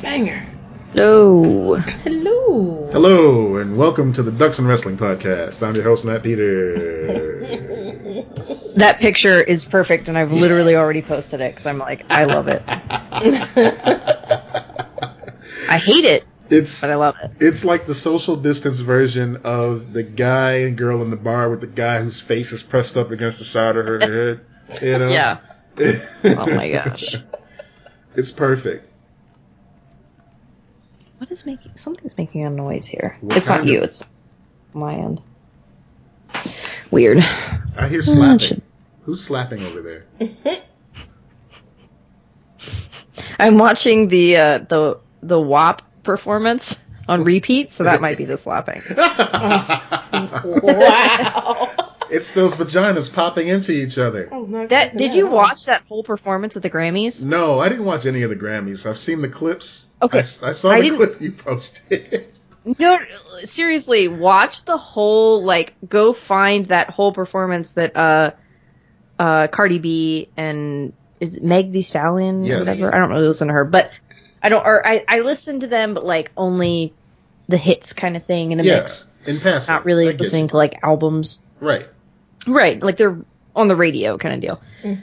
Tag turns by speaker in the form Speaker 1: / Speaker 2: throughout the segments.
Speaker 1: Banger.
Speaker 2: No.
Speaker 1: Hello.
Speaker 3: Hello, and welcome to the Ducks and Wrestling Podcast. I'm your host, Matt Peter.
Speaker 2: That picture is perfect, and I've literally already posted it because I'm like, I love it. I hate it,
Speaker 3: it's
Speaker 2: but I love it.
Speaker 3: it's like the social distance version of the guy and girl in the bar with the guy whose face is pressed up against the side of her head. You know?
Speaker 2: Yeah.
Speaker 3: oh
Speaker 2: Oh my gosh.
Speaker 3: It's perfect.
Speaker 2: What is making? Something's making a noise here.
Speaker 3: What
Speaker 2: it's not
Speaker 3: kind
Speaker 2: you.
Speaker 3: of-
Speaker 2: It's my end. Weird.
Speaker 3: I hear slapping.
Speaker 2: should-
Speaker 3: Who's slapping over there?
Speaker 2: I'm watching the uh, the the WAP performance on repeat, so that might be the slapping.
Speaker 1: Wow.
Speaker 3: It's those vaginas popping into each other.
Speaker 1: I was not
Speaker 2: That
Speaker 1: expecting
Speaker 2: did
Speaker 1: that
Speaker 2: you
Speaker 1: at all.
Speaker 2: watch that whole performance at the Grammys?
Speaker 3: No, I didn't watch any of the Grammys. I've seen the clips.
Speaker 2: Okay.
Speaker 3: I, s- I saw
Speaker 2: I
Speaker 3: the
Speaker 2: didn't-
Speaker 3: clip you posted.
Speaker 2: No, seriously, watch the whole like go find that whole performance that uh uh Cardi B and is it Meg the Stallion
Speaker 3: Yes.
Speaker 2: or whatever. I don't really listen to her, but I don't or I I listen to them but like only the hits kind of thing in a
Speaker 3: yes,
Speaker 2: mix.
Speaker 3: in passing.
Speaker 2: Not really
Speaker 3: I get you.
Speaker 2: listening to like albums.
Speaker 3: Right.
Speaker 2: Right, like they're on the radio kind of deal.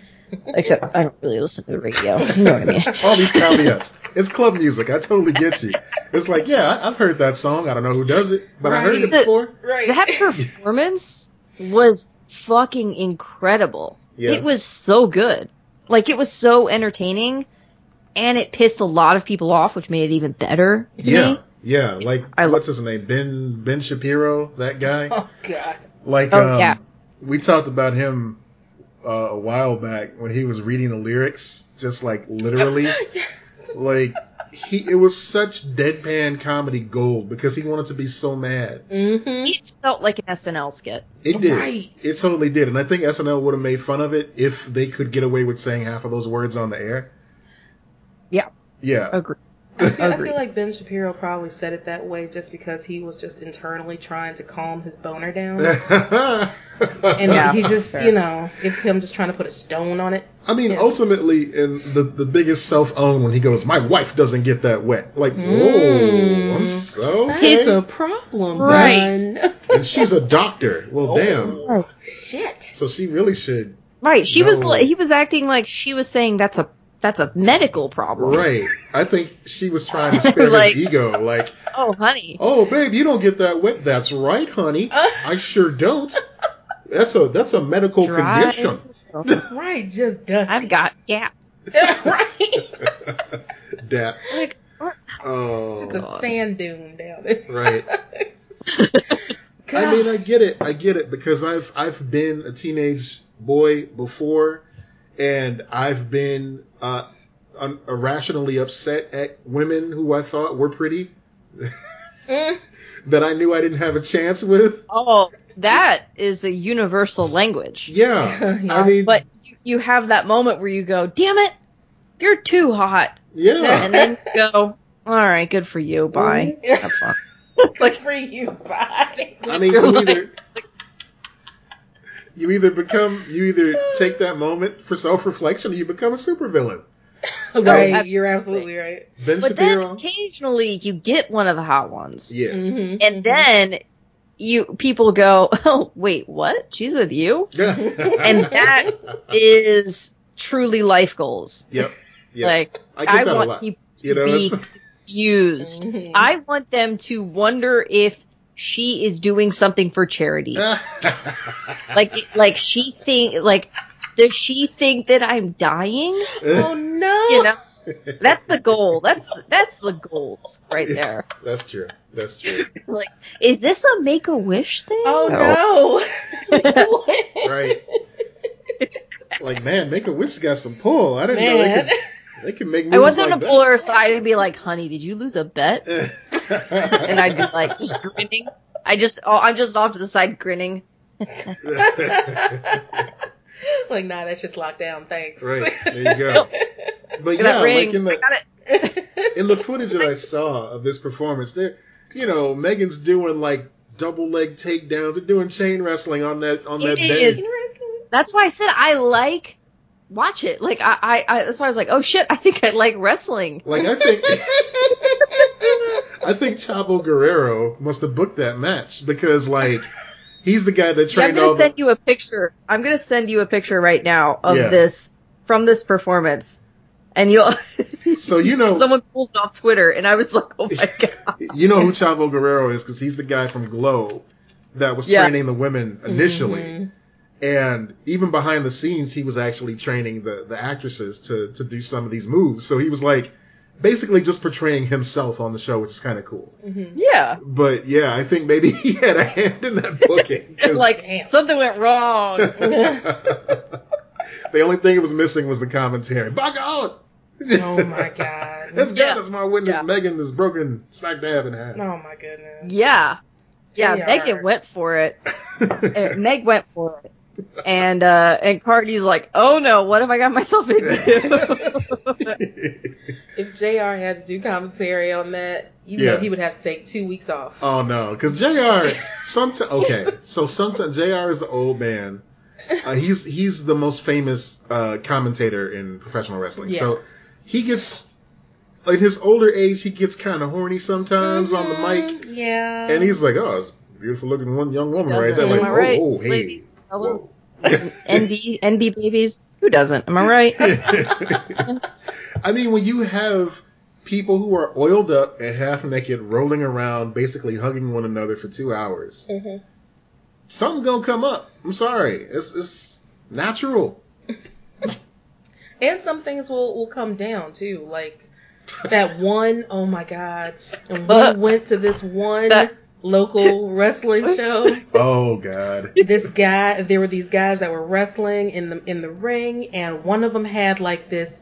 Speaker 2: Except I don't really listen to the radio. You know what I mean?
Speaker 3: All these caveats. it's club music. I totally get you. It's like, yeah, I, I've heard that song. I don't know who does it, but I heard it
Speaker 1: Right.
Speaker 3: before.
Speaker 1: Right.
Speaker 2: That performance was fucking incredible.
Speaker 3: Yeah.
Speaker 2: It was so good. Like it was so entertaining and it pissed a lot of people off, which made it even better to
Speaker 3: yeah.
Speaker 2: me.
Speaker 3: Yeah, like
Speaker 2: I lo-
Speaker 3: what's his name? Ben Ben Shapiro, that guy.
Speaker 1: Oh God.
Speaker 3: Like,
Speaker 2: Oh,
Speaker 3: um,
Speaker 2: yeah.
Speaker 3: we talked about him uh, a while back when he was reading the lyrics, just like literally, like he. It was such deadpan comedy gold because he wanted to be so mad.
Speaker 1: Mm-hmm.
Speaker 2: It felt like an SNL skit.
Speaker 3: It did.
Speaker 1: Right.
Speaker 3: It totally did, and I think SNL would have made fun of it if they could get away with saying half of those words on the air.
Speaker 2: Yeah.
Speaker 3: Yeah.
Speaker 2: Agree.
Speaker 1: I feel, I
Speaker 2: Agreed.
Speaker 1: feel like Ben Shapiro probably said it that way just because he was just internally trying to calm his boner down. And uh,
Speaker 2: Yeah,
Speaker 1: he just,
Speaker 2: fair.
Speaker 1: you know, it's him just trying to put a stone on it.
Speaker 3: I mean,
Speaker 1: Yes.
Speaker 3: ultimately, and the the biggest self own when he goes, "My wife doesn't get that wet." Like,
Speaker 1: Mm.
Speaker 3: whoa, I'm so.
Speaker 1: It's a problem,
Speaker 2: Right.
Speaker 1: bun.
Speaker 3: and she's a doctor. Well, damn.
Speaker 2: Right.
Speaker 1: Shit.
Speaker 3: So she really should.
Speaker 2: Right. She was
Speaker 3: No.
Speaker 2: like he was acting like she was saying that's a that's a medical problem.
Speaker 3: Right. I think she was trying to spare
Speaker 2: Like-
Speaker 3: his ego. Like,
Speaker 2: Oh honey.
Speaker 3: oh, babe, you don't get that wet. That's right, honey.
Speaker 2: Uh.
Speaker 3: I sure don't. That's a that's a medical
Speaker 2: Dry.
Speaker 3: Oh, condition.
Speaker 1: Right, just dusty.
Speaker 2: I've got yeah.
Speaker 1: right.
Speaker 3: That.
Speaker 2: Like
Speaker 3: Oh.
Speaker 1: Just a sand dune down there.
Speaker 3: right. I
Speaker 1: God.
Speaker 3: mean, I get it. I get it because I've I've been a teenage boy before, and I've been uh, un- irrationally upset at women who I thought were pretty
Speaker 1: Mm.
Speaker 3: that I knew I didn't have a chance with.
Speaker 2: oh that is a universal language.
Speaker 3: Yeah,
Speaker 1: Yeah.
Speaker 3: I mean,
Speaker 2: but you, you have that moment where you go, "Damn it, you're too hot,"
Speaker 3: yeah,
Speaker 2: and then you go, "All right, good for you, bye."
Speaker 3: Mm-hmm.
Speaker 2: Have fun.
Speaker 1: Good for you, body.
Speaker 3: I mean,
Speaker 2: You're
Speaker 3: you
Speaker 2: like-
Speaker 3: either you either become you either take that moment for self reflection or you become a supervillain.
Speaker 2: Oh,
Speaker 1: Right,
Speaker 2: ab-
Speaker 1: you're absolutely right.
Speaker 3: Ben
Speaker 2: But then
Speaker 3: Shapiro,
Speaker 2: occasionally you get one of the hot ones,
Speaker 3: yeah,
Speaker 1: Mm-hmm.
Speaker 2: and then you people go, "Oh, wait, what? She's with you?" And that is truly life goals.
Speaker 3: Uh-huh. yep, yep.
Speaker 2: Like
Speaker 3: I get
Speaker 2: I,
Speaker 3: that a
Speaker 2: want
Speaker 3: lot.
Speaker 2: people to
Speaker 3: You know,
Speaker 2: be
Speaker 3: it's- Mm-hmm.
Speaker 2: confused. I want them to wonder if she is doing something for charity. like like she think like does she think that I'm dying?
Speaker 1: oh no.
Speaker 2: You know, that's the goal. That's that's the goals right there.
Speaker 3: That's true. That's true.
Speaker 2: Like, is this a make a wish thing?
Speaker 1: Oh no. What?
Speaker 3: Right. like, man, Make a Wish got some pull. I didn't know they
Speaker 1: Man.
Speaker 3: could, they could make movies
Speaker 2: I want them
Speaker 3: like
Speaker 2: to pull her aside and be like, "Honey, did you lose a bet?"
Speaker 3: that.
Speaker 2: And I'd be like, just grinning. I just, oh, I'm just off to the side grinning.
Speaker 1: like, nah, that's just locked down. Thanks.
Speaker 3: right. There you go. But
Speaker 2: Look at that
Speaker 3: yeah,
Speaker 2: ring.
Speaker 3: like in
Speaker 2: I
Speaker 3: the
Speaker 2: got it.
Speaker 3: in the footage that I saw of this performance, there, you know, Megan's doing like double leg takedowns. They're doing chain wrestling on that on that
Speaker 2: It
Speaker 3: bed.
Speaker 2: is. That's why I said I like watch it. Like I, I, I that's why I was like, oh shit, I think I like wrestling.
Speaker 3: Like I think, I think Chavo Guerrero must have booked that match because like he's the guy that
Speaker 2: Yeah, I'm
Speaker 3: trained
Speaker 2: gonna
Speaker 3: all.
Speaker 2: send
Speaker 3: the,
Speaker 2: you a picture. I'm gonna send you a picture right now of
Speaker 3: Yeah.
Speaker 2: this from this performance, and you'll.
Speaker 3: so you know,
Speaker 2: Someone pulled it off Twitter, and I was like, oh my god.
Speaker 3: you know who Chavo Guerrero is because he's the guy from Glow that was
Speaker 2: Yeah. Mm-hmm.
Speaker 3: training the women initially. And even behind the scenes, he was actually training the, the actresses to, to do some of these moves. So he was like basically just portraying himself on the show, which is kind of cool.
Speaker 1: Mm-hmm.
Speaker 2: yeah.
Speaker 3: But yeah, I think maybe he had a hand in that booking. 'cause-
Speaker 2: Like
Speaker 1: Damn.
Speaker 2: something went wrong.
Speaker 3: the only thing it was missing was the commentary. By God!
Speaker 1: Oh my god.
Speaker 3: This
Speaker 2: Yeah.
Speaker 3: God is my witness.
Speaker 2: Yeah.
Speaker 3: Megan is broken smack dab in half.
Speaker 1: Oh my goodness.
Speaker 2: yeah. Yeah,
Speaker 1: JR.
Speaker 2: Megan went for it. Uh, Meg went for it. And uh and Cardi's like, oh no, what have I got myself into?
Speaker 1: If JR had to do commentary on that, you
Speaker 3: Yeah.
Speaker 1: know he would have to take two weeks off.
Speaker 3: Oh no, because Jr. Sometimes okay, so sometimes Jr. is the old man. Uh, he's he's the most famous uh, commentator in professional wrestling. So
Speaker 1: yes.
Speaker 3: he gets in his older age, he gets kind of horny sometimes on the
Speaker 2: Mm-hmm.
Speaker 3: mic,
Speaker 1: Mm-hmm. Yeah.
Speaker 3: and he's like, "Oh, it's a beautiful looking one young woman right there."
Speaker 2: Am
Speaker 3: Like,
Speaker 2: I right?
Speaker 3: oh, oh, hey.
Speaker 2: Ladies, fellas, NB, NB babies. Who doesn't? Am I right?
Speaker 3: I mean, when you have people who are oiled up and half naked rolling around, basically hugging one another for two hours,
Speaker 1: Mhm.
Speaker 3: something gonna come up. I'm sorry, it's it's natural.
Speaker 1: And some things will will come down too, like that one, oh my god. And we went to this one
Speaker 2: That-
Speaker 1: local wrestling show.
Speaker 3: Oh God,
Speaker 1: this guy there were these guys that were wrestling in the in the ring and one of them had like this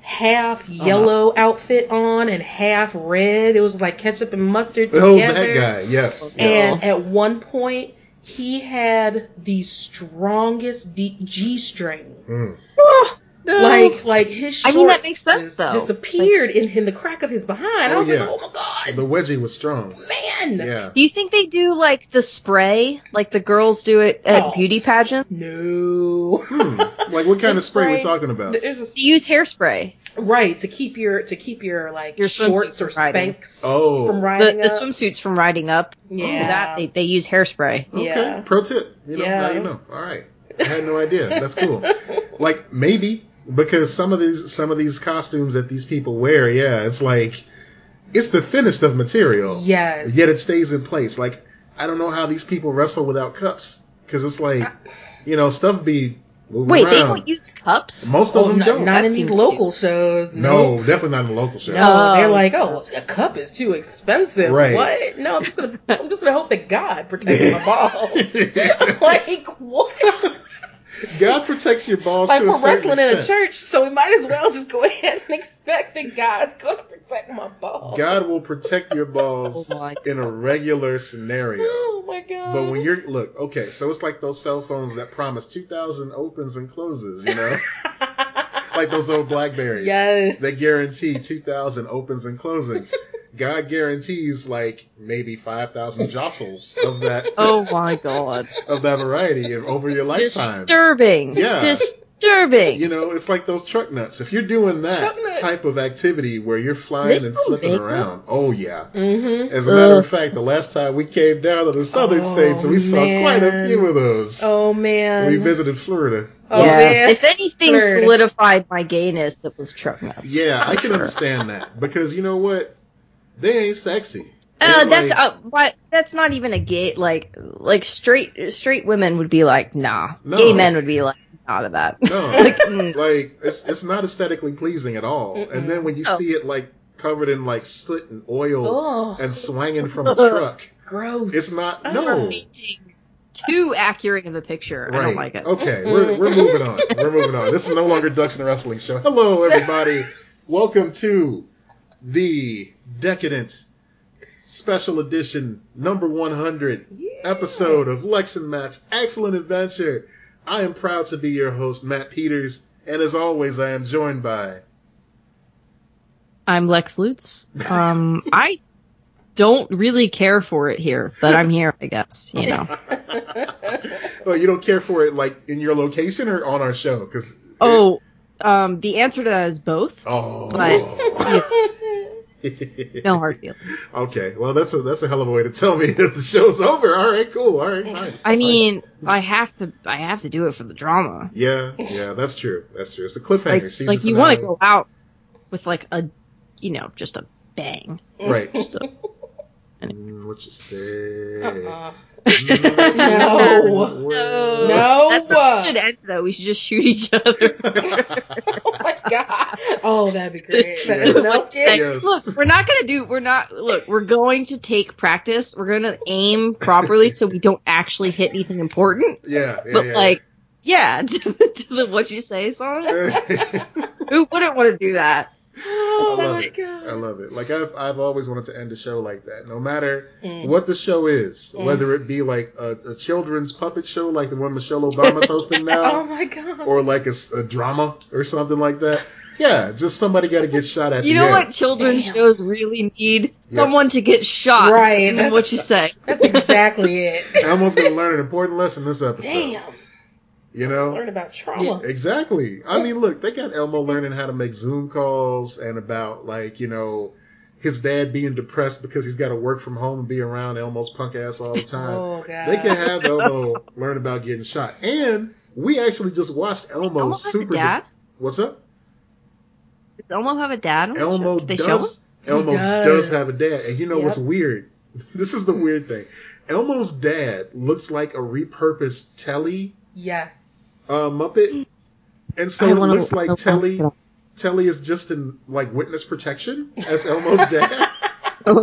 Speaker 1: half
Speaker 3: Uh-huh.
Speaker 1: yellow outfit on and half red it was like ketchup and mustard together
Speaker 3: oh that guy, yes, yes.
Speaker 1: and at one point he had the strongest D- g-string
Speaker 3: Mm.
Speaker 2: No.
Speaker 1: like like his shorts
Speaker 2: I mean, that makes sense, though.
Speaker 1: disappeared in, in the crack of his behind i
Speaker 3: Oh,
Speaker 1: was
Speaker 3: yeah.
Speaker 1: like oh my god
Speaker 3: the wedgie was strong.
Speaker 1: man
Speaker 3: Yeah,
Speaker 2: do you think they do like the spray, like the girls do it at
Speaker 1: Oh.
Speaker 2: beauty pageants?
Speaker 1: no
Speaker 3: Hmm. like what kind of spray, we
Speaker 1: spray-
Speaker 3: talking about?
Speaker 1: there's a
Speaker 2: They use hairspray,
Speaker 1: Right, to keep your to keep your like
Speaker 2: Your swimsuits
Speaker 1: shorts or
Speaker 2: from riding.
Speaker 1: spanks
Speaker 3: Oh.
Speaker 1: from
Speaker 2: the,
Speaker 1: riding
Speaker 2: the
Speaker 1: up.
Speaker 2: swimsuits from riding up.
Speaker 1: yeah.
Speaker 2: For that they, they use hairspray.
Speaker 3: Okay,
Speaker 1: Yeah.
Speaker 3: pro tip. You know,
Speaker 1: Yeah.
Speaker 3: now you know. All right, I had no idea. That's cool. like maybe because some of these some of these costumes that these people wear, yeah, it's like it's the thinnest of material.
Speaker 1: yes.
Speaker 3: Yet it stays in place. Like I don't know how these people wrestle without cups because it's like you know stuff be moving
Speaker 2: Wait, they
Speaker 3: around.
Speaker 2: don't use cups?
Speaker 3: Most of
Speaker 1: Oh,
Speaker 3: them
Speaker 1: not,
Speaker 3: don't.
Speaker 1: not
Speaker 2: That
Speaker 1: in these
Speaker 2: seems
Speaker 1: local shows. No.
Speaker 3: no, definitely not in the local show.
Speaker 1: No, they're
Speaker 2: Oh.
Speaker 1: like, oh, a cup is too expensive.
Speaker 3: Right.
Speaker 1: What? No, I'm just gonna, I'm just gonna hope that God protects my balls. like what?
Speaker 3: God protects your balls.
Speaker 1: Like
Speaker 3: to a
Speaker 1: we're
Speaker 3: certain
Speaker 1: wrestling in a
Speaker 3: extent.
Speaker 1: church, so we might as well just go ahead and expect that God's gonna protect my balls.
Speaker 3: God will protect your balls
Speaker 2: Oh my
Speaker 3: in a regular scenario.
Speaker 1: Oh my God.
Speaker 3: But when you're look, okay, so it's like those cell phones that promise two thousand opens and closes, you know, like those old Blackberries.
Speaker 1: yes,
Speaker 3: They guarantee two thousand opens and closings. God guarantees like maybe five thousand jostles of that
Speaker 2: Oh my god.
Speaker 3: of that variety of, over your lifetime.
Speaker 2: Disturbing.
Speaker 3: Yeah.
Speaker 2: Disturbing.
Speaker 3: You know, it's like those truck nuts. If you're doing
Speaker 1: Truck
Speaker 3: that
Speaker 1: nuts.
Speaker 3: type of activity where you're
Speaker 2: They
Speaker 3: flying and
Speaker 2: still
Speaker 3: flipping
Speaker 2: make
Speaker 3: around, oh yeah.
Speaker 1: Mm-hmm.
Speaker 3: As a matter
Speaker 2: Ugh.
Speaker 3: of fact, the last time we came down to the southern
Speaker 1: Oh,
Speaker 3: states, we saw quite a
Speaker 1: man.
Speaker 3: few of those.
Speaker 1: Oh man.
Speaker 3: we visited Florida.
Speaker 1: Oh,
Speaker 2: yeah.
Speaker 1: man.
Speaker 2: If anything
Speaker 1: Nerd.
Speaker 2: solidified my gayness, that was truck nuts.
Speaker 3: Yeah, I
Speaker 2: For
Speaker 3: can
Speaker 2: sure.
Speaker 3: understand that because you know what? They ain't sexy.
Speaker 2: Uh,
Speaker 3: They
Speaker 2: that's
Speaker 3: like-
Speaker 2: uh, why, that's not even a gay like like straight straight women would be like nah.
Speaker 3: No.
Speaker 2: Gay men would be like not of that.
Speaker 3: no,
Speaker 2: mm.
Speaker 3: like it's it's not aesthetically pleasing at all. And then when you
Speaker 2: Oh.
Speaker 3: see it like covered in like soot and oil
Speaker 1: oh,
Speaker 3: and swinging from a truck,
Speaker 1: gross.
Speaker 3: it's not
Speaker 1: Oh.
Speaker 3: no.
Speaker 2: Painting too accurate of a picture. I don't like it.
Speaker 3: Okay, we're, we're moving on. We're moving on. This is no longer Ducks and Wrestling Show. Hello, everybody. Welcome to the Decadent Special Edition number 100 episode of Lex and Matt's Excellent Adventure. I am proud to be your host, Matt Peters, and as always, I am joined by.
Speaker 2: I'm Lex Lutz. Um, I don't really care for it here, but I'm here, I guess. You know.
Speaker 3: Well, you don't care for it like in your location or on our show? Because
Speaker 2: Oh, um, the answer to that is both.
Speaker 3: Oh.
Speaker 2: But- No hard feelings.
Speaker 3: okay. Well, that's a that's a hell of a way to tell me that the show's over. All right. Cool. All right. Fine.
Speaker 2: I mean, I have to. I have to do it for the drama.
Speaker 3: Yeah. Yeah. That's true. That's true. It's a cliffhanger.
Speaker 2: Like,
Speaker 3: season
Speaker 2: like you want
Speaker 3: finale.
Speaker 2: to go out with like a, you know, just a bang.
Speaker 3: Right.
Speaker 2: Just a,
Speaker 3: Mm, what you say?
Speaker 1: Uh-uh.
Speaker 3: Mm,
Speaker 1: No.
Speaker 3: well.
Speaker 1: No.
Speaker 2: That's how we should end though. We should just shoot each other.
Speaker 1: Oh my god. Oh, that'd be great.
Speaker 3: Yes.
Speaker 1: No
Speaker 2: Like,
Speaker 1: kidding.
Speaker 3: Yes.
Speaker 2: Look, we're not gonna do. We're not. Look, we're going to take practice. We're gonna aim properly so we don't actually hit anything important.
Speaker 3: Yeah. yeah,
Speaker 2: But
Speaker 3: yeah.
Speaker 2: like, yeah, to the, to the what you say song. Who wouldn't want to do that?
Speaker 1: Oh
Speaker 3: I love
Speaker 1: my
Speaker 3: it. I
Speaker 1: god.
Speaker 3: love it. Like I've I've always wanted to end a show like that. No matter
Speaker 1: Mm.
Speaker 3: what the show is,
Speaker 1: Mm.
Speaker 3: whether it be like a, a children's puppet show like the one Michelle Obama's hosting
Speaker 1: Oh
Speaker 3: now,
Speaker 1: my god.
Speaker 3: or like a, s- a drama or something like that. Yeah, just somebody got to get shot at.
Speaker 2: You
Speaker 3: the
Speaker 2: know
Speaker 3: end.
Speaker 2: what children's
Speaker 1: Damn.
Speaker 2: shows really need? Someone to get shot.
Speaker 1: Right,
Speaker 2: Mm,
Speaker 1: that's-
Speaker 2: What you say?
Speaker 1: That's exactly it.
Speaker 3: I'm almost gonna learn an important lesson this episode.
Speaker 1: Damn.
Speaker 3: You know.
Speaker 1: Learn about trauma.
Speaker 3: Exactly. I mean, look, they got Elmo learning how to make Zoom calls and about like you know his dad being depressed because he's got to work from home and be around Elmo's punk ass all the time.
Speaker 1: Oh god.
Speaker 3: They can have Elmo learn about getting shot. And we actually just watched Elmo
Speaker 2: Elmo has
Speaker 3: super.
Speaker 2: a dad.
Speaker 3: What's up?
Speaker 2: Does Elmo have a dad? on Oh, the
Speaker 3: Elmo
Speaker 2: show? They show him?
Speaker 3: does. Elmo
Speaker 1: He
Speaker 3: does.
Speaker 1: does.
Speaker 3: have a dad. And you know what's
Speaker 1: Yep.
Speaker 3: weird? This is the weird thing. Elmo's dad looks like a repurposed Telly
Speaker 1: Yes.
Speaker 3: uh, Muppet, and so
Speaker 2: I
Speaker 3: it
Speaker 2: wanna-
Speaker 3: looks like
Speaker 2: I wanna-
Speaker 3: Telly. Telly is just in like witness protection as Elmo's dad.
Speaker 2: Oh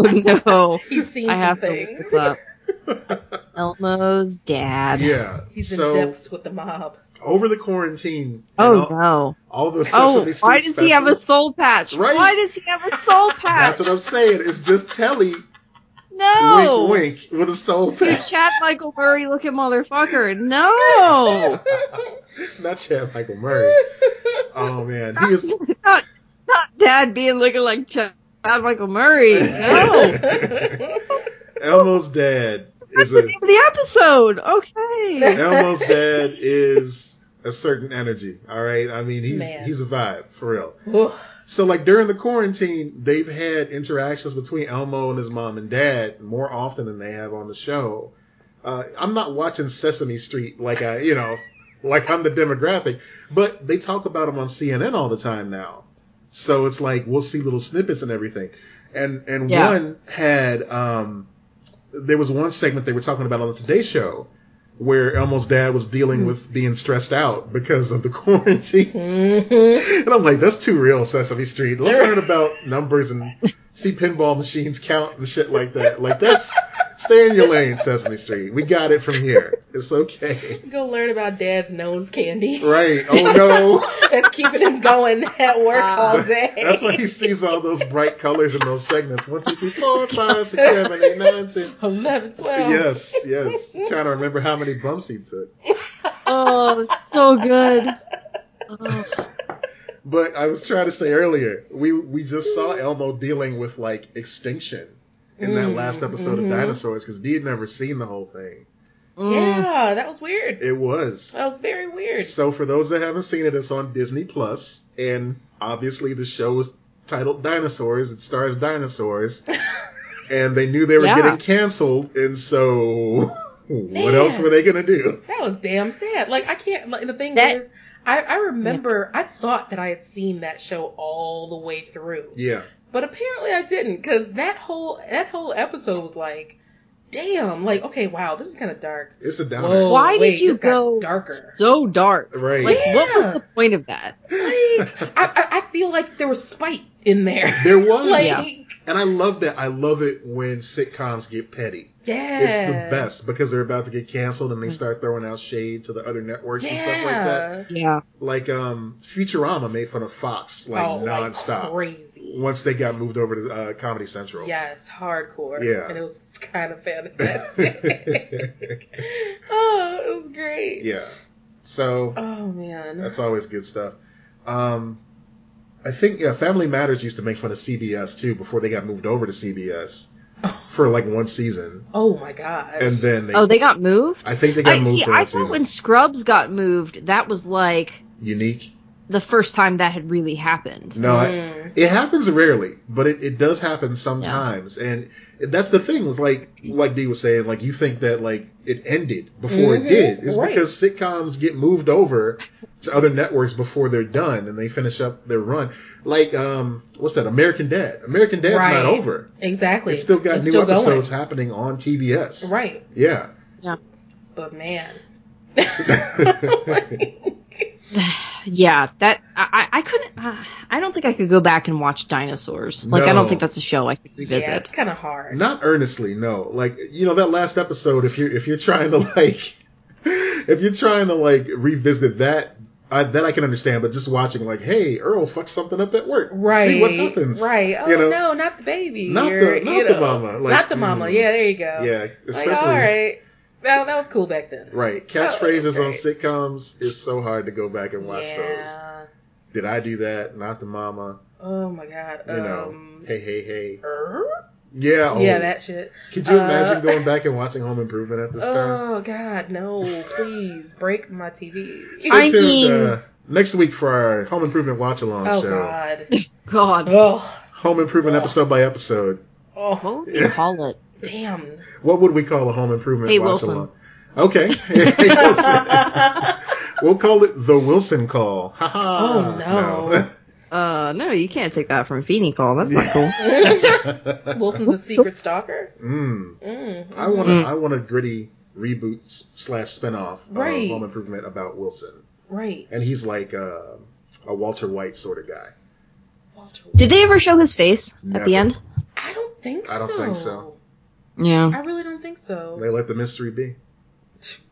Speaker 2: no!
Speaker 1: He's seen
Speaker 2: I
Speaker 1: some
Speaker 2: have to look
Speaker 1: things.
Speaker 2: this up. Elmo's dad.
Speaker 3: yeah.
Speaker 1: He's in
Speaker 3: so
Speaker 1: depths with the mob.
Speaker 3: over the quarantine, and
Speaker 2: Oh
Speaker 3: all,
Speaker 2: no!
Speaker 3: all the
Speaker 2: Oh,
Speaker 3: Sesame
Speaker 2: why
Speaker 3: Street
Speaker 2: does he have a
Speaker 3: specials-
Speaker 2: soul patch?
Speaker 3: Right.
Speaker 2: Why does he have a soul patch?
Speaker 3: That's what I'm saying. It's just Telly
Speaker 2: no.
Speaker 3: wink wink with a soul
Speaker 2: You
Speaker 3: patch.
Speaker 2: Oh. Chad Michael Murray looking motherfucker. No. Oh.
Speaker 3: Not Chad Michael Murray. Oh man, he is.
Speaker 2: not not dad being looking like Chad Michael Murray. No.
Speaker 3: Elmo's dad
Speaker 2: That's
Speaker 3: is
Speaker 2: the
Speaker 3: a
Speaker 2: name of the episode. Okay.
Speaker 3: Elmo's dad is a certain energy. All right, I mean he's
Speaker 1: Man.
Speaker 3: he's a vibe for real.
Speaker 1: Ooh.
Speaker 3: So like during the quarantine, they've had interactions between Elmo and his mom and dad more often than they have on the show. Uh, I'm not watching Sesame Street like I, you know, like I'm the demographic, but they talk about him on CNN all the time now. So it's like we'll see little snippets and everything. And and
Speaker 2: Yeah.
Speaker 3: one had um, there was one segment they were talking about on the Today Show where Elmo's dad was dealing with being stressed out because of the quarantine.
Speaker 1: Mhm.
Speaker 3: And I'm like, that's too real, Sesame Street. Let's
Speaker 1: They're-
Speaker 3: learn about numbers and see pinball machines count and shit like that. Like that's stay in your lane, Sesame Street. We got it from here. It's okay.
Speaker 1: Go learn about dad's nose candy.
Speaker 3: Right. Oh
Speaker 1: That's keeping him going at work all
Speaker 3: no.
Speaker 1: day.
Speaker 3: That's why he sees all those bright colors in those segments. One, two, three, four, five, six, seven, eight, nine, ten.
Speaker 1: 11, 12.
Speaker 3: Yes, yes. Trying to remember how many bumps he took.
Speaker 2: Oh, it's so good. Oh.
Speaker 3: But I was trying to say earlier, we we just saw Elmo dealing with like extinction in that
Speaker 1: Mm,
Speaker 3: last episode
Speaker 1: mhm.
Speaker 3: of Dinosaurs because Dee had never seen the whole thing.
Speaker 2: Mm.
Speaker 1: Yeah, that was weird.
Speaker 3: It was.
Speaker 1: That was very weird.
Speaker 3: So for those that haven't seen it, it's on Disney Plus, and obviously the show is titled Dinosaurs. It stars dinosaurs, and they knew they were
Speaker 2: Yeah.
Speaker 3: getting canceled, and so what
Speaker 1: Man.
Speaker 3: else were they gonna do?
Speaker 1: That was damn sad. Like I can't. Like, the thing
Speaker 2: That-
Speaker 1: is, I I remember I thought that I had seen that show all the way through,
Speaker 3: Yeah,
Speaker 1: but apparently I didn't because that whole that whole episode was like, damn. Like okay, wow, this is kind of dark.
Speaker 3: it's a downer.
Speaker 1: Whoa,
Speaker 2: Why
Speaker 1: wait,
Speaker 2: did you
Speaker 1: this got
Speaker 2: go
Speaker 1: darker?
Speaker 2: so dark?
Speaker 3: Right.
Speaker 2: Like, what was
Speaker 1: Yeah.
Speaker 2: the point of that?
Speaker 1: Like I, I I feel like there was spite in there.
Speaker 3: There was,
Speaker 1: like
Speaker 2: Yeah.
Speaker 1: yeah.
Speaker 3: and I love that. I love it when sitcoms get petty. It's the best because they're about to get canceled
Speaker 1: Mm.
Speaker 3: and they start throwing out shade to the other networks and stuff like that.
Speaker 1: Yeah.
Speaker 2: Yeah.
Speaker 3: Like um, Futurama made fun of Fox like
Speaker 1: oh,
Speaker 3: nonstop
Speaker 1: Like crazy.
Speaker 3: once they got moved over to uh, Comedy Central.
Speaker 1: Yes, hardcore.
Speaker 3: Yeah.
Speaker 1: And it was kind of fantastic. oh, it was great.
Speaker 3: yeah. So
Speaker 1: Oh man.
Speaker 3: that's always good stuff. Um, I think yeah, Family Matters used to make fun of CBS too before they got moved over to CBS for like one season,
Speaker 1: oh my gosh.
Speaker 3: and then they,
Speaker 2: Oh, they got moved.
Speaker 3: I think they got
Speaker 2: I
Speaker 3: moved
Speaker 2: see.
Speaker 3: for one
Speaker 2: I
Speaker 3: season.
Speaker 2: thought when Scrubs got moved, that was like
Speaker 3: Unique.
Speaker 2: the first time that had really happened.
Speaker 3: No,
Speaker 1: Mm.
Speaker 3: I, it happens rarely, but it, it does happen sometimes, and that's the thing with like like Dee was saying, like you think that like it ended before
Speaker 1: Mhm,
Speaker 3: it did. It's
Speaker 1: right.
Speaker 3: because sitcoms get moved over to other networks before they're done and they finish up their run. Like um, what's that? American Dad. American Dad's
Speaker 1: Right.
Speaker 3: not over.
Speaker 1: Exactly.
Speaker 3: It's still got
Speaker 1: It's
Speaker 3: new
Speaker 1: still going.
Speaker 3: episodes happening on TBS.
Speaker 1: Right.
Speaker 3: Yeah.
Speaker 1: But man.
Speaker 2: Yeah, that I, I I couldn't. Uh, I don't think I could go back and watch dinosaurs. Like I
Speaker 3: No.
Speaker 2: don't think that's a show I could
Speaker 1: yeah,
Speaker 2: revisit.
Speaker 1: it's kind of hard.
Speaker 3: Not earnestly, no. Like you know that last episode, if you're if you're trying to like, if you're trying to like revisit that, I, that I can understand. But just watching like, hey, Earl fucked something up at work.
Speaker 1: Right.
Speaker 3: See what happens.
Speaker 1: Right. Oh
Speaker 3: you know?
Speaker 1: no, not the baby.
Speaker 3: Not the-
Speaker 1: You're-
Speaker 3: not
Speaker 1: you
Speaker 3: the
Speaker 1: know,
Speaker 3: mama. Like,
Speaker 1: not the mama.
Speaker 3: mm.
Speaker 1: yeah, there you go.
Speaker 3: Yeah.
Speaker 1: Like,
Speaker 3: Especially.
Speaker 1: all right. That, that was cool back then.
Speaker 3: Right.
Speaker 1: Oh,
Speaker 3: Catchphrases
Speaker 1: that
Speaker 3: on
Speaker 1: was
Speaker 3: sitcoms is so hard to go back and watch those.
Speaker 1: yeah.
Speaker 3: Did I do that? Not the mama.
Speaker 1: Oh my god.
Speaker 3: You know.
Speaker 1: um,
Speaker 3: Hey, hey, hey.
Speaker 1: er?
Speaker 3: Yeah. Oh,
Speaker 1: Yeah, that shit.
Speaker 3: Could you imagine
Speaker 1: uh,
Speaker 3: going back and watching Home Improvement at this time?
Speaker 1: Oh god, no! Please break my TV.
Speaker 2: I
Speaker 3: Stay tuned,
Speaker 2: mean-
Speaker 3: uh, next week for our Home Improvement watch along
Speaker 1: oh
Speaker 3: show.
Speaker 1: god.
Speaker 2: God,
Speaker 1: Oh,
Speaker 3: Home improvement
Speaker 1: Ugh.
Speaker 3: episode by episode.
Speaker 1: oh,
Speaker 2: what would you call it?
Speaker 1: damn.
Speaker 3: What would we call a home improvement
Speaker 2: Hey,
Speaker 3: watch
Speaker 2: Wilson.
Speaker 3: along? Okay. Hey, Wilson. we'll call it the Wilson call. Ha ha.
Speaker 1: Oh, no.
Speaker 2: Uh, no, you can't take that from Feeny Call. That's not cool.
Speaker 1: Wilson's a secret stalker.
Speaker 3: Mm.
Speaker 1: Mm.
Speaker 3: I want
Speaker 2: Mm.
Speaker 3: I want a gritty reboot s- slash spinoff
Speaker 1: Right.
Speaker 3: of Home Improvement about Wilson,
Speaker 1: Right.
Speaker 3: and he's like uh, a Walter White sort of guy.
Speaker 1: Walter.
Speaker 2: Did they ever show his face at the
Speaker 3: Never.
Speaker 2: end?
Speaker 1: I don't think so.
Speaker 3: I don't think so.
Speaker 2: Yeah.
Speaker 1: I really don't think so.
Speaker 3: They let the mystery be,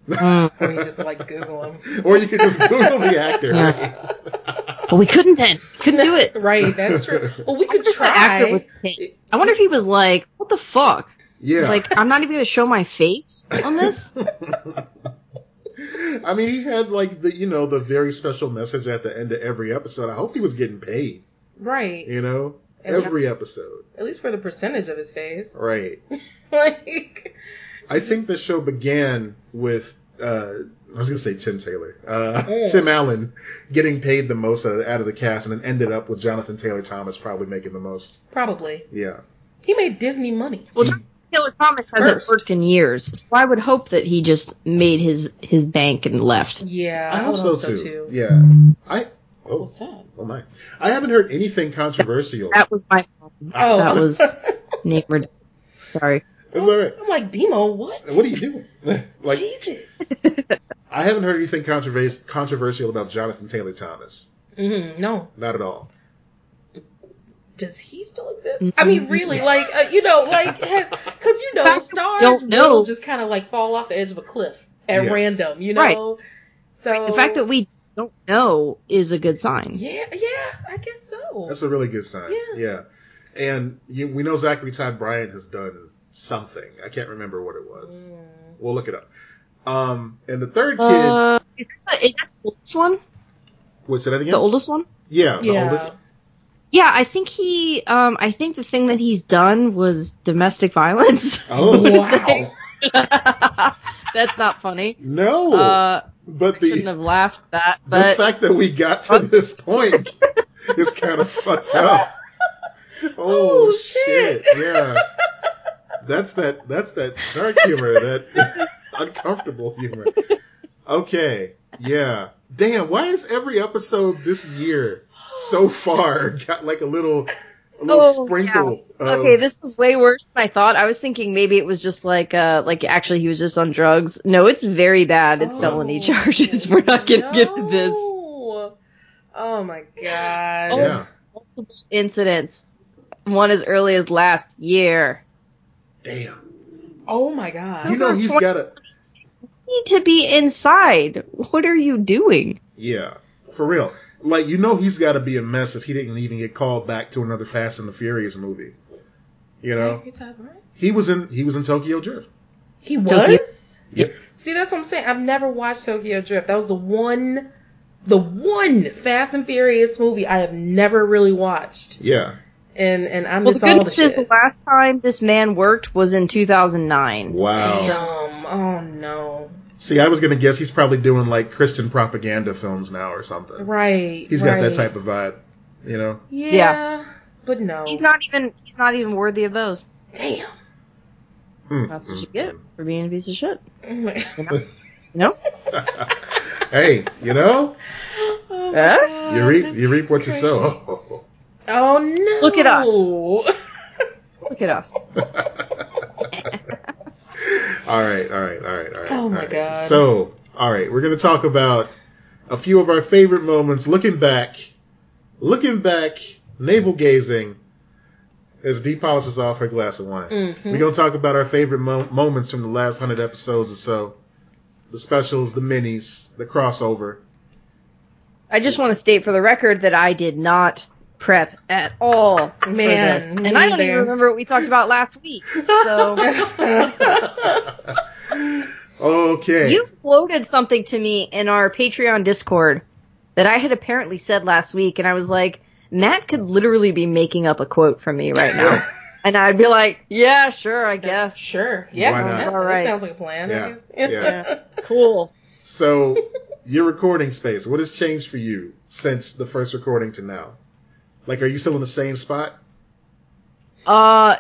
Speaker 2: Mm.
Speaker 1: Or you just like Google him.
Speaker 3: or you could just Google the actor.
Speaker 2: Yeah.
Speaker 3: right?
Speaker 2: But we couldn't then. Couldn't do it.
Speaker 1: Right, that's true. Well, we
Speaker 2: I wonder
Speaker 1: could
Speaker 2: if that actor
Speaker 1: try.
Speaker 2: was pissed. I wonder if he was like, "What the fuck?
Speaker 3: Yeah.
Speaker 2: Like, I'm not even gonna show my face on this."
Speaker 3: I mean, he had like the you know the very special message at the end of every episode. I hope he was getting paid.
Speaker 1: right.
Speaker 3: You know,
Speaker 1: At
Speaker 3: every
Speaker 1: least-
Speaker 3: episode,
Speaker 1: At least for the percentage of his face.
Speaker 3: right?
Speaker 1: Like,
Speaker 3: I think the show began with uh, I was gonna say Tim Taylor, uh,
Speaker 1: Yeah.
Speaker 2: Oh.
Speaker 3: Tim Allen getting paid the most out of- out of the cast, and then ended up with Jonathan Taylor Thomas probably making the most.
Speaker 1: probably.
Speaker 3: Yeah,
Speaker 1: He made Disney money.
Speaker 2: Well, Jonathan Taylor Thomas hasn't
Speaker 1: First.
Speaker 2: worked Hmm. in years, so I would hope that he just made his his bank and left.
Speaker 1: Yeah,
Speaker 3: I,
Speaker 1: would
Speaker 3: hope so, too. Yeah, I oh,
Speaker 1: What's that?
Speaker 3: oh my, I haven't heard anything controversial.
Speaker 2: That was my.
Speaker 1: Oh.
Speaker 2: That was Nate. Red- Sorry.
Speaker 3: It's all right.
Speaker 1: I'm like, Bimo, what?
Speaker 3: What are you doing? like
Speaker 1: Jesus.
Speaker 3: I haven't heard anything controvers- controversial about Jonathan Taylor Thomas.
Speaker 1: mm, no.
Speaker 3: Not at all.
Speaker 1: Does he still exist? I
Speaker 3: Mm-hmm.
Speaker 1: mean, really, like, uh, you know, like, because, you know,
Speaker 2: Don't
Speaker 1: stars
Speaker 2: know.
Speaker 1: will just kind of, like, fall off the edge of a cliff at
Speaker 3: Yeah.
Speaker 1: random, you know? So.
Speaker 2: The fact that we don't know is a good sign.
Speaker 1: Yeah, yeah, I guess so.
Speaker 3: That's a really good sign.
Speaker 1: Yeah.
Speaker 3: And you, we know Zachary Ty Bryant has done something. I can't remember what it was.
Speaker 1: Mm.
Speaker 3: We'll look it up. Um, and the third kid,
Speaker 2: Uh, is, that the, is that the oldest one?
Speaker 3: what's that again?
Speaker 2: The oldest one?
Speaker 3: yeah, the
Speaker 1: Yeah.
Speaker 3: oldest.
Speaker 2: Yeah, I think he. Um, I think the thing that he's done was domestic violence.
Speaker 3: Oh,
Speaker 1: Wow.
Speaker 2: That's not funny.
Speaker 3: no.
Speaker 2: Uh,
Speaker 3: but
Speaker 2: shouldn't
Speaker 3: the,
Speaker 2: have laughed at that,
Speaker 3: the
Speaker 2: but
Speaker 3: fact that we got to this point is kind of fucked up. Oh,
Speaker 1: Oh, shit.
Speaker 3: Yeah. That's that that's that dark humor, that uncomfortable humor. Okay. Yeah. Damn, why is every episode this year so far got like a little a little
Speaker 2: Oh,
Speaker 3: sprinkle of
Speaker 1: Um,
Speaker 2: okay, this was way worse than I thought. I was thinking maybe it was just like, uh, like actually he was just on drugs. No, it's very bad. It's
Speaker 1: Oh.
Speaker 2: felony charges. We're not gonna get to this.
Speaker 1: No. Oh my god.
Speaker 3: Yeah.
Speaker 2: Multiple incidents. One as early as last year.
Speaker 3: Damn.
Speaker 1: Oh my god.
Speaker 3: You know he's got a
Speaker 2: You need to be inside. What are you doing?
Speaker 3: Yeah. For real. Like you know he's gotta be a mess if he didn't even get called back to another Fast and the Furious movie. You know?
Speaker 1: Zachary Ty Bryan?
Speaker 3: He was in he was in Tokyo Drift.
Speaker 1: He
Speaker 2: Tokyo-
Speaker 1: was?
Speaker 3: Yep.
Speaker 1: See, that's what I'm saying. I've never watched Tokyo Drift. That was the one the one Fast and Furious movie I have never really watched.
Speaker 3: Yeah.
Speaker 1: And and I
Speaker 2: Well,
Speaker 1: miss
Speaker 2: the good
Speaker 1: all the
Speaker 2: news is
Speaker 1: shit.
Speaker 2: the last time this man worked was in 2009.
Speaker 3: Wow.
Speaker 1: Damn. Oh no.
Speaker 3: See, I was gonna guess he's probably doing like Christian propaganda films now or something.
Speaker 1: Right.
Speaker 3: He's
Speaker 1: right.
Speaker 3: got that type of vibe, you know.
Speaker 1: Yeah,
Speaker 2: Yeah.
Speaker 1: But no.
Speaker 2: He's not even he's not even worthy of those.
Speaker 1: Damn.
Speaker 3: Mm,
Speaker 2: That's
Speaker 3: mm,
Speaker 2: what you get
Speaker 1: Mm-hmm.
Speaker 3: mm.
Speaker 2: for being a piece of shit.
Speaker 1: Oh my,
Speaker 2: You know?
Speaker 3: hey, you know,
Speaker 1: oh my
Speaker 2: Huh?
Speaker 1: God,
Speaker 3: you reap
Speaker 1: this
Speaker 3: you
Speaker 1: is
Speaker 3: reap what you
Speaker 1: crazy.
Speaker 3: sow.
Speaker 1: Oh no.
Speaker 2: Look at us. Look at us.
Speaker 3: all right, all right, all right, all right.
Speaker 1: Oh my
Speaker 3: all right.
Speaker 1: God.
Speaker 3: So, all right, we're gonna talk about a few of our favorite moments. Looking back, looking back, navel gazing, as Dee polishes off her glass of wine.
Speaker 1: Mhm.
Speaker 3: We're gonna talk about our favorite mo- moments from the last hundred episodes or so, the specials, the minis, the crossover.
Speaker 2: I just want to state for the record that I did not prep at all for
Speaker 1: Man,
Speaker 2: this.
Speaker 1: me
Speaker 2: And I don't even
Speaker 1: neither.
Speaker 2: remember what we talked about last week. So
Speaker 3: Okay.
Speaker 2: you floated something to me in our Patreon Discord that I had apparently said last week and I was like, Matt could literally be making up a quote from me right now. and I'd be like, Yeah, sure, I guess.
Speaker 1: Sure. Yeah.
Speaker 3: Why not?
Speaker 1: yeah,
Speaker 2: All
Speaker 1: That
Speaker 2: right.
Speaker 1: sounds like a plan.
Speaker 3: Yeah,
Speaker 1: I guess.
Speaker 3: yeah.
Speaker 2: Cool.
Speaker 3: So, your recording space, what has changed for you since the first recording to now? Like, are you still in the same spot?
Speaker 2: Uh,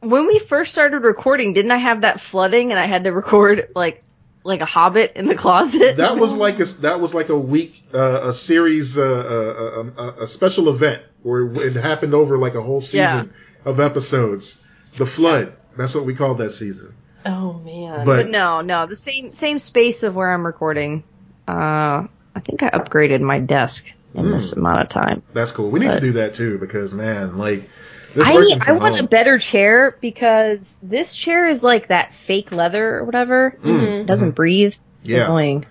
Speaker 2: when we first started recording, didn't I have that flooding and I had to record like like a hobbit in the closet?
Speaker 3: That was like a that was like a week, uh, a series, uh, uh, uh, a, a special event where it happened over like a whole season of episodes. The flood. That's what we called that season.
Speaker 1: Oh man.
Speaker 3: But-
Speaker 2: but no, no, the same same space of where I'm recording. Uh, I think I upgraded my desk in
Speaker 3: Hmm.
Speaker 2: this amount of time.
Speaker 3: That's cool. We need to
Speaker 2: But-
Speaker 3: do that too because man, like this
Speaker 2: I
Speaker 3: working
Speaker 2: I
Speaker 3: from
Speaker 2: want
Speaker 3: home.
Speaker 2: a better chair because this chair is like that fake leather or whatever. It mm-hmm, doesn't breathe.
Speaker 3: Mm. Mm-hmm. Yeah.
Speaker 2: Annoying.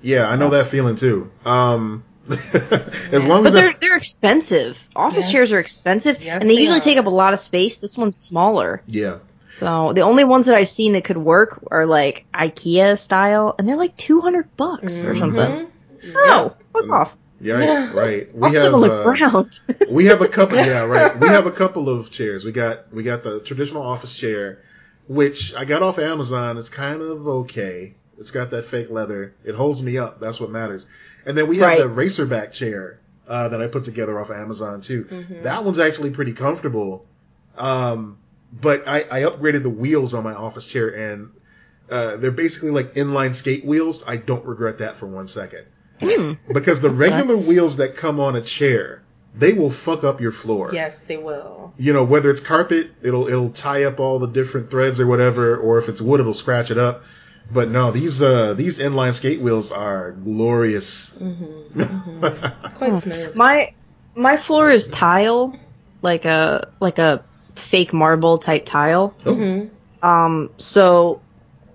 Speaker 3: Yeah, I know that feeling too. Um, as long
Speaker 2: But
Speaker 3: as I-
Speaker 2: they're they're expensive. Office
Speaker 1: Yes.
Speaker 2: chairs are expensive,
Speaker 1: Yes,
Speaker 2: and they,
Speaker 1: they
Speaker 2: usually
Speaker 1: are.
Speaker 2: take up a lot of space. This one's smaller.
Speaker 3: yeah,
Speaker 2: So the only ones that I've seen that could work are like IKEA style, and they're like two hundred bucks
Speaker 1: Mm-hmm.
Speaker 2: or something. No, fuck off.
Speaker 3: yeah, right, right. We
Speaker 2: also,
Speaker 3: have
Speaker 2: have, look
Speaker 3: uh,
Speaker 2: brown.
Speaker 3: we have a couple. Yeah, right. We have a couple of chairs. We got we got the traditional office chair, which I got off Amazon. It's kind of okay. It's got that fake leather. It holds me up. That's what matters. And then we have
Speaker 2: Right.
Speaker 3: the racerback chair uh, that I put together off Amazon too.
Speaker 2: Mm-hmm.
Speaker 3: That one's actually pretty comfortable. Um, but I, I upgraded the wheels on my office chair and uh, they're basically like inline skate wheels. I don't regret that for one second. Hmm. because the regular wheels that come on a chair, they will fuck up your floor.
Speaker 1: Yes, they will.
Speaker 3: You know, whether it's carpet, it'll it'll tie up all the different threads or whatever, or if it's wood, it'll scratch it up. But no, these uh these inline skate wheels are glorious.
Speaker 1: Quite smooth.
Speaker 2: Mm-hmm. Hmm. my my floor is tile, like a like a fake marble type tile.
Speaker 1: Mm-hmm.
Speaker 2: Um, so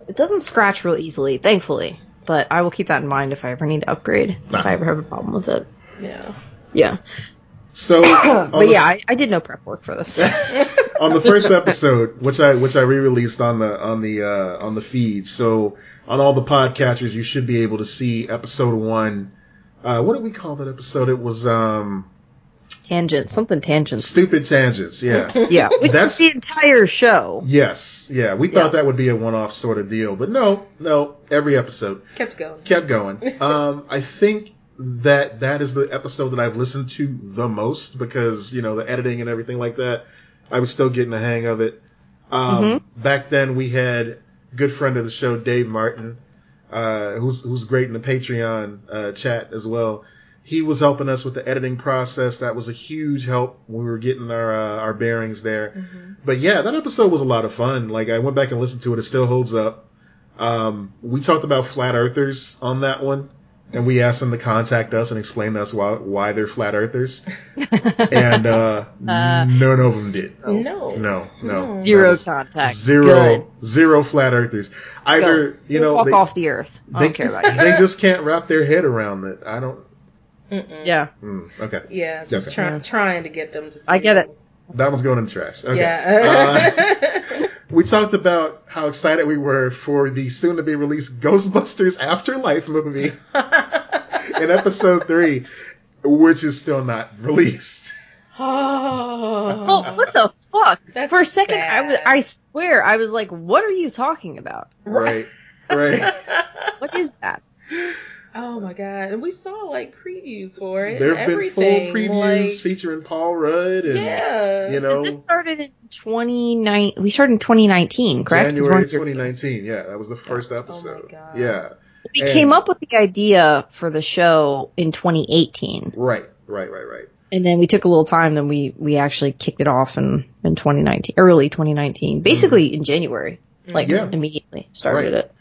Speaker 2: it doesn't scratch real easily, thankfully. But I will keep that in mind if I ever need to upgrade. If I ever have a problem with it.
Speaker 1: Yeah.
Speaker 2: Yeah.
Speaker 3: So, on
Speaker 2: But
Speaker 3: the-
Speaker 2: yeah, I, I did no prep work for this.
Speaker 3: on the first episode, which I which I re-released on the on the uh, on the feed. So on all the podcatchers, you should be able to see episode one. Uh, what did we call that episode? It was um,
Speaker 2: tangents, something tangents.
Speaker 3: stupid tangents. Yeah.
Speaker 2: Yeah, which
Speaker 3: That's-
Speaker 2: is the entire show.
Speaker 3: yes. Yeah. We
Speaker 2: Yeah.
Speaker 3: thought that would be a one-off sort of deal, but no, no. Every episode
Speaker 1: Kept going.
Speaker 3: kept going. Um, I think that that is the episode that I've listened to the most because you know the editing and everything like that. I was still getting the hang of it. Um, Back then, we had good friend of the show Dave Martin, uh, who's who's great in the Patreon uh, chat as well. He was helping us with the editing process. That was a huge help when we were getting our uh, our bearings there. But yeah, that episode was a lot of fun. Like I went back and listened to it; it still holds up. Um, we talked about flat earthers on that one, and we asked them to contact us and explain to us why, why they're flat earthers. and uh, none of them did.
Speaker 2: Oh.
Speaker 1: No.
Speaker 3: No, no.
Speaker 2: Zero
Speaker 3: That was
Speaker 2: contact.
Speaker 3: Zero,
Speaker 2: Good.
Speaker 3: zero flat earthers.
Speaker 2: Go.
Speaker 3: Either you know
Speaker 2: walk
Speaker 3: they,
Speaker 2: off the earth. I
Speaker 3: they
Speaker 2: don't care about you.
Speaker 3: they just can't wrap their head around it. I don't.
Speaker 2: Yeah,
Speaker 3: mm, okay,
Speaker 1: Yeah. Just
Speaker 3: Okay.
Speaker 1: try, trying to get them to.
Speaker 2: I get it.
Speaker 3: that one's going in the trash. Okay. Uh,
Speaker 1: Yeah.
Speaker 3: We talked about how excited we were for the soon to be released Ghostbusters Afterlife movie Uh, in episode three, which is still not released.
Speaker 1: oh.
Speaker 2: Well, what the fuck?
Speaker 1: That's
Speaker 2: For a second, I was,
Speaker 1: sad.
Speaker 2: I swear, I was like, "What are you talking about?"
Speaker 3: Right. right.
Speaker 2: What is that?
Speaker 1: Oh my god! And we saw like previews for it.
Speaker 3: There
Speaker 1: and
Speaker 3: have been full
Speaker 1: everything.
Speaker 3: previews
Speaker 1: Like,
Speaker 3: featuring Paul Rudd and
Speaker 1: yeah.
Speaker 3: you know
Speaker 2: this started in 29. We started in 2019, correct? Is one
Speaker 3: January
Speaker 2: of your-
Speaker 3: 2019. Yeah, that was the first episode.
Speaker 1: Oh God.
Speaker 3: Yeah,
Speaker 2: we
Speaker 3: and-
Speaker 2: came up with the idea for the show in 2018,
Speaker 3: right, right, right, right.
Speaker 2: and then we took a little time. Then we we actually kicked it off in in 2019, early 2019, basically in January, like
Speaker 3: Mm-hmm. Yeah.
Speaker 2: immediately started
Speaker 3: Right.
Speaker 2: it.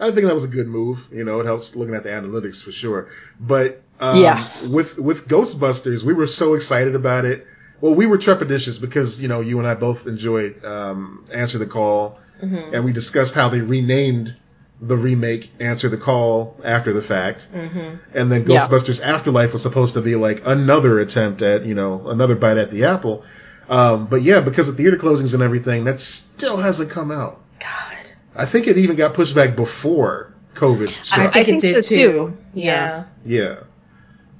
Speaker 3: I think that was a good move. You know, it helps looking at the analytics for sure. But um,
Speaker 2: Yeah.
Speaker 3: with with Ghostbusters, we were so excited about it. Well, we were trepidatious because you know you and I both enjoyed um, Answer the Call,
Speaker 2: Mm-hmm.
Speaker 3: and we discussed how they renamed the remake Answer the Call after the fact, and then
Speaker 2: Mm-hmm. Yeah.
Speaker 3: Ghostbusters Afterlife was supposed to be like another attempt at you know another bite at the apple. Um, but yeah, because of theater closings and everything, that still hasn't come out.
Speaker 1: God.
Speaker 3: I think it even got pushed back before COVID
Speaker 1: I,
Speaker 3: struck.
Speaker 1: think
Speaker 2: think
Speaker 1: it did
Speaker 2: so,
Speaker 1: too.
Speaker 2: too.
Speaker 1: Yeah.
Speaker 3: yeah.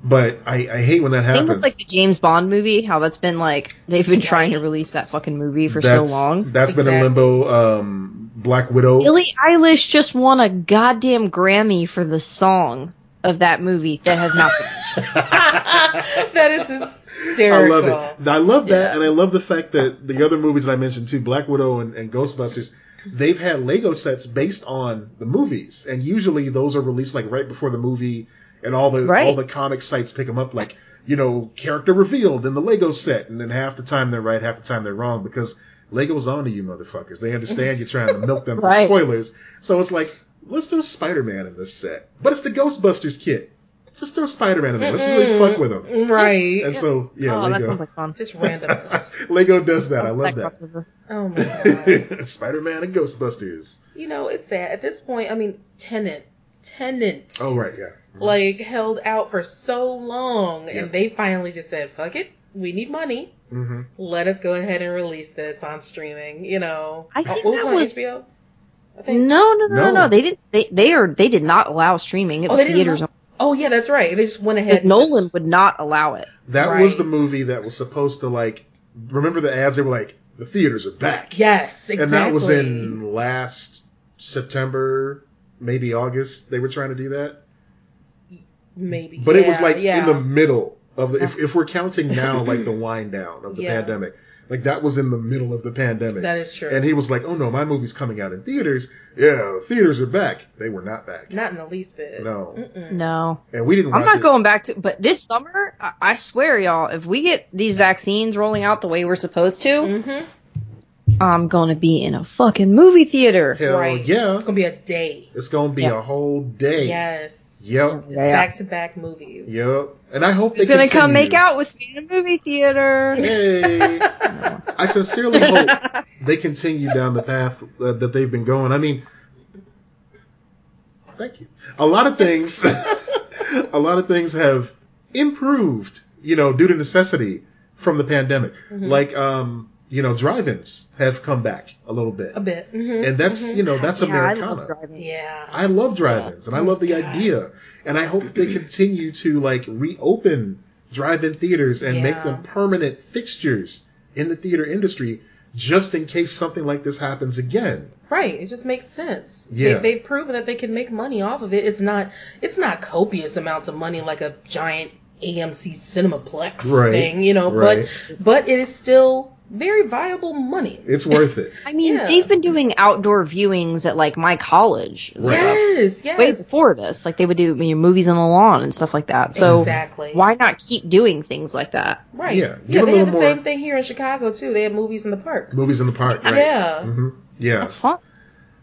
Speaker 3: But I, I hate when that
Speaker 2: Thing
Speaker 3: happens.
Speaker 2: with like the James Bond movie, how that's been like they've been trying to release that fucking movie for so
Speaker 3: That's-
Speaker 2: long.
Speaker 3: That's been a
Speaker 1: Exactly.
Speaker 3: limbo. Um, Black Widow.
Speaker 2: Billie Eilish just won a goddamn Grammy for the song of that movie that has not been.
Speaker 1: that is
Speaker 3: I
Speaker 1: hysterical.
Speaker 3: love it. I love that,
Speaker 2: Yeah.
Speaker 3: and I love the fact that the other movies that I mentioned too, Black Widow and, and Ghostbusters, they've had Lego sets based on the movies, and usually those are released like right before the movie, and all the
Speaker 2: Right.
Speaker 3: all the comic sites pick them up like you know character revealed in the Lego set, and then half the time they're right, half the time they're wrong because Lego's on to you motherfuckers. They understand you're trying to milk them
Speaker 2: Right.
Speaker 3: for spoilers, so it's like let's throw Spider Man in this set, but it's the Ghostbusters kit. Just throw Spider Man in there. Let's really fuck with him.
Speaker 1: Right.
Speaker 3: And so, yeah,
Speaker 2: Mm-hmm. oh, that
Speaker 3: Lego.
Speaker 2: sounds like fun.
Speaker 1: Just randomness.
Speaker 3: Lego does that. I love that.
Speaker 2: crossover.
Speaker 1: oh my god.
Speaker 3: Spider Man and Ghostbusters.
Speaker 1: You know, it's sad. At this point, I mean, Tenant. Tenant.
Speaker 3: Oh right, yeah.
Speaker 1: Like, held out for so long,
Speaker 3: Yeah.
Speaker 1: and they finally just said, fuck it. We need money.
Speaker 3: hmm
Speaker 1: Let us go ahead and release this on streaming, you know.
Speaker 2: I think
Speaker 1: what was
Speaker 2: that
Speaker 1: it on
Speaker 2: was-
Speaker 1: HBO? I think.
Speaker 2: No, no, no, no,
Speaker 3: No.
Speaker 2: no. They didn't. They they are they did not allow streaming. It
Speaker 1: Oh,
Speaker 2: was
Speaker 1: they didn't
Speaker 2: theaters
Speaker 1: allow- Oh, yeah, that's right. They just went ahead
Speaker 2: because
Speaker 1: and
Speaker 2: Nolan
Speaker 1: just-
Speaker 2: would not allow it.
Speaker 3: That
Speaker 1: Right.
Speaker 3: was the movie that was supposed to like. Remember the ads? They were like, "The theaters are back."
Speaker 1: Yes, exactly.
Speaker 3: And that was in last September, maybe August. They were trying to do that,
Speaker 1: Maybe.
Speaker 3: but it was
Speaker 1: Yeah,
Speaker 3: like
Speaker 1: yeah.
Speaker 3: in the middle of the. If, if we're counting now, like the wind down of the
Speaker 1: Yeah.
Speaker 3: pandemic, like that was in the middle of the pandemic.
Speaker 1: That is true.
Speaker 3: and he was like, "Oh no, my movie's coming out in theaters." Yeah, the theaters are back. They were not back.
Speaker 1: Not in the least bit.
Speaker 3: No.
Speaker 1: Mm-mm.
Speaker 2: No,
Speaker 3: and we didn't. Watch
Speaker 2: I'm not
Speaker 3: it.
Speaker 2: going back to. But this summer, I, I swear, y'all, if we get these vaccines rolling out the way we're supposed to,
Speaker 1: Mm-hmm.
Speaker 2: I'm gonna be in a fucking movie theater.
Speaker 3: Hell
Speaker 1: right.
Speaker 3: yeah!
Speaker 1: It's gonna be a day.
Speaker 3: It's gonna be
Speaker 2: Yeah.
Speaker 3: a whole day.
Speaker 1: Yes.
Speaker 3: Yep.
Speaker 1: Just
Speaker 2: Yeah.
Speaker 1: back to back movies.
Speaker 3: Yep. And I hope
Speaker 2: Who's
Speaker 3: they
Speaker 2: gonna
Speaker 3: continue.
Speaker 2: come make out with me in a movie theater?
Speaker 3: Hey. I sincerely hope they continue down the path uh, that they've been going. I mean, thank you. A lot of things, a lot of things have improved, you know, due to necessity from the pandemic.
Speaker 2: Mm-hmm.
Speaker 3: Like, um, you know, drive-ins have come back a little bit,
Speaker 1: A bit. hmm
Speaker 3: and that's you know that's
Speaker 2: Mm-hmm. Yeah, I love
Speaker 3: Americana.
Speaker 2: driving.
Speaker 1: Yeah.
Speaker 3: I love drive-ins and I love the
Speaker 1: God.
Speaker 3: idea, and I hope they continue to like reopen drive-in theaters and make
Speaker 1: Yeah.
Speaker 3: them permanent fixtures in the theater industry, just in case something like this happens again.
Speaker 1: Right. It just makes sense.
Speaker 3: Yeah.
Speaker 1: They, they've proven that they can make money off of it. It's not. It's not copious amounts of money like a giant AMC Cinemaplex
Speaker 3: Right.
Speaker 1: thing, you know.
Speaker 3: Right.
Speaker 1: But but it is still very viable money.
Speaker 3: It's worth it.
Speaker 2: I mean,
Speaker 1: Yeah.
Speaker 2: they've been doing outdoor viewings at like my college and
Speaker 3: Right.
Speaker 2: stuff.
Speaker 1: Yes. Yes.
Speaker 2: way before this. Like they would do you know, movies on the lawn and stuff like that. So
Speaker 1: Exactly.
Speaker 2: why not keep doing things like that?
Speaker 1: Right.
Speaker 3: Yeah,
Speaker 1: Yeah.
Speaker 3: give a
Speaker 1: they
Speaker 3: little
Speaker 1: have the
Speaker 3: more-
Speaker 1: same thing here in Chicago too. They have movies in the park.
Speaker 3: Movies in the park, right?
Speaker 1: Yeah.
Speaker 3: hmm Yeah.
Speaker 2: That's fun.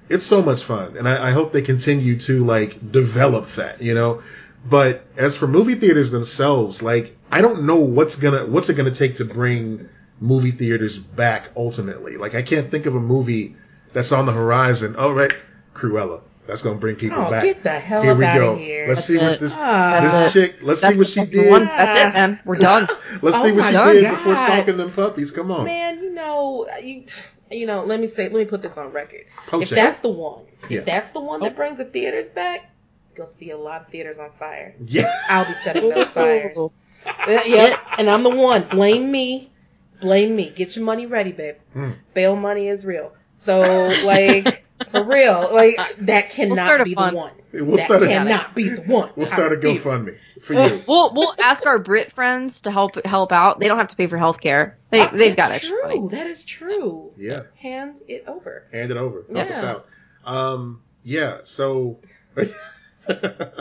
Speaker 3: it's so much fun, and I, I hope they continue to like develop that, you know. But as for movie theaters themselves, like I don't know what's gonna what's it gonna take to bring movie theaters back ultimately. Like I can't think of a movie that's on the horizon. All right, Cruella, that's gonna bring people
Speaker 1: Oh,
Speaker 3: back.
Speaker 1: get the hell
Speaker 3: here
Speaker 1: up
Speaker 3: we
Speaker 1: out
Speaker 3: go.
Speaker 1: of here.
Speaker 3: Let's
Speaker 2: That's
Speaker 3: see what
Speaker 2: it.
Speaker 3: this
Speaker 1: Ah.
Speaker 3: this
Speaker 2: That's
Speaker 3: chick. Let's see what
Speaker 2: the
Speaker 3: she
Speaker 2: fucking
Speaker 3: did.
Speaker 2: one. That's it, man. We're done.
Speaker 3: Let's see
Speaker 1: Oh
Speaker 3: what she
Speaker 1: my
Speaker 3: did before
Speaker 1: God.
Speaker 3: stalking them puppies. Come on,
Speaker 1: Man, you know, you, you know. Let me say, let me put this on record.
Speaker 3: poach
Speaker 1: if
Speaker 3: it.
Speaker 1: that's the one,
Speaker 3: Oh, Yeah.
Speaker 1: if that's the one
Speaker 2: Oh.
Speaker 1: that brings the theaters back, you'll see a lot of theaters on fire.
Speaker 3: Yeah,
Speaker 1: I'll be setting
Speaker 2: Oh.
Speaker 1: those fires. Uh, yep, and I'm the one. Blame me. Blame me. Get your money ready, babe.
Speaker 3: Mm.
Speaker 1: Bail money is real. So like, For real, like that cannot
Speaker 2: start a
Speaker 1: be
Speaker 2: fund.
Speaker 1: the one.
Speaker 3: We'll
Speaker 1: that
Speaker 3: start a
Speaker 1: cannot be the one.
Speaker 3: we'll start a
Speaker 1: I refuse.
Speaker 3: GoFundMe for you.
Speaker 2: We'll we'll ask our Brit friends to help help out. They don't have to pay for health care.
Speaker 3: Oh,
Speaker 2: They they've got
Speaker 1: That's
Speaker 2: extra
Speaker 1: true.
Speaker 2: money.
Speaker 1: That is true.
Speaker 3: Yeah,
Speaker 1: Hand it over.
Speaker 3: hand it over. Help us
Speaker 1: Yeah.
Speaker 3: out. Um, yeah. So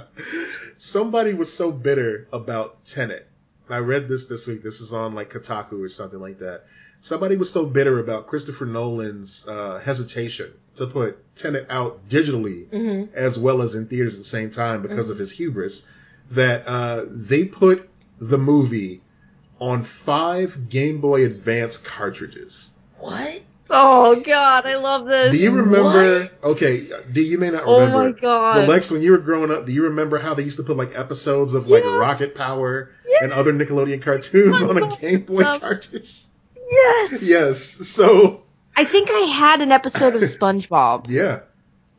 Speaker 3: somebody was so bitter about Tenet. I read this this week. This is on like Kotaku or something like that. Somebody was so bitter about Christopher Nolan's uh, hesitation to put Tenet out digitally
Speaker 1: Mm-hmm.
Speaker 3: as well as in theaters at the same time because of his hubris, that uh, they put the movie on five Game Boy Advance cartridges.
Speaker 1: What?
Speaker 2: Oh God, I love this.
Speaker 3: Do you remember?
Speaker 1: What?
Speaker 3: Okay, do you may not
Speaker 2: Oh
Speaker 3: remember.
Speaker 2: my God.
Speaker 3: But Lex, when you were growing up, do you remember how they used to put like episodes of like
Speaker 2: Yeah.
Speaker 3: Rocket Power and other Nickelodeon cartoons
Speaker 2: Oh
Speaker 3: on
Speaker 2: my
Speaker 3: a
Speaker 2: God.
Speaker 3: Game Boy
Speaker 2: Um,
Speaker 3: cartridge?
Speaker 2: yes.
Speaker 3: Yes. So
Speaker 2: I think I had an episode of SpongeBob.
Speaker 3: Yeah.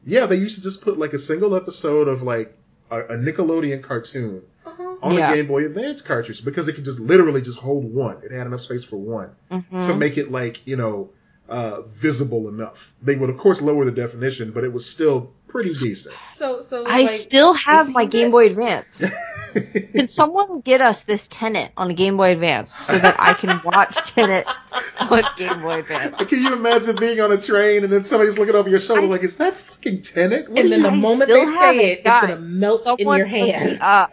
Speaker 3: Yeah, they used to just put like a single episode of like a, a Nickelodeon cartoon
Speaker 1: Uh-huh.
Speaker 3: on
Speaker 2: Yeah.
Speaker 3: a Game Boy Advance cartridge because it could just literally just hold one. It had enough space for one
Speaker 2: Mhm.
Speaker 3: to make it like, you know, uh, visible enough. They would of course lower the definition, but it was still pretty decent.
Speaker 1: So so
Speaker 2: I
Speaker 1: like,
Speaker 2: still have my
Speaker 1: 18-bit?
Speaker 2: Game Boy Advance. Can someone get us this Tenet on a Game Boy Advance so that I can watch Tenet on Game Boy Advance?
Speaker 3: Can you imagine being on a train and then somebody's looking over your shoulder
Speaker 2: I-
Speaker 3: like, is that fucking Tenet? What
Speaker 1: And
Speaker 3: are
Speaker 1: then
Speaker 3: you-
Speaker 1: the
Speaker 2: I
Speaker 1: moment
Speaker 2: still
Speaker 1: they
Speaker 2: have
Speaker 1: say
Speaker 2: it,
Speaker 1: it, it's
Speaker 2: guys.
Speaker 1: gonna melt
Speaker 2: Someone
Speaker 1: in your
Speaker 2: hook me
Speaker 1: hand.
Speaker 2: up.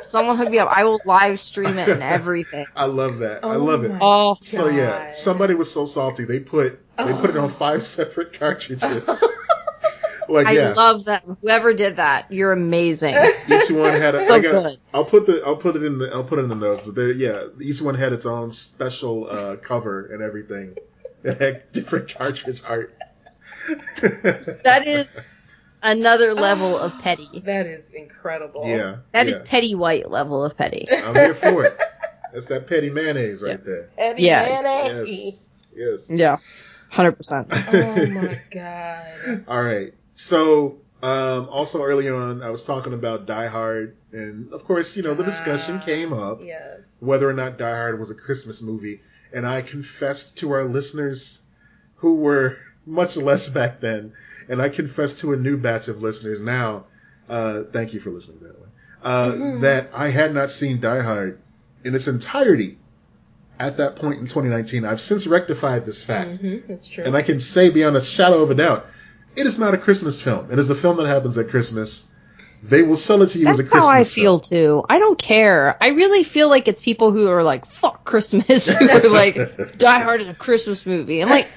Speaker 2: Someone hook me up. I will live stream it and everything.
Speaker 3: I love that. I
Speaker 1: Oh
Speaker 3: love it.
Speaker 1: my
Speaker 2: Oh,
Speaker 3: So yeah,
Speaker 1: God.
Speaker 3: somebody was so salty they put they put it on five separate cartridges. like
Speaker 2: I
Speaker 3: yeah,
Speaker 2: love that. Whoever did that, you're amazing.
Speaker 3: each one had a.
Speaker 2: So
Speaker 3: I got,
Speaker 2: good.
Speaker 3: I'll put the I'll put it in the I'll put it in the notes. But they, yeah, each one had its own special uh, cover and everything. It had different cartridge art.
Speaker 2: That is another level of petty.
Speaker 1: That is incredible.
Speaker 3: yeah,
Speaker 2: That
Speaker 3: yeah.
Speaker 2: is petty white level of petty.
Speaker 3: I'm here for it. That's that petty mayonnaise right there.
Speaker 1: Eddie
Speaker 2: Yeah.
Speaker 1: Mayonnaise.
Speaker 3: Yes, yes.
Speaker 2: Yeah, hundred percent.
Speaker 1: Oh my god.
Speaker 3: All right. So, um, also early on, I was talking about Die Hard, and of course, you know, the discussion
Speaker 1: Ah,
Speaker 3: came up
Speaker 1: Yes.
Speaker 3: whether or not Die Hard was a Christmas movie, and I confessed to our listeners who were much less back then, and I confessed to a new batch of listeners now. Uh, thank you for listening, by the way. Uh,
Speaker 1: Mhm.
Speaker 3: That I had not seen Die Hard in its entirety at that point in 2019. I've since rectified this fact.
Speaker 1: hmm That's true.
Speaker 3: And I can say beyond a shadow of a doubt, it is not a Christmas film. It is a film that happens at Christmas. They will sell it to you
Speaker 2: That's
Speaker 3: as a Christmas
Speaker 2: how I feel
Speaker 3: film.
Speaker 2: too. I don't care. I really feel like it's people who are like, "Fuck Christmas," who are like, "Die Hard is a Christmas movie." I'm like,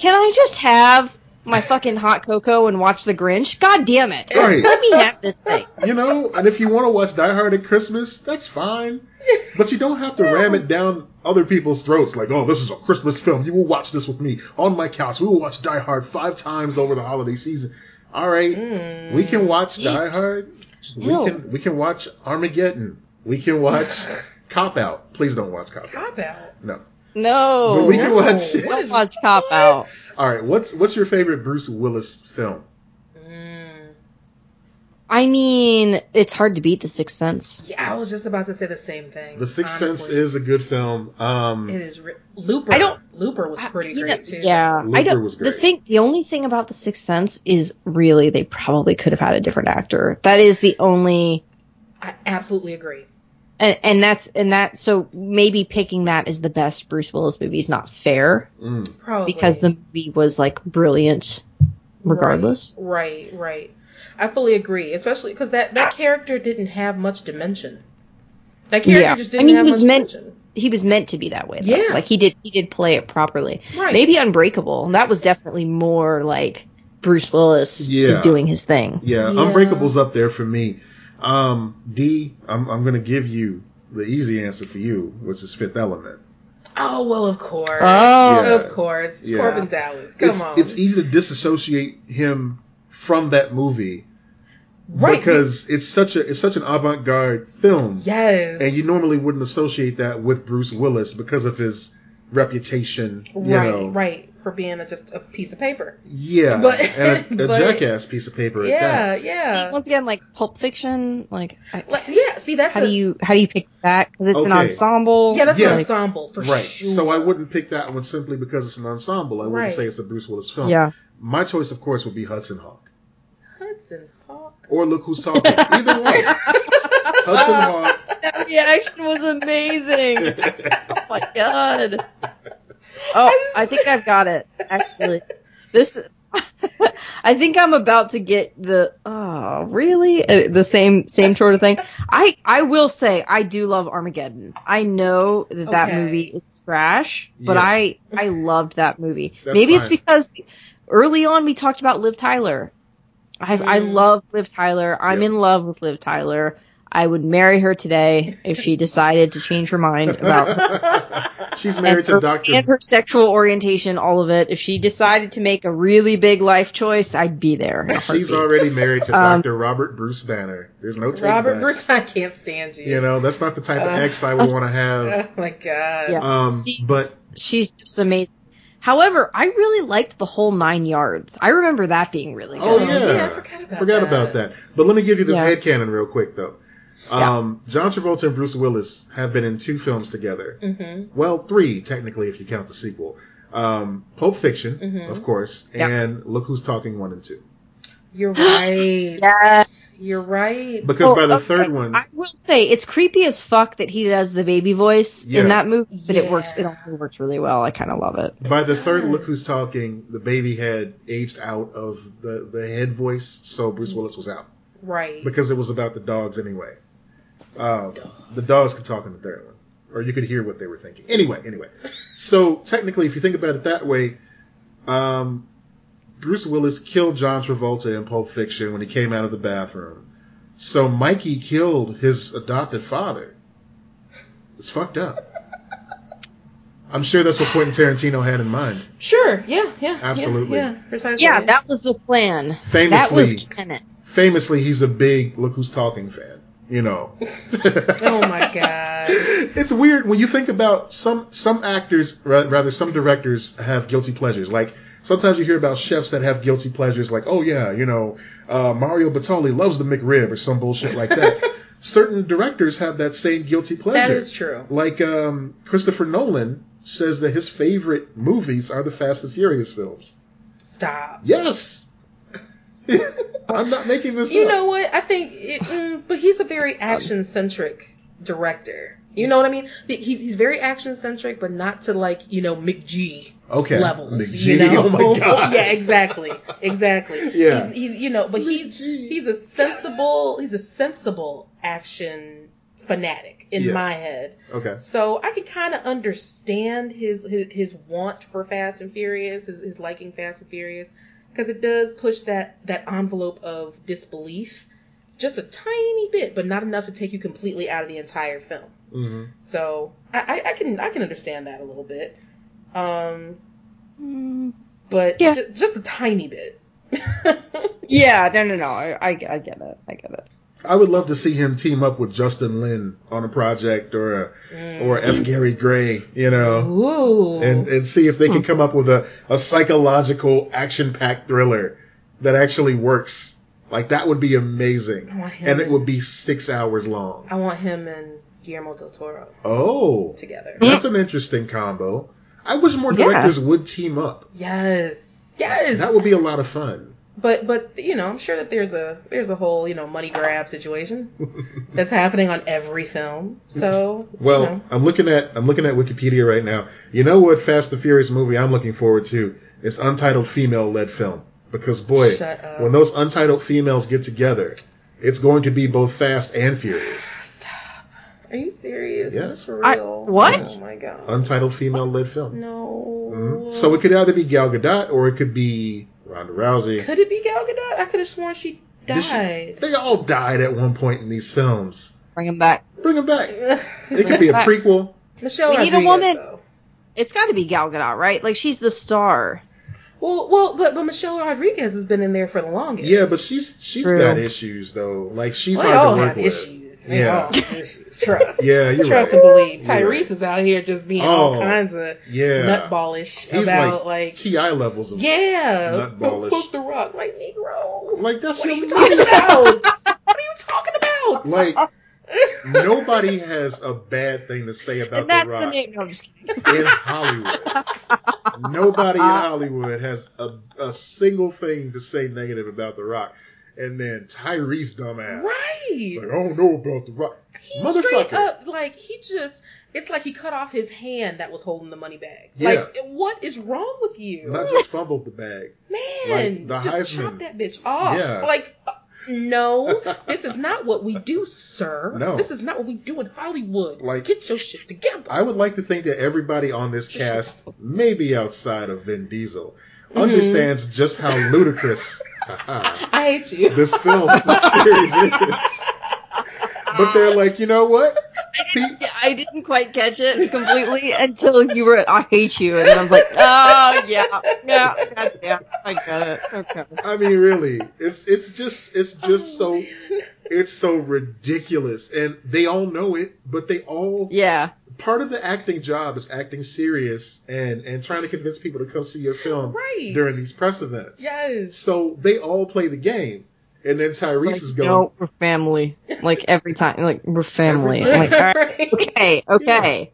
Speaker 2: can I just have my fucking hot cocoa and watch The Grinch? God damn it!
Speaker 3: Right.
Speaker 2: Let me have this thing.
Speaker 3: You know, and if you want to watch Die Hard at Christmas, that's fine. But you don't have to ram it down other people's throats like, oh, this is a Christmas film. You will watch this with me on my couch. We will watch Die Hard five times over the holiday season. All right, we
Speaker 2: Mm,
Speaker 3: can watch Die Hard. We
Speaker 2: Ew.
Speaker 3: can we can watch Armageddon. We can watch Cop Out. Please don't watch Cop Out.
Speaker 1: Cop out.
Speaker 3: No.
Speaker 2: No,
Speaker 3: But we can watch.
Speaker 1: No.
Speaker 2: don't watch Cop Out.
Speaker 3: All right, what's what's your favorite Bruce Willis film?
Speaker 1: Mm.
Speaker 2: I mean, it's hard to beat The Sixth Sense.
Speaker 1: Yeah, I was just about to say the same thing.
Speaker 3: The Sixth Sense
Speaker 1: honestly.
Speaker 3: is a good film. Um,
Speaker 1: It is. Ri- Looper.
Speaker 2: I don't-
Speaker 1: Looper was
Speaker 2: Uh,
Speaker 1: pretty
Speaker 2: you know-
Speaker 1: great too.
Speaker 2: Yeah, I
Speaker 3: Looper
Speaker 2: don't.
Speaker 3: was
Speaker 2: The
Speaker 3: great.
Speaker 2: thing, the only thing about the Sixth Sense is really they probably could have had a different actor. That is the only,
Speaker 1: I absolutely agree.
Speaker 2: and, and that's and that. So maybe picking that as the best Bruce Willis movie is not fair
Speaker 3: mm,
Speaker 1: Probably
Speaker 2: because the movie was like brilliant, regardless.
Speaker 1: Right, right. right. I fully agree, especially because that that character didn't have much dimension. That character
Speaker 2: Yeah.
Speaker 1: just
Speaker 2: I
Speaker 1: didn't
Speaker 2: mean,
Speaker 1: have
Speaker 2: he was
Speaker 1: much
Speaker 2: meant-
Speaker 1: dimension.
Speaker 2: He was meant to be that way. Though.
Speaker 1: Yeah.
Speaker 2: like he did. He did play it properly.
Speaker 1: Right.
Speaker 2: Maybe Unbreakable. and That was definitely more like Bruce Willis is
Speaker 3: Yeah.
Speaker 2: doing his thing.
Speaker 3: yeah,
Speaker 1: Yeah.
Speaker 3: Unbreakable's up there for me. Um, D, I'm I'm gonna give you the easy answer for you, which is Fifth Element.
Speaker 1: Oh well, of course.
Speaker 2: Oh.
Speaker 3: Yeah.
Speaker 1: of course.
Speaker 3: Yeah.
Speaker 1: Corbin Dallas. Come
Speaker 3: it's,
Speaker 1: on.
Speaker 3: it's easy to disassociate him from that movie
Speaker 1: right.
Speaker 3: because it's such a it's such an avant garde film,
Speaker 1: yes.
Speaker 3: and you normally wouldn't associate that with Bruce Willis because of his reputation. You
Speaker 1: Right.
Speaker 3: know,
Speaker 1: Right. for being a, just a piece of paper.
Speaker 3: Yeah,
Speaker 1: But-
Speaker 3: and a, a
Speaker 1: but-
Speaker 3: jackass piece of paper at
Speaker 1: Yeah,
Speaker 3: that.
Speaker 2: See,
Speaker 1: yeah.
Speaker 2: once again, like Pulp Fiction, like I,
Speaker 1: Like, yeah, see, that's
Speaker 2: how
Speaker 1: a,
Speaker 2: do you how do you pick that? Because it's an
Speaker 3: Okay.
Speaker 2: ensemble.
Speaker 1: yeah, that's
Speaker 3: Yeah.
Speaker 1: an ensemble for
Speaker 3: right.
Speaker 1: sure.
Speaker 3: So I wouldn't pick that one simply because it's an ensemble. I wouldn't
Speaker 1: Right.
Speaker 3: say it's a Bruce Willis film.
Speaker 2: yeah.
Speaker 3: My choice, of course, would be Hudson Hawk
Speaker 1: Hudson Hawk.
Speaker 3: or Look Who's Talking. Either one. Hudson
Speaker 2: That reaction was amazing.
Speaker 3: Hawk.
Speaker 2: oh my god. Oh, I think I've got it. Actually, this. I think I'm about to get the oh really Uh, the same same sort of thing. I I will say I do love Armageddon. I know that that
Speaker 1: Okay.
Speaker 2: movie is trash, but
Speaker 3: Yeah.
Speaker 2: I I loved that movie.
Speaker 3: That's
Speaker 2: Maybe it's
Speaker 3: fine.
Speaker 2: because early on we talked about Liv Tyler. I I
Speaker 1: Mm.
Speaker 2: love Liv Tyler. I'm
Speaker 3: Yep.
Speaker 2: in love with Liv Tyler. I would marry her today if she decided to change her mind about
Speaker 3: She's married to
Speaker 2: her,
Speaker 3: Doctor.
Speaker 2: and her sexual orientation, all of it. If she decided to make a really big life choice, I'd be there. in a
Speaker 3: She's
Speaker 2: heartbeat.
Speaker 3: already married to
Speaker 2: Um,
Speaker 3: Doctor Robert Bruce Banner. There's no take
Speaker 1: Robert
Speaker 3: back.
Speaker 1: Bruce, I can't stand you.
Speaker 3: You know, that's not the type of
Speaker 1: Uh.
Speaker 3: ex I would want to have.
Speaker 1: Oh my god.
Speaker 2: Yeah.
Speaker 3: Um,
Speaker 2: She's-
Speaker 3: but
Speaker 2: she's just amazing. However, I really liked the whole nine yards. I remember that being really good.
Speaker 3: Oh,
Speaker 1: Yeah,
Speaker 3: yeah.
Speaker 1: I forgot about
Speaker 3: forgot
Speaker 1: that.
Speaker 3: about that. But let me give you this
Speaker 2: Yeah.
Speaker 3: headcanon real quick, though.
Speaker 2: Yeah.
Speaker 3: Um, John Travolta and Bruce Willis have been in two films together.
Speaker 1: Mm-hmm.
Speaker 3: Well, three, technically, if you count the sequel. Um, Pulp Fiction,
Speaker 1: Mhm.
Speaker 3: of course,
Speaker 2: Mm-hmm. Yeah.
Speaker 3: and Look Who's Talking 1 and 2.
Speaker 1: You're right.
Speaker 2: Yes.
Speaker 1: You're right.
Speaker 3: Because by the
Speaker 2: Oh, okay,
Speaker 3: third one,
Speaker 2: I will say it's creepy as fuck that he does the baby voice
Speaker 3: Yeah.
Speaker 2: in that movie, but it works. It
Speaker 1: Yeah.
Speaker 2: also works really well. I kind of love it.
Speaker 3: by the third
Speaker 1: does.
Speaker 3: Look Who's Talking, the baby had aged out of the, the head voice, so
Speaker 2: Mm-hmm.
Speaker 3: Bruce Willis was out.
Speaker 1: right.
Speaker 3: because it was about the dogs anyway. Um, the dogs could talk in the third one, or you could hear what they were thinking. Anyway, anyway. So technically, if you think about it that way, um, Bruce Willis killed John Travolta in Pulp Fiction when he came out of the bathroom. So Mikey killed his adopted father. It's fucked up. I'm sure that's what Quentin Tarantino had in mind.
Speaker 1: Sure. Yeah. Yeah.
Speaker 3: Absolutely.
Speaker 1: Yeah. yeah precisely.
Speaker 2: Yeah, that was the plan.
Speaker 3: Famously,
Speaker 2: That was canon.
Speaker 3: famously, he's a big "Look Who's Talking" fan. You know.
Speaker 1: oh my god.
Speaker 3: it's weird when you think about some some actors ra- rather some directors have guilty pleasures like sometimes you hear about chefs that have guilty pleasures like oh yeah you know uh, mario batali loves the mcrib or some bullshit like that certain directors have that same guilty pleasure
Speaker 1: That is true.
Speaker 3: like um, christopher nolan says that his favorite movies are the fast and furious films
Speaker 1: Stop.
Speaker 3: yes i'm not making this
Speaker 1: You
Speaker 3: up
Speaker 1: know what? I think, it, mm, but he's a very
Speaker 3: Um,
Speaker 1: action centric director. You know what I mean? He's he's very action centric, but not to like you know McG
Speaker 3: okay
Speaker 1: levels.
Speaker 3: McGee,
Speaker 1: You know?
Speaker 3: oh my god
Speaker 1: yeah, exactly, exactly.
Speaker 3: Yeah.
Speaker 1: He's, he's you know, but he's
Speaker 3: McGee.
Speaker 1: he's a sensible he's a sensible action fanatic in
Speaker 3: Yeah.
Speaker 1: my head.
Speaker 3: okay
Speaker 1: So I can kind of understand his, his his want for Fast and Furious, his, his liking Fast and Furious, because it does push that that envelope of disbelief just a tiny bit, but not enough to take you completely out of the entire film.
Speaker 3: hmm
Speaker 1: So I, I, I can I can understand that a little bit, um,
Speaker 2: Mm.
Speaker 1: but
Speaker 2: Yeah.
Speaker 1: ju- just a tiny bit.
Speaker 2: Yeah, no, no, no. I, I, I get it. I get it.
Speaker 3: I would love to see him team up with Justin Lin on a project or a, or F. Gary Gray, you know,
Speaker 1: Ooh.
Speaker 3: and, and see if they can come up with a, a psychological action packed thriller that actually works. Like that would be amazing.
Speaker 1: I want him
Speaker 3: And it
Speaker 1: and-
Speaker 3: would be six hours long.
Speaker 1: I want him and Guillermo del Toro
Speaker 3: Oh,
Speaker 1: together.
Speaker 3: that's an interesting combo. I wish more
Speaker 2: Yeah.
Speaker 3: directors would team up.
Speaker 1: Yes. Yes.
Speaker 3: That would be a lot of fun.
Speaker 1: But but you know, I'm sure that there's a there's a whole you know money grab situation that's happening on every film. So
Speaker 3: Well,
Speaker 1: you know.
Speaker 3: I'm looking at I'm looking at Wikipedia right now. You know what Fast and Furious movie I'm looking forward to? It's untitled female led film because boy,
Speaker 1: Shut up.
Speaker 3: when those untitled females get together, it's going to be both fast and furious.
Speaker 1: stop. Are you serious?
Speaker 3: Yes.
Speaker 1: Is this for
Speaker 2: I-
Speaker 1: real?
Speaker 2: what?
Speaker 1: Oh my god.
Speaker 3: Untitled female led film.
Speaker 1: no.
Speaker 3: Mhm. So it could either be Gal Gadot or it could be Ronda Rousey.
Speaker 1: could it be Gal Gadot? I could have sworn she
Speaker 3: Did she-
Speaker 1: died.
Speaker 3: They all died at one point in these films.
Speaker 2: Bring him back.
Speaker 3: Bring them back. It could be a prequel.
Speaker 1: Michelle
Speaker 2: We need a
Speaker 1: Rodriguez,
Speaker 2: woman.
Speaker 1: Though.
Speaker 2: It's got to be Gal Gadot, right? Like she's the star.
Speaker 1: Well, well, but but Michelle Rodriguez has been in there for the longest.
Speaker 3: Yeah, but she's she's
Speaker 2: True.
Speaker 3: got issues though. Like she's
Speaker 1: Well,
Speaker 3: hard
Speaker 1: they all
Speaker 3: to work
Speaker 1: have
Speaker 3: with.
Speaker 1: issues. They
Speaker 3: Yeah.
Speaker 1: all just trust.
Speaker 3: Yeah, you're
Speaker 1: trust
Speaker 3: right.
Speaker 1: and believe.
Speaker 3: You're
Speaker 1: Tyrese
Speaker 3: right.
Speaker 1: is out here just being all
Speaker 3: Oh,
Speaker 1: kinds of
Speaker 3: Yeah.
Speaker 1: nutballish
Speaker 3: He's
Speaker 1: about
Speaker 3: like
Speaker 1: like,
Speaker 3: TI levels of
Speaker 1: yeah,
Speaker 3: nutballish.
Speaker 1: fuck the rock, like Negro.
Speaker 3: like that's
Speaker 1: What are
Speaker 3: what
Speaker 1: you
Speaker 3: we
Speaker 1: talking about? what are you talking about?
Speaker 3: like nobody has a bad thing to say about
Speaker 2: and that's
Speaker 3: the
Speaker 2: the,
Speaker 3: rock
Speaker 2: name. No, I'm just kidding.
Speaker 3: in Hollywood. Nobody in Hollywood has a, a single thing to say negative about The Rock. And then Tyrese dumbass.
Speaker 1: right.
Speaker 3: Like, I don't know about The Rock.
Speaker 1: He
Speaker 3: Motherfucker.
Speaker 1: straight up like he just it's like he cut off his hand that was holding the money bag.
Speaker 3: Yeah.
Speaker 1: Like what is wrong with you?
Speaker 3: Not just fumbled the bag.
Speaker 1: Man,
Speaker 3: like the
Speaker 1: just
Speaker 3: Heisman.
Speaker 1: chop that bitch off.
Speaker 3: Yeah.
Speaker 1: Like uh, no, this is not what we do, sir.
Speaker 3: No.
Speaker 1: This is not what we do in Hollywood.
Speaker 3: Like-
Speaker 1: get your shit together.
Speaker 3: I would like to think that everybody on this cast, maybe outside of Vin Diesel,
Speaker 1: Mm-hmm.
Speaker 3: understands just how ludicrous
Speaker 1: I hate you.
Speaker 3: this film this series is. But they're like, you know what? Pe-
Speaker 2: Yeah, I didn't quite catch it completely until you were. I hate you, and then I was like, oh yeah, yeah, yeah, yeah I got it. Okay.
Speaker 3: I mean, really, it's it's just it's just so
Speaker 1: Oh,
Speaker 3: it's so ridiculous, and they all know it, but they all
Speaker 2: Yeah.
Speaker 3: part of the acting job is acting serious and and trying to convince people to come see your film
Speaker 1: Right.
Speaker 3: during these press events.
Speaker 1: yes.
Speaker 3: So they all play the game, and then Tyrese
Speaker 2: Like,
Speaker 3: is going.
Speaker 2: No, we're family. Like every time, like we're family.
Speaker 3: Every
Speaker 2: Like, all right,
Speaker 1: Right.
Speaker 2: okay, okay.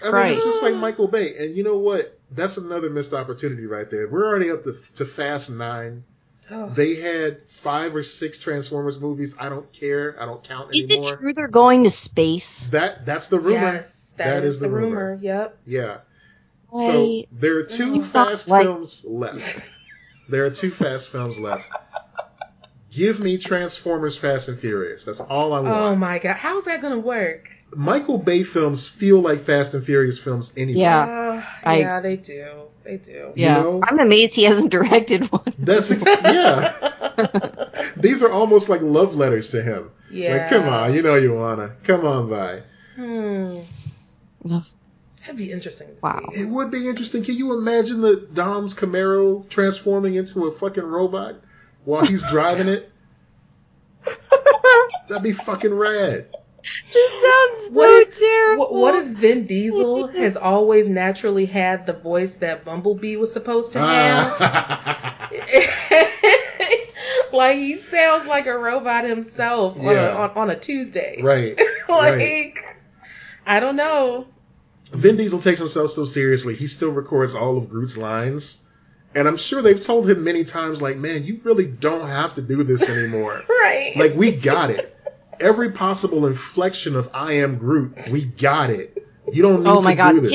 Speaker 3: I mean,
Speaker 2: Right.
Speaker 3: it's just like Michael Bay, and you know what? That's another missed opportunity right there. We're already up to to Fast Nine.
Speaker 2: Oh
Speaker 1: Ugh.
Speaker 3: They had five or six Transformers movies. I don't care. I don't count
Speaker 2: Is it
Speaker 3: anymore.
Speaker 2: true they're going to space?
Speaker 3: That that's the rumor.
Speaker 1: Yes, that is, the rumor. Yep.
Speaker 3: Yeah. So
Speaker 2: Right.
Speaker 3: there are two
Speaker 2: You thought,
Speaker 3: fast
Speaker 2: like-
Speaker 3: films left. There are two fast films left. Give me Transformers Fast and Furious. That's all I
Speaker 1: Oh
Speaker 2: Um,
Speaker 3: want.
Speaker 1: my god, how is that gonna work?
Speaker 3: Michael Bay films feel like Fast and Furious films anyway.
Speaker 2: Yeah.
Speaker 1: Uh,
Speaker 2: I-
Speaker 1: yeah, they do. They do.
Speaker 2: Yeah,
Speaker 3: know?
Speaker 2: I'm amazed he hasn't directed one.
Speaker 3: That's ex- yeah. These are almost like love letters to him.
Speaker 1: Yeah.
Speaker 3: Like, come on, you know you wanna. Come on by.
Speaker 1: Hmm.
Speaker 2: No.
Speaker 1: That'd be interesting. To
Speaker 2: Wow.
Speaker 1: See.
Speaker 3: It would be interesting. Can you imagine the Dom's Camaro transforming into a fucking robot while he's driving it? That'd be fucking rad.
Speaker 2: That sounds so
Speaker 1: What if-
Speaker 2: terrible.
Speaker 1: What, what if Vin Diesel has always naturally had the voice that Bumblebee was supposed to have?
Speaker 3: Ah.
Speaker 1: like he sounds like a robot himself on, a,
Speaker 3: Yeah.
Speaker 1: on, on a Tuesday.
Speaker 3: right.
Speaker 1: like
Speaker 3: right.
Speaker 1: I don't know.
Speaker 3: Vin Diesel takes himself so seriously, he still records all of Groot's lines. And I'm sure they've told him many times, like, man, you really don't have to do this anymore.
Speaker 1: Right.
Speaker 3: like, we got it. Every possible inflection of I am Groot, we got it. You don't need
Speaker 2: Oh
Speaker 3: to
Speaker 2: my god,
Speaker 3: do this.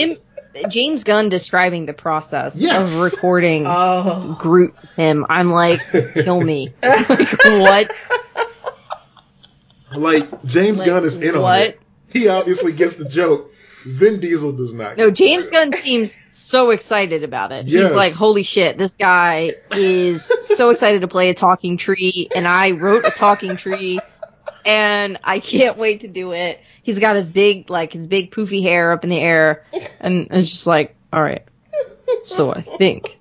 Speaker 2: him, James Gunn describing the process
Speaker 3: Yes. Uh,
Speaker 2: of recording
Speaker 1: oh.
Speaker 2: Groot him. I'm like, kill me. Like, what?
Speaker 3: Like James
Speaker 2: Like,
Speaker 3: Gunn is in on
Speaker 2: what?
Speaker 3: it. He obviously gets the joke. Vin Diesel does not.
Speaker 2: No,
Speaker 3: get the
Speaker 2: James
Speaker 3: joke.
Speaker 2: Gunn seems so excited about it.
Speaker 3: Yes.
Speaker 2: He's like, holy shit, this guy is so excited to play a talking tree, and I wrote a talking tree, and I can't wait to do it. He's got his big, like, his big poofy hair up in the air, and it's just like, all right. So I think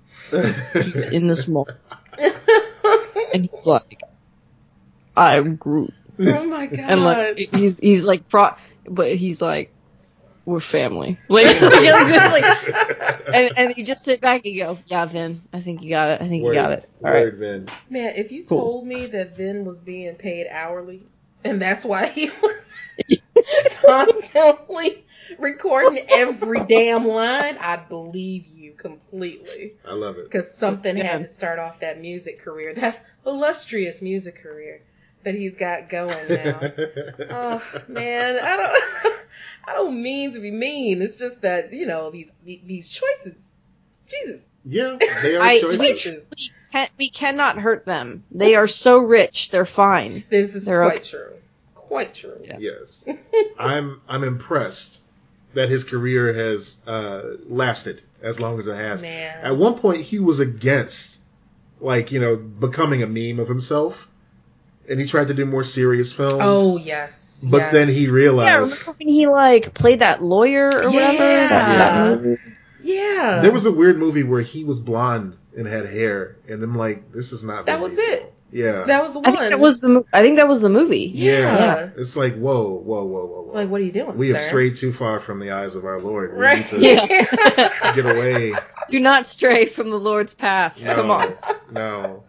Speaker 2: he's in this mall, and he's like, I'm Groot.
Speaker 1: Oh my god.
Speaker 2: and like he's he's like pro, but he's like we're family. Like, yeah, exactly. and and you just sit back and you go, yeah, Vin, I think you got it. I think
Speaker 3: Word,
Speaker 2: you got it. All right.
Speaker 3: word, Vin.
Speaker 1: Man, if you
Speaker 2: Cool.
Speaker 1: told me that Vin was being paid hourly and that's why he was constantly recording every damn line, I believe you completely.
Speaker 3: I love it.
Speaker 1: Because something
Speaker 2: Yeah.
Speaker 1: had to start off that music career, that illustrious music career that he's got going now. oh man, I don't, I don't mean to be mean. It's just that you know these these choices. Jesus,
Speaker 3: yeah, they are
Speaker 2: I-
Speaker 3: choices.
Speaker 1: choices.
Speaker 2: We can't we cannot hurt them. They are so rich. They're fine.
Speaker 1: This is
Speaker 2: They're
Speaker 1: quite
Speaker 2: okay.
Speaker 1: true. Quite true.
Speaker 2: Yeah.
Speaker 3: Yes, I'm. I'm impressed that his career has uh, lasted as long as it has.
Speaker 1: Man.
Speaker 3: At one point, he was against, like you know, becoming a meme of himself, and he tried to do more serious films.
Speaker 1: Oh yes.
Speaker 3: but
Speaker 1: yes.
Speaker 3: then he
Speaker 2: Yeah,
Speaker 3: realized.
Speaker 2: remember when he like played that lawyer or whatever? That- that
Speaker 1: Yeah.
Speaker 2: movie?
Speaker 1: Yeah.
Speaker 3: There was a weird movie where he was blonde and had hair, and I'm like, this is not.
Speaker 1: That
Speaker 3: Vin
Speaker 1: was
Speaker 3: Diesel.
Speaker 1: it.
Speaker 3: Yeah.
Speaker 1: That was the
Speaker 2: I
Speaker 1: one.
Speaker 2: think that was the. mo- I think that was the movie.
Speaker 3: yeah.
Speaker 1: Yeah.
Speaker 3: It's like whoa, whoa, whoa, whoa, whoa.
Speaker 1: like, what are you doing?
Speaker 3: we have
Speaker 1: sir?
Speaker 3: strayed too far from the eyes of our Lord. We
Speaker 1: Right.
Speaker 3: need to
Speaker 1: Yeah.
Speaker 3: get away.
Speaker 2: Do not stray from the Lord's path.
Speaker 3: No,
Speaker 2: Come on.
Speaker 3: No.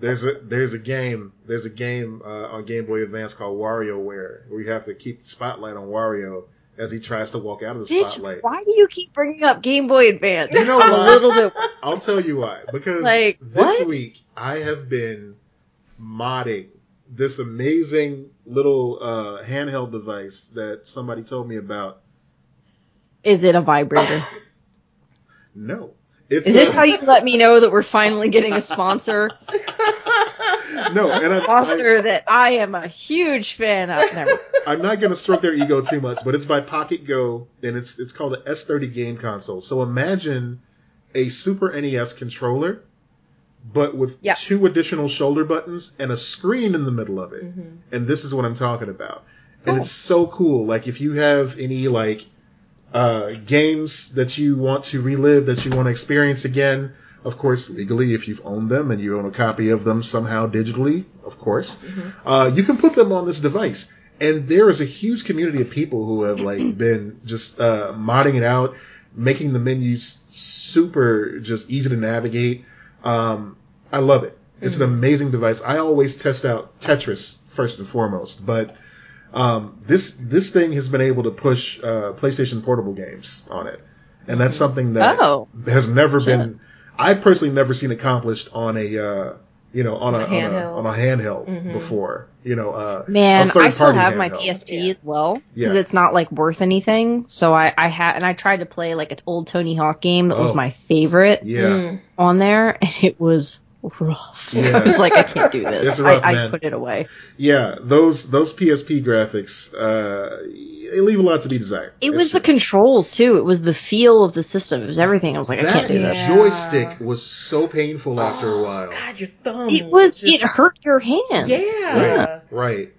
Speaker 3: There's a there's a game there's a game uh, on Game Boy Advance called WarioWare where you have to keep the spotlight on Wario as he tries to walk out of the
Speaker 2: Did you-
Speaker 3: spotlight.
Speaker 2: why do you keep bringing up Game Boy Advance?
Speaker 3: You know
Speaker 2: a
Speaker 3: why?
Speaker 2: little bit.
Speaker 3: I'll tell you why. Because
Speaker 2: Like,
Speaker 3: this
Speaker 2: what?
Speaker 3: week I have been modding this amazing little uh, handheld device that somebody told me about.
Speaker 2: Is it a vibrator?
Speaker 3: No, it's
Speaker 2: Is this
Speaker 3: uh,
Speaker 2: how you let me know that we're finally getting a sponsor?
Speaker 3: no, and I, I,
Speaker 2: Sponsor that I am a huge fan of. Never.
Speaker 3: I'm not going to stroke their ego too much, but it's by Pocket Go, and it's it's called an S30 game console. So imagine a Super NES controller, but with
Speaker 2: Yeah.
Speaker 3: two additional shoulder buttons and a screen in the middle of it.
Speaker 1: Mhm.
Speaker 3: and this is what I'm talking about.
Speaker 2: Mm-hmm. Cool.
Speaker 3: And it's so cool. Like if you have any like uh, games that you want to relive, that you want to experience again, of course legally if you've owned them and you own a copy of them somehow digitally, of course, uh, you can put them on this device. And there is a huge community of people who have like been just uh, modding it out, making the menus super just easy to navigate. Um, I love it. It's
Speaker 2: Mm.
Speaker 3: an amazing device. I always test out Tetris first and foremost, but um, this this thing has been able to push uh, PlayStation Portable games on it, and that's something that
Speaker 2: Oh.
Speaker 3: has never
Speaker 2: Sure.
Speaker 3: been. I've personally never seen accomplished on a uh, you know on a,
Speaker 1: A
Speaker 3: on a
Speaker 1: handheld.
Speaker 3: on a handheld
Speaker 2: Mm-hmm.
Speaker 1: Mhm.
Speaker 3: before. You know, uh,
Speaker 2: Man,
Speaker 3: A third
Speaker 2: I still
Speaker 3: party
Speaker 2: have my
Speaker 3: handheld.
Speaker 2: PSP
Speaker 1: Yeah.
Speaker 2: as well because
Speaker 3: Yeah.
Speaker 2: it's not like worth anything. So I, I had and I tried to play like an old Tony Hawk game that was
Speaker 3: Oh.
Speaker 2: my favorite
Speaker 3: yeah,
Speaker 1: Mm.
Speaker 2: on there, and it was rough.
Speaker 3: Yeah.
Speaker 2: I was like, I can't do
Speaker 3: It's
Speaker 2: this.
Speaker 3: rough,
Speaker 2: I, I
Speaker 3: man.
Speaker 2: put it away.
Speaker 3: yeah. Those those PSP graphics uh, they leave a lot to be desired.
Speaker 2: It
Speaker 3: It's
Speaker 2: was the
Speaker 3: true.
Speaker 2: controls too. It was the feel of the system. It was everything. I was like, I can't
Speaker 3: that
Speaker 2: do
Speaker 1: Yeah. Oh,
Speaker 2: this.
Speaker 3: joystick was so painful after a while.
Speaker 1: God, your thumb.
Speaker 2: It was.
Speaker 1: just-
Speaker 2: It hurt your hands.
Speaker 1: Yeah.
Speaker 3: Right, right.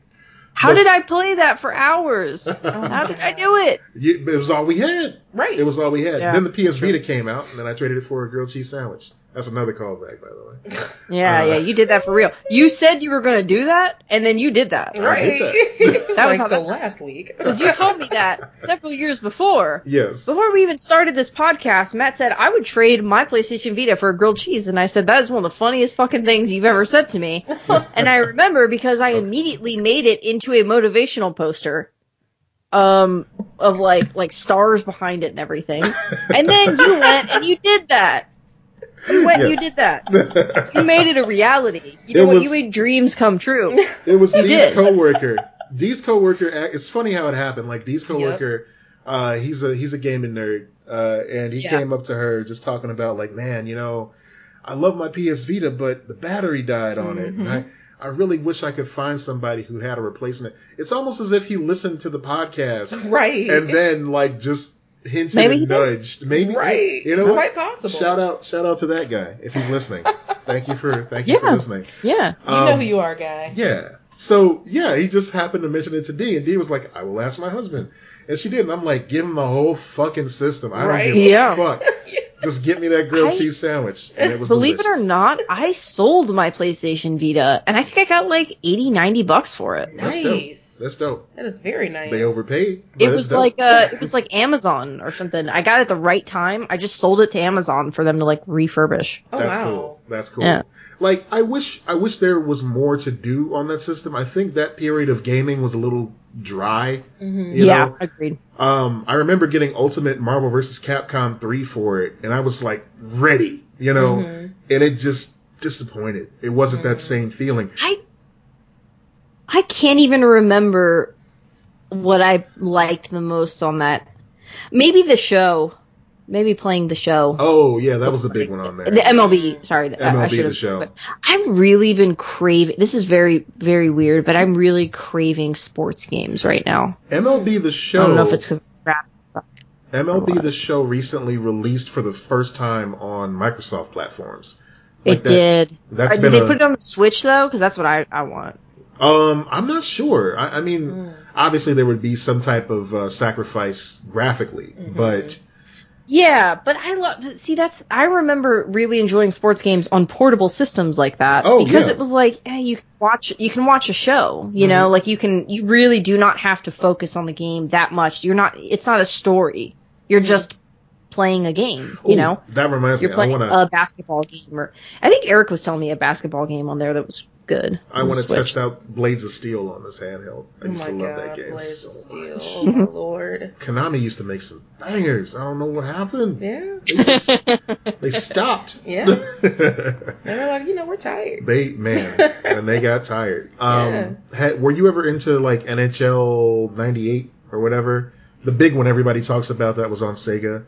Speaker 2: How
Speaker 3: But-
Speaker 2: did I play that for hours?
Speaker 1: Oh my
Speaker 2: How did I
Speaker 1: God.
Speaker 2: do it?
Speaker 3: You, it was all we had.
Speaker 1: Right.
Speaker 3: It was all we had.
Speaker 2: Yeah,
Speaker 3: then the PS
Speaker 2: that's true.
Speaker 3: Vita came out, and then I traded it for a grilled cheese sandwich. That's another callback, by the way.
Speaker 2: Yeah,
Speaker 3: Uh,
Speaker 2: yeah, you did that for real. You said you were gonna do that, and then you did that.
Speaker 1: right.
Speaker 3: that.
Speaker 1: It's
Speaker 2: That
Speaker 1: like,
Speaker 2: was how
Speaker 1: so
Speaker 2: that-
Speaker 1: last week.
Speaker 2: Because you told me that several years before.
Speaker 3: Yes.
Speaker 2: Before we even started this podcast, Matt said I would trade my PlayStation Vita for a grilled cheese, and I said that is one of the funniest fucking things you've ever said to me. and I remember because I immediately made it into a motivational poster, um, of like like stars behind it and everything. And then you went and you did that. You went and you
Speaker 3: Yes.
Speaker 2: did that. You made it a reality. You know
Speaker 3: It
Speaker 2: what?
Speaker 3: was-
Speaker 2: You made dreams come true.
Speaker 3: It was
Speaker 2: You
Speaker 3: Dee's
Speaker 2: did.
Speaker 3: coworker. Dee's coworker. act- It's funny how it happened. Like Dee's coworker, uh, he's a he's a gaming nerd, uh, and he
Speaker 2: Yeah.
Speaker 3: came up to her just talking about like, man, you know, I love my PS Vita, but the battery died on it, and
Speaker 1: Mm-hmm.
Speaker 3: I I really wish I could find somebody who had a replacement. It's almost as if he listened to the podcast
Speaker 1: right.
Speaker 3: and then like just hinted
Speaker 2: Maybe he
Speaker 3: and
Speaker 2: did.
Speaker 3: nudged. Maybe
Speaker 1: right.
Speaker 3: You know what?
Speaker 1: Quite possible.
Speaker 3: Shout out shout out to that guy if he's listening. thank you for thank you for
Speaker 2: Yeah.
Speaker 3: listening.
Speaker 2: yeah.
Speaker 1: You know
Speaker 3: Um,
Speaker 1: who you are, guy.
Speaker 3: Yeah. So yeah, he just happened to mention it to D, and D was like, "I will ask my husband," and she did. And I'm like, "Give him the whole fucking system. I don't
Speaker 1: Right.
Speaker 3: give
Speaker 2: Yeah.
Speaker 3: a fuck. Just get me that grilled
Speaker 2: I-
Speaker 3: cheese sandwich." And it was
Speaker 2: Believe it
Speaker 3: delicious.
Speaker 2: or not, I sold my PlayStation Vita, and I think I got like 80, 90 bucks for it.
Speaker 3: That's dope.
Speaker 1: nice.
Speaker 3: that's dope.
Speaker 1: That is very nice.
Speaker 3: They overpaid. but
Speaker 2: It
Speaker 3: it's
Speaker 2: was
Speaker 3: dope.
Speaker 2: like uh, it was like Amazon or something. I got it at the right time. I just sold it to Amazon for them to like refurbish.
Speaker 1: Oh
Speaker 3: That's
Speaker 1: wow.
Speaker 3: cool. That's cool.
Speaker 2: Yeah.
Speaker 3: Like I wish I wish there was more to do on that system. I think that period of gaming was a little dry.
Speaker 1: Mhm.
Speaker 3: You
Speaker 2: yeah,
Speaker 3: know?
Speaker 2: agreed.
Speaker 3: Um, I remember getting Ultimate Marvel vs. Capcom 3 for it, and I was like ready, you know,
Speaker 1: Mhm.
Speaker 3: and it just disappointed. It wasn't that same feeling.
Speaker 2: I I can't even remember what I liked the most on that. Maybe the show. Maybe playing the show.
Speaker 3: Oh yeah, that was a big one on there.
Speaker 2: The MLB, sorry, I- I
Speaker 3: MLB
Speaker 2: should
Speaker 3: the
Speaker 2: have-
Speaker 3: show.
Speaker 2: but I've really been craving. This is very, very weird, but I'm really craving sports games right now.
Speaker 3: MLB the show.
Speaker 2: I don't know if it's because
Speaker 3: MLB the show recently released for the first time on Microsoft platforms.
Speaker 2: it
Speaker 3: that-
Speaker 2: did.
Speaker 3: That's
Speaker 2: Uh,
Speaker 3: been
Speaker 2: did they
Speaker 3: a-
Speaker 2: put it on the Switch though? Because that's what I, I want.
Speaker 3: Um, I'm not sure. I, I mean,
Speaker 1: Mm.
Speaker 3: obviously there would be some type of uh, sacrifice graphically, but
Speaker 2: Yeah, but I love see that's I remember really enjoying sports games on portable systems like that
Speaker 3: Oh,
Speaker 2: because
Speaker 3: yeah. Mm-hmm.
Speaker 2: it was like eh, you can watch you can watch a show, you know, like you can you really do not have to focus on the game that much. You're not it's not a story. You're just playing a game, you
Speaker 3: Mm-hmm. Ooh,
Speaker 2: know.
Speaker 3: that reminds
Speaker 2: You're
Speaker 3: me. I
Speaker 2: playing
Speaker 3: want to.
Speaker 2: a basketball game or I think Eric was telling me a basketball game on there that was good.
Speaker 3: I
Speaker 2: on
Speaker 3: want to
Speaker 2: Switch.
Speaker 3: test out Blades of Steel on this handheld. I
Speaker 1: oh
Speaker 3: used
Speaker 1: my
Speaker 3: to love that
Speaker 1: god,
Speaker 3: game
Speaker 1: Blaze
Speaker 3: so
Speaker 1: of Steel.
Speaker 3: much.
Speaker 1: Oh my lord.
Speaker 3: Konami used to make some bangers. I don't know what happened.
Speaker 1: Yeah.
Speaker 3: They just they stopped.
Speaker 1: Yeah. And they're like, you know, we're tired.
Speaker 3: they man, and they got tired. Um,
Speaker 1: Yeah.
Speaker 3: had, were you ever into like NHL '98 or whatever? The big one everybody talks about that was on Sega.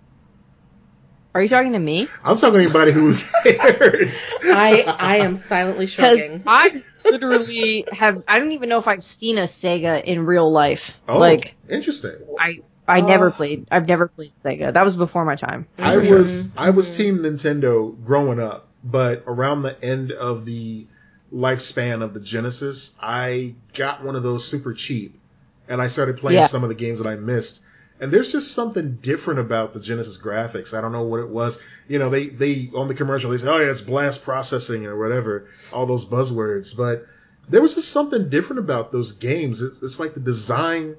Speaker 2: Are you talking to me?
Speaker 3: I'm talking to anybody who cares.
Speaker 1: I I am silently
Speaker 2: Because
Speaker 1: shrugging.
Speaker 2: I literally have I don't even know if I've seen a Sega in real life.
Speaker 3: oh,
Speaker 2: Like
Speaker 3: interesting.
Speaker 2: I I never
Speaker 3: Uh,
Speaker 2: played. I've never played Sega. That was before my time.
Speaker 3: I
Speaker 2: for sure.
Speaker 3: was I was
Speaker 1: Mhm.
Speaker 3: Team Nintendo growing up, but around the end of the lifespan of the Genesis, I got one of those super cheap, and I started playing
Speaker 2: Yeah.
Speaker 3: some of the games that I missed. And there's just something different about the Genesis graphics. I don't know what it was. You know, they they on the commercial they said, "Oh yeah, it's blast processing" or whatever, all those buzzwords. But there was just something different about those games. It's, it's like the design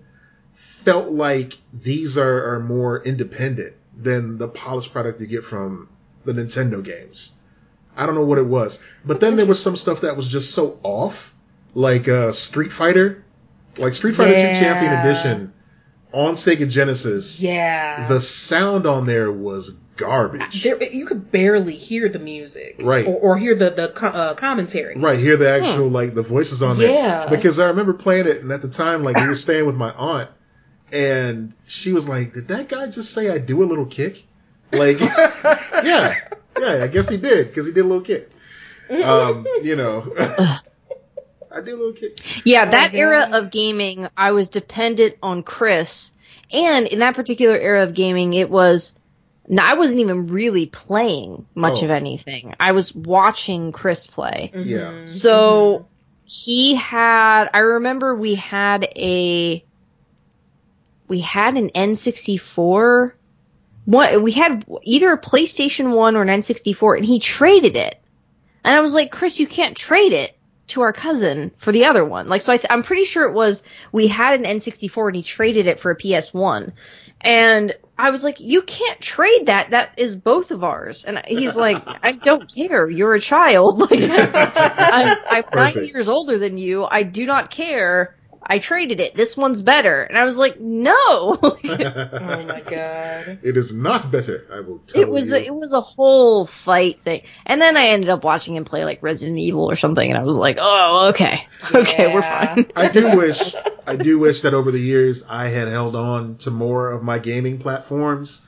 Speaker 3: felt like these are, are more independent than the polished product you get from the Nintendo games. I don't know what it was. But then there was some stuff that was just so off, like uh, Street Fighter, like Street Fighter
Speaker 1: Yeah.
Speaker 3: 2 Champion Edition on Sega Genesis.
Speaker 1: yeah.
Speaker 3: The sound on there was garbage.
Speaker 1: there, you could barely hear the music,
Speaker 3: Right.
Speaker 1: Or, or hear the the co- uh, commentary,
Speaker 3: Right, hear the actual like the voices on there.
Speaker 1: Hmm. Yeah.
Speaker 3: Because I remember playing it, and at the time, like we were staying with my aunt, and she was like, "Did that guy just say I do a little kick?" Like,
Speaker 1: Oh
Speaker 3: yeah, yeah, I guess he did because he did a little kick. Um, you know, I do a little kick.
Speaker 2: yeah,
Speaker 1: Oh,
Speaker 2: that
Speaker 1: God.
Speaker 2: era of gaming, I was dependent on Chris, and in that particular era of gaming, it was. No, I wasn't even really playing much
Speaker 3: Oh.
Speaker 2: of anything. I was watching Chris play.
Speaker 1: Mhm.
Speaker 3: Yeah.
Speaker 2: So he had I remember we had a we had an N64 one we had either a PlayStation 1 or an N64 and he traded it. And I was like, "Chris, you can't trade it to our cousin for the other one." Like so I th- I'm pretty sure it was we had an N64 and he traded it for a PS1. And I was like, "You can't trade that. That is both of ours." And he's like, "I don't care. You're a child." Like I'm, I'm nine
Speaker 3: Perfect.
Speaker 2: years older than you. I do not care. I traded it. This one's better. And I was like, no.
Speaker 1: Oh my god.
Speaker 3: It is not better. I will tell you.
Speaker 2: it was a, it was a whole fight thing. And then I ended up watching him play like Resident Evil or something, and I was like, oh, okay, okay, we're
Speaker 1: Yeah.
Speaker 2: fine.
Speaker 3: I do wish I do wish that over the years I had held on to more of my gaming platforms.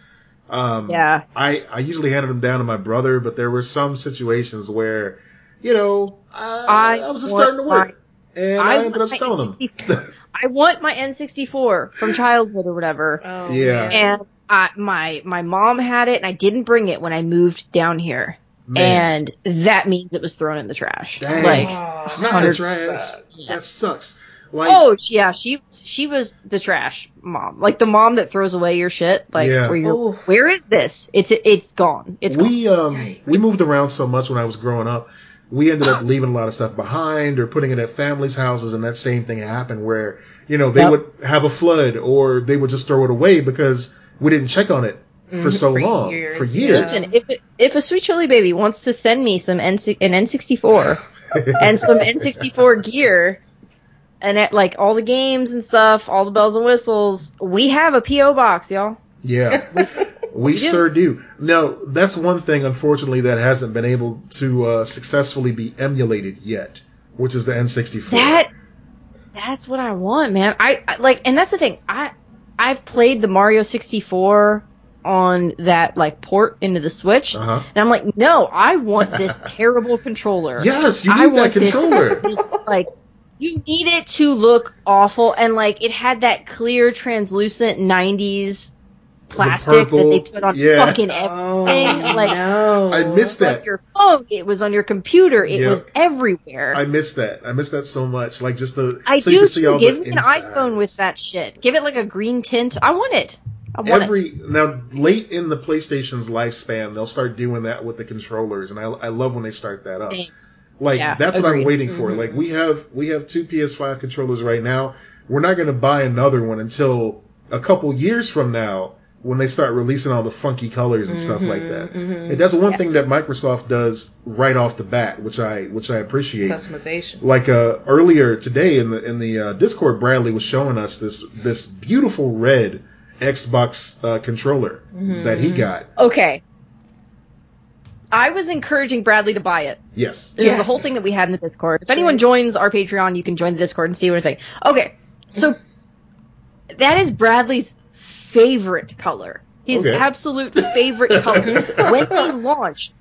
Speaker 3: Um,
Speaker 2: Yeah.
Speaker 3: I I usually handed them down to my brother, but there were some situations where, you know, I,
Speaker 2: I
Speaker 3: I, was just
Speaker 2: want
Speaker 3: starting to work, and I,
Speaker 2: I
Speaker 3: ended up
Speaker 2: want my
Speaker 3: selling them.
Speaker 2: I want my N64 from childhood or whatever.
Speaker 1: Oh,
Speaker 3: Yeah.
Speaker 1: man.
Speaker 2: And I, my my mom had it, and I didn't bring it when I moved down here.
Speaker 3: Man,
Speaker 2: And that means it was thrown in the trash.
Speaker 3: Dang.
Speaker 2: Like
Speaker 1: Oh,
Speaker 3: not
Speaker 1: that
Speaker 3: the
Speaker 2: hundred
Speaker 3: trash.
Speaker 1: sucks.
Speaker 3: That sucks. Like,
Speaker 2: oh yeah, she she was the trash mom, like the mom that throws away your shit. Like
Speaker 3: Yeah.
Speaker 2: where you're,
Speaker 1: Oof.
Speaker 2: where is this? It's it's gone. It's gone.
Speaker 3: we um
Speaker 1: Yikes.
Speaker 3: we moved around so much when I was growing up. We ended up leaving a lot of stuff behind or putting it at families' houses, and that same thing happened where you know they
Speaker 2: Yep.
Speaker 3: would have a flood or they would just throw it away because we didn't check on it
Speaker 2: Mm-hmm.
Speaker 3: for so
Speaker 1: for
Speaker 3: long
Speaker 1: years,
Speaker 3: for
Speaker 1: yeah.
Speaker 3: years.
Speaker 2: Listen, if it, if a sweet chili baby wants to send me some N an N64 and some N64 gear. And at, like all the games and stuff, all the bells and whistles, we have a PO box, y'all.
Speaker 3: Yeah, we
Speaker 2: do.
Speaker 3: sure do. Now that's one thing, unfortunately, that hasn't been able to uh, successfully be emulated yet, which is the N64.
Speaker 2: That that's what I want, man. I, I like and that's the thing. I I've played the Mario 64 on that like port into the Switch.
Speaker 3: Uh-huh.
Speaker 2: And I'm like, "No, I want this terrible controller."
Speaker 3: Yes, you
Speaker 2: I
Speaker 3: need that
Speaker 2: want this-
Speaker 3: controller.
Speaker 2: This like you need it to look awful and like it had that clear translucent 90s plastic that they
Speaker 3: purple,
Speaker 2: put on
Speaker 3: yeah.
Speaker 2: fucking everything.
Speaker 1: Oh,
Speaker 2: like-
Speaker 1: no.
Speaker 3: I missed
Speaker 2: It was
Speaker 3: that.
Speaker 2: on your phone, it was on your computer, it
Speaker 3: Yeah.
Speaker 2: was everywhere.
Speaker 3: I miss that. I miss that so much. Like just the
Speaker 2: I
Speaker 3: so you
Speaker 2: do
Speaker 3: can see
Speaker 2: too.
Speaker 3: all
Speaker 2: Give
Speaker 3: the
Speaker 2: me an
Speaker 3: insides.
Speaker 2: iPhone with that shit. Give it like a green tint. I want it. I want
Speaker 3: every now late in the PlayStation's lifespan, they'll start doing that with the controllers, and I, I love when they start that up.
Speaker 2: Same.
Speaker 3: Like
Speaker 2: Yeah,
Speaker 3: that's what
Speaker 2: agreed.
Speaker 3: I'm
Speaker 2: Mm-hmm.
Speaker 3: waiting for.
Speaker 1: Mhm.
Speaker 3: Like we have we have two PS5 controllers right now. We're not going to buy another one until a couple years from now when they start releasing all the funky colors and stuff like that.
Speaker 1: mhm.
Speaker 3: And that's one
Speaker 2: Mm-hmm, Yeah.
Speaker 3: thing that Microsoft does right off the bat, which I which I appreciate
Speaker 1: Customization.
Speaker 3: like uh, earlier today in the in the uh, Discord, Bradley was showing us this this beautiful red Xbox uh, controller that he got.
Speaker 2: Okay. I was encouraging Bradley to buy it.
Speaker 3: Yes,
Speaker 2: There's a
Speaker 1: Yes.
Speaker 2: whole thing that we had in the Discord. If anyone joins our Patreon, you can join the Discord and see what I'm saying. Okay. So that is Bradley's favorite color. His
Speaker 3: Okay.
Speaker 2: absolute favorite color. when they launched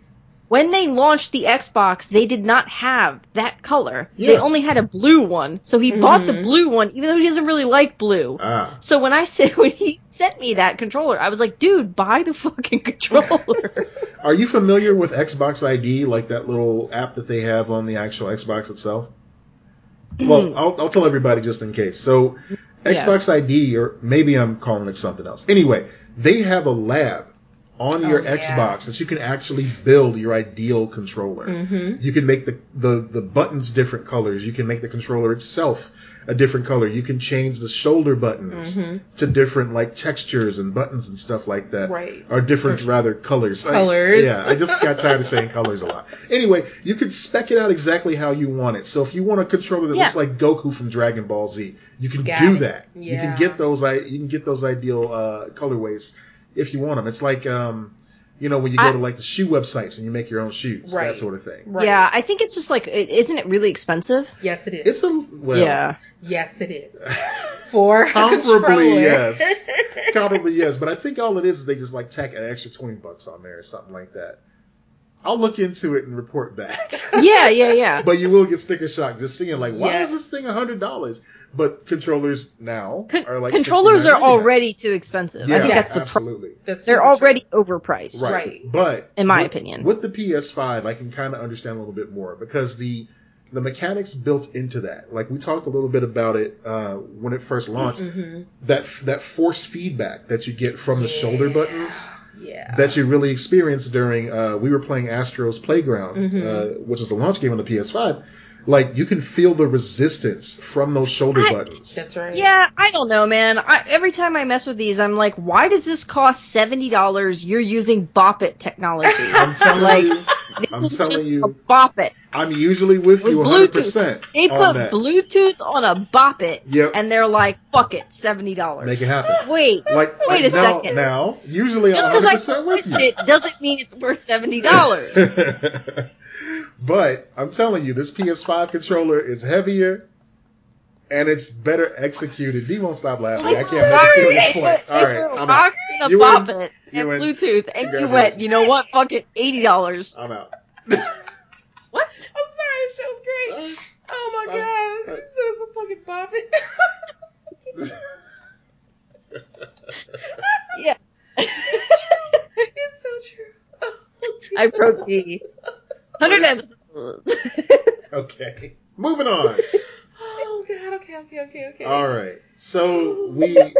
Speaker 2: when they launched the Xbox, they did not have that color. They
Speaker 3: Yeah.
Speaker 2: only had a blue one. So he bought the blue one even though he doesn't really like blue.
Speaker 3: ah,
Speaker 2: So when I said when he sent me that controller, I was like, dude, buy the fucking controller.
Speaker 3: are you familiar with Xbox ID, like that little app that they have on the actual Xbox itself?
Speaker 1: Mm.
Speaker 3: Well, I'll, I'll tell everybody just in case. So,
Speaker 2: Yeah.
Speaker 3: Xbox ID, or maybe I'm calling it something else. Anyway, they have a lab on your
Speaker 1: Oh, yeah.
Speaker 3: Xbox that you can actually build your ideal controller.
Speaker 1: Mm-hmm.
Speaker 3: You can make the, the, the buttons different colors. You can make the controller itself a different color. You can change the shoulder buttons
Speaker 1: Mm-hmm.
Speaker 3: to different like textures and buttons and stuff like that.
Speaker 1: Right.
Speaker 3: Or different rather colors. I-
Speaker 1: Colors.
Speaker 3: yeah, I just got tired of saying colors a lot. Anyway, you can spec it out exactly how you want it. So if you want a controller that
Speaker 2: Yeah.
Speaker 3: looks like Goku from Dragon Ball Z, you can
Speaker 1: Got
Speaker 3: do
Speaker 1: it.
Speaker 3: that. You
Speaker 1: Yeah.
Speaker 3: can get those I you can get those ideal uh, colorways if you want them. It's like um you know when you go
Speaker 2: I-
Speaker 3: to like the shoe websites and you make your own shoes,
Speaker 1: Right.
Speaker 3: that sort of thing.
Speaker 1: Right.
Speaker 2: Yeah, I think it's just like, is isn't it really expensive?
Speaker 1: Yes, it is.
Speaker 3: It's a well,
Speaker 2: yeah.
Speaker 1: yes, it is. For a controller.
Speaker 3: comparably yes, comparably yes. But I think all it is is they just like tack an extra twenty bucks on there or something like that. I'll look into it and report back.
Speaker 2: Yeah, yeah, yeah.
Speaker 3: but you will get sticker shock just seeing like, why
Speaker 1: Yes.
Speaker 3: is this thing hundred dollars? But controllers now
Speaker 2: Con-
Speaker 3: are like
Speaker 2: controllers are
Speaker 3: $69.99.
Speaker 2: already too expensive.
Speaker 3: yeah,
Speaker 2: I think that's the problem.
Speaker 3: absolutely
Speaker 1: That's
Speaker 2: They're
Speaker 1: super true.
Speaker 2: already overpriced.
Speaker 3: right.
Speaker 1: Right.
Speaker 3: But
Speaker 2: In my
Speaker 3: with-
Speaker 2: opinion.
Speaker 3: with the PS5, I can kind of understand a little bit more because the the mechanics built into that. Like we talked a little bit about it uh, when it first launched.
Speaker 2: Mm-hmm.
Speaker 3: That that force feedback that you get from the shoulder
Speaker 1: Yeah.
Speaker 3: buttons
Speaker 1: Yeah.
Speaker 3: that you really experience during uh, we were playing Astro's Playground,
Speaker 2: Mm-hmm.
Speaker 3: uh, which was the launch game on the PS5. Like you can feel the resistance from those shoulder
Speaker 2: I-
Speaker 3: buttons.
Speaker 1: That's right.
Speaker 2: Yeah, I don't know, man. I, every time I mess with these, I'm like, why does this cost seventy dollars? You're using Bop It technology.
Speaker 3: I'm telling
Speaker 2: Like,
Speaker 3: you,
Speaker 2: this
Speaker 3: I'm
Speaker 2: is
Speaker 3: telling
Speaker 2: just
Speaker 3: you.
Speaker 2: a Bop It.
Speaker 3: I'm usually with
Speaker 2: With
Speaker 3: you 100. percent
Speaker 2: Bluetooth, they put Bluetooth on a Bop It,
Speaker 3: Yep.
Speaker 2: and they're like, fuck it, seventy dollars.
Speaker 3: Make it happen.
Speaker 2: Wait,
Speaker 3: Like
Speaker 2: Wait
Speaker 3: like
Speaker 2: a
Speaker 3: now,
Speaker 2: second.
Speaker 3: Now, usually
Speaker 2: just
Speaker 3: I'm
Speaker 2: because I
Speaker 3: 100%
Speaker 2: purchased
Speaker 3: with you.
Speaker 2: it doesn't mean it's worth seventy dollars.
Speaker 3: but I'm telling you, this PS5 controller is heavier and it's better executed. D won't stop laughing. I can't make a serious point. All right, I'm out.
Speaker 2: box and a
Speaker 3: You
Speaker 2: bop
Speaker 3: win.
Speaker 2: it
Speaker 3: You
Speaker 2: and
Speaker 3: win.
Speaker 2: Bluetooth, and you
Speaker 3: Congratulations.
Speaker 2: went. You know what? Fuck it, eighty dollars.
Speaker 3: I'm out.
Speaker 2: What?
Speaker 1: I'm sorry, this show's
Speaker 2: Uh,
Speaker 1: great. Oh my
Speaker 3: Bye.
Speaker 1: god,
Speaker 3: Bye.
Speaker 1: this is a fucking bobbin.
Speaker 2: Yeah.
Speaker 1: it's so true. Oh,
Speaker 2: I broke the hundred episodes.
Speaker 3: okay. Moving on.
Speaker 1: Oh god, okay, okay, okay, okay.
Speaker 3: All right. So we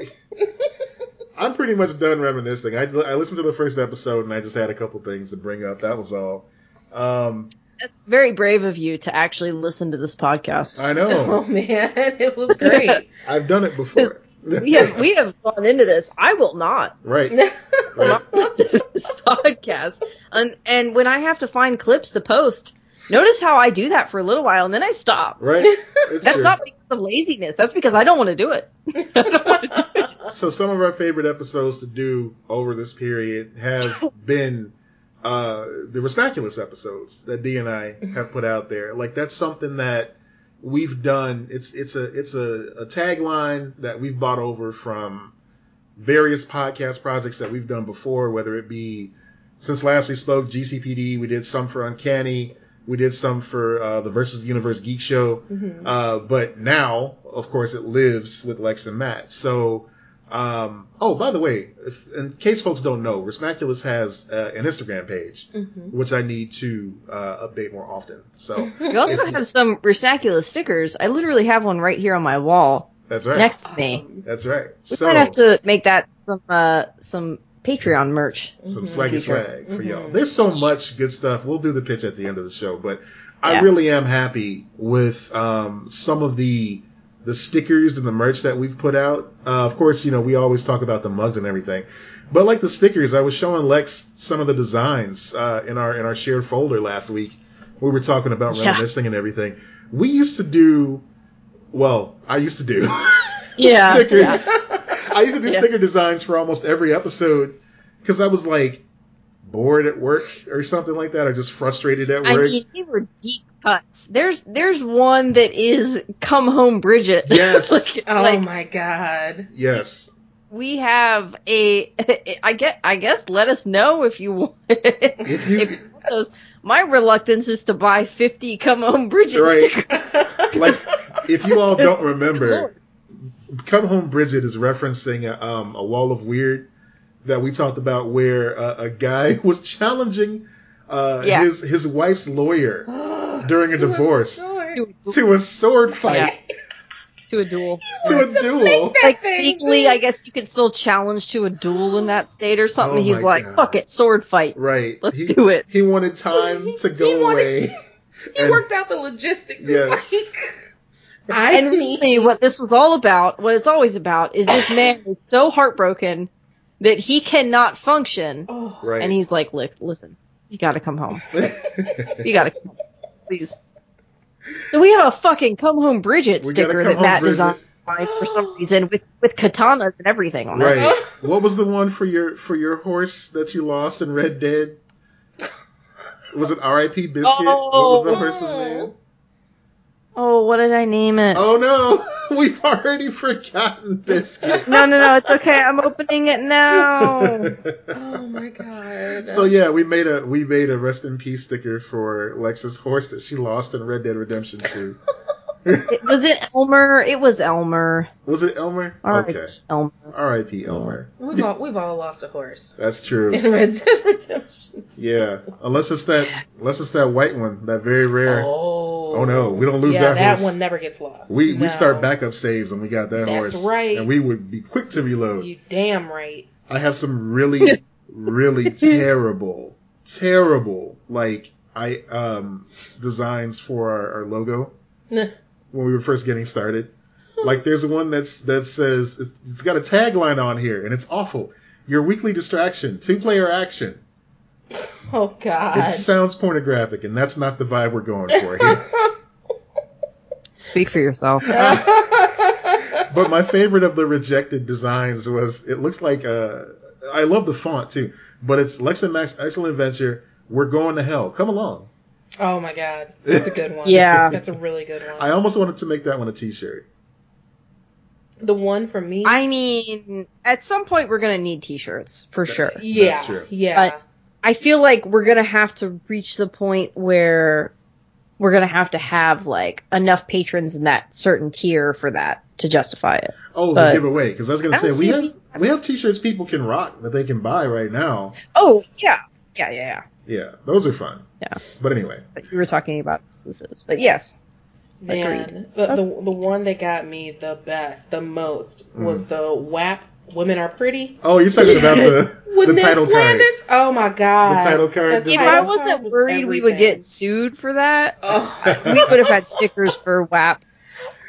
Speaker 3: I'm pretty much done reminiscing. I, I listened to the first episode and I just had a couple things to bring up. That was all. Um,
Speaker 2: That's very brave of you to actually listen to this podcast.
Speaker 3: I know.
Speaker 1: Oh man, it was great.
Speaker 3: I've done it before.
Speaker 2: We have we have gone into this. I will not.
Speaker 3: right. right.
Speaker 2: listen to this podcast. And and when I have to find clips to post, notice how I do that for a little while and then I stop.
Speaker 3: Right. It's
Speaker 2: That's
Speaker 3: true.
Speaker 2: not because of laziness. That's because I don't want to do it. I don't want to do it.
Speaker 3: So some of our favorite episodes to do over this period have been uh, the Resnaculous episodes that D and I have put out there. Like that's something that we've done. It's it's a it's a, a tagline that we've bought over from various podcast projects that we've done before, whether it be since last we spoke GCPD, we did some for Uncanny, we did some for uh, the Versus Universe Geek Show, uh, but now of course it lives with Lex and Matt. So. Um, oh, by the way, if, in case folks don't know, Resnaculous has uh, an Instagram page,
Speaker 2: Mm-hmm.
Speaker 3: which I need to uh, update more often. So,
Speaker 2: We also have some Resaculous stickers. I literally have one right here on my wall.
Speaker 3: That's right.
Speaker 2: next to me.
Speaker 3: That's right.
Speaker 2: We
Speaker 3: so
Speaker 2: might have to make that some uh, some Patreon merch.
Speaker 3: some
Speaker 1: Mhm.
Speaker 3: swaggy
Speaker 2: Future.
Speaker 3: swag for y'all.
Speaker 2: Mm-hmm.
Speaker 1: Mhm.
Speaker 3: There's so much good stuff. We'll do the pitch at the end of the show, but I
Speaker 2: Yeah.
Speaker 3: really am happy with um, some of the the stickers and the merch that we've put out. Uh, of course, you know we always talk about the mugs and everything, but like the stickers, I was showing Lex some of the designs uh, in our in our shared folder last week. We were talking about
Speaker 2: Yeah.
Speaker 3: reminiscing and everything. We used to do well. I used to do
Speaker 2: Yeah,
Speaker 3: stickers. I used to do
Speaker 2: Yeah.
Speaker 3: sticker designs for almost every episode because I was like bored at work or something like that, or just frustrated at
Speaker 2: I
Speaker 3: work.
Speaker 2: mean, they were deep cuts. There's there's one that is "Come Home, Bridget."
Speaker 3: Yes.
Speaker 2: like,
Speaker 1: Oh
Speaker 2: like,
Speaker 1: my god.
Speaker 3: yes,
Speaker 2: we have a. I get. I guess let us know if you want. if
Speaker 3: if you
Speaker 2: you want those, my reluctance is to buy fifty "Come Home, Bridget"
Speaker 3: Right.
Speaker 2: stickers.
Speaker 3: like, if you all don't remember,
Speaker 2: Lord.
Speaker 3: "Come Home, Bridget" is referencing a, um, a wall of weird that we talked about, where uh, a guy was challenging uh,
Speaker 2: Yeah.
Speaker 3: his his wife's lawyer During a
Speaker 1: To
Speaker 3: divorce.
Speaker 1: sword.
Speaker 2: to,
Speaker 3: to a sword fight,
Speaker 2: to a duel.
Speaker 3: to a duel.
Speaker 1: That
Speaker 2: like
Speaker 1: thing,
Speaker 2: legally,
Speaker 1: dude.
Speaker 2: I guess you could still challenge to a duel in that state or something.
Speaker 3: Oh
Speaker 2: He's
Speaker 3: my
Speaker 2: like,
Speaker 3: God.
Speaker 2: fuck it, sword fight.
Speaker 3: Right.
Speaker 2: Let's
Speaker 3: he,
Speaker 2: do it.
Speaker 3: He wanted time to go
Speaker 1: He wanted-
Speaker 3: away.
Speaker 1: He
Speaker 3: And-
Speaker 1: worked out the logistics.
Speaker 3: Yes.
Speaker 1: Yes. Like, I
Speaker 2: And
Speaker 1: need
Speaker 2: really, what this was all about, what it's always about, is this man is so heartbroken that he cannot function,
Speaker 1: oh,
Speaker 3: Right.
Speaker 2: and he's like, "Look, listen, you got to come home. You got to come home, please." So we have a fucking "Come Home, Bridget"
Speaker 3: We gotta
Speaker 2: sticker
Speaker 3: come
Speaker 2: that Matt
Speaker 3: home,
Speaker 2: designed for some reason with with katanas and everything on it.
Speaker 3: right. What was the one for your for your horse that you lost in Red Dead? Was it R.I.P. Biscuit? what was the
Speaker 2: Oh.
Speaker 3: horse's name?
Speaker 2: Oh, what did I name it?
Speaker 3: Oh no, we've already forgotten Biscuit.
Speaker 2: No, no, no, it's okay. I'm opening it now.
Speaker 1: oh my god.
Speaker 3: so yeah, we made a we made a rest in peace sticker for Lex's horse that she lost in Red Dead Redemption 2.
Speaker 2: It- was it Elmer? It was Elmer.
Speaker 3: Was it Elmer?
Speaker 2: R.I.P.
Speaker 3: Okay.
Speaker 2: Elmer.
Speaker 3: R.I.P. Elmer.
Speaker 1: We've all we've all lost a horse
Speaker 3: That's true.
Speaker 1: in Red Dead Redemption.
Speaker 3: Yeah, unless it's that unless it's that white one, that very rare. Oh,
Speaker 1: Oh.
Speaker 3: no, we don't lose
Speaker 1: yeah,
Speaker 3: that, horse.
Speaker 1: one never gets lost.
Speaker 3: we we
Speaker 1: No.
Speaker 3: start backup saves and we got that
Speaker 1: That's
Speaker 3: horse.
Speaker 1: right.
Speaker 3: And we would be quick to reload.
Speaker 1: You damn right.
Speaker 3: I have some really really terrible terrible like I um designs for our, our logo when we were first getting started.
Speaker 1: Hmm.
Speaker 3: Like there's one that's that says it's, it's got a tagline on here and it's awful. Your weekly distraction, two player action.
Speaker 1: Oh god.
Speaker 3: It sounds pornographic, and that's not the vibe we're going for here.
Speaker 2: Speak for yourself.
Speaker 3: but my favorite of the rejected designs was it looks like uh I love the font too, but it's Lex and Max Excellent Adventure. We're going to hell. Come along.
Speaker 1: oh my god. That's a good one.
Speaker 2: Yeah.
Speaker 1: That's a really good one.
Speaker 3: I almost wanted to make that one a T-shirt.
Speaker 1: the one for me.
Speaker 2: I mean, at some point we're gonna need T-shirts for sure.
Speaker 1: yeah.
Speaker 3: That's true.
Speaker 1: Yeah.
Speaker 2: I feel like we're gonna have to reach the point where we're gonna have to have like enough patrons in that certain tier for that to justify it.
Speaker 3: Oh, the
Speaker 2: But-
Speaker 3: giveaway because I was gonna
Speaker 2: I
Speaker 3: say
Speaker 2: don't
Speaker 3: we
Speaker 2: see
Speaker 3: have
Speaker 2: me-
Speaker 3: we have T-shirts people can rock that they can buy right now.
Speaker 2: Oh yeah, yeah, yeah, yeah.
Speaker 3: Yeah, those are fun.
Speaker 2: Yeah.
Speaker 3: But anyway,
Speaker 2: But you were talking about exclusives, but yes,
Speaker 1: Man, the, the the one that got me the best, the most,
Speaker 3: Hmm.
Speaker 1: was the WAP Women Are Pretty.
Speaker 3: oh, you're talking about the
Speaker 1: With
Speaker 3: the
Speaker 1: Ned
Speaker 3: title card.
Speaker 1: Flanders. Oh my god.
Speaker 3: The title card
Speaker 1: That
Speaker 3: design.
Speaker 2: if
Speaker 1: title
Speaker 2: I
Speaker 3: Title
Speaker 2: wasn't
Speaker 1: card was
Speaker 2: worried we would
Speaker 1: everything.
Speaker 2: get sued for that,
Speaker 1: Oh,
Speaker 2: we would have had stickers for WAP.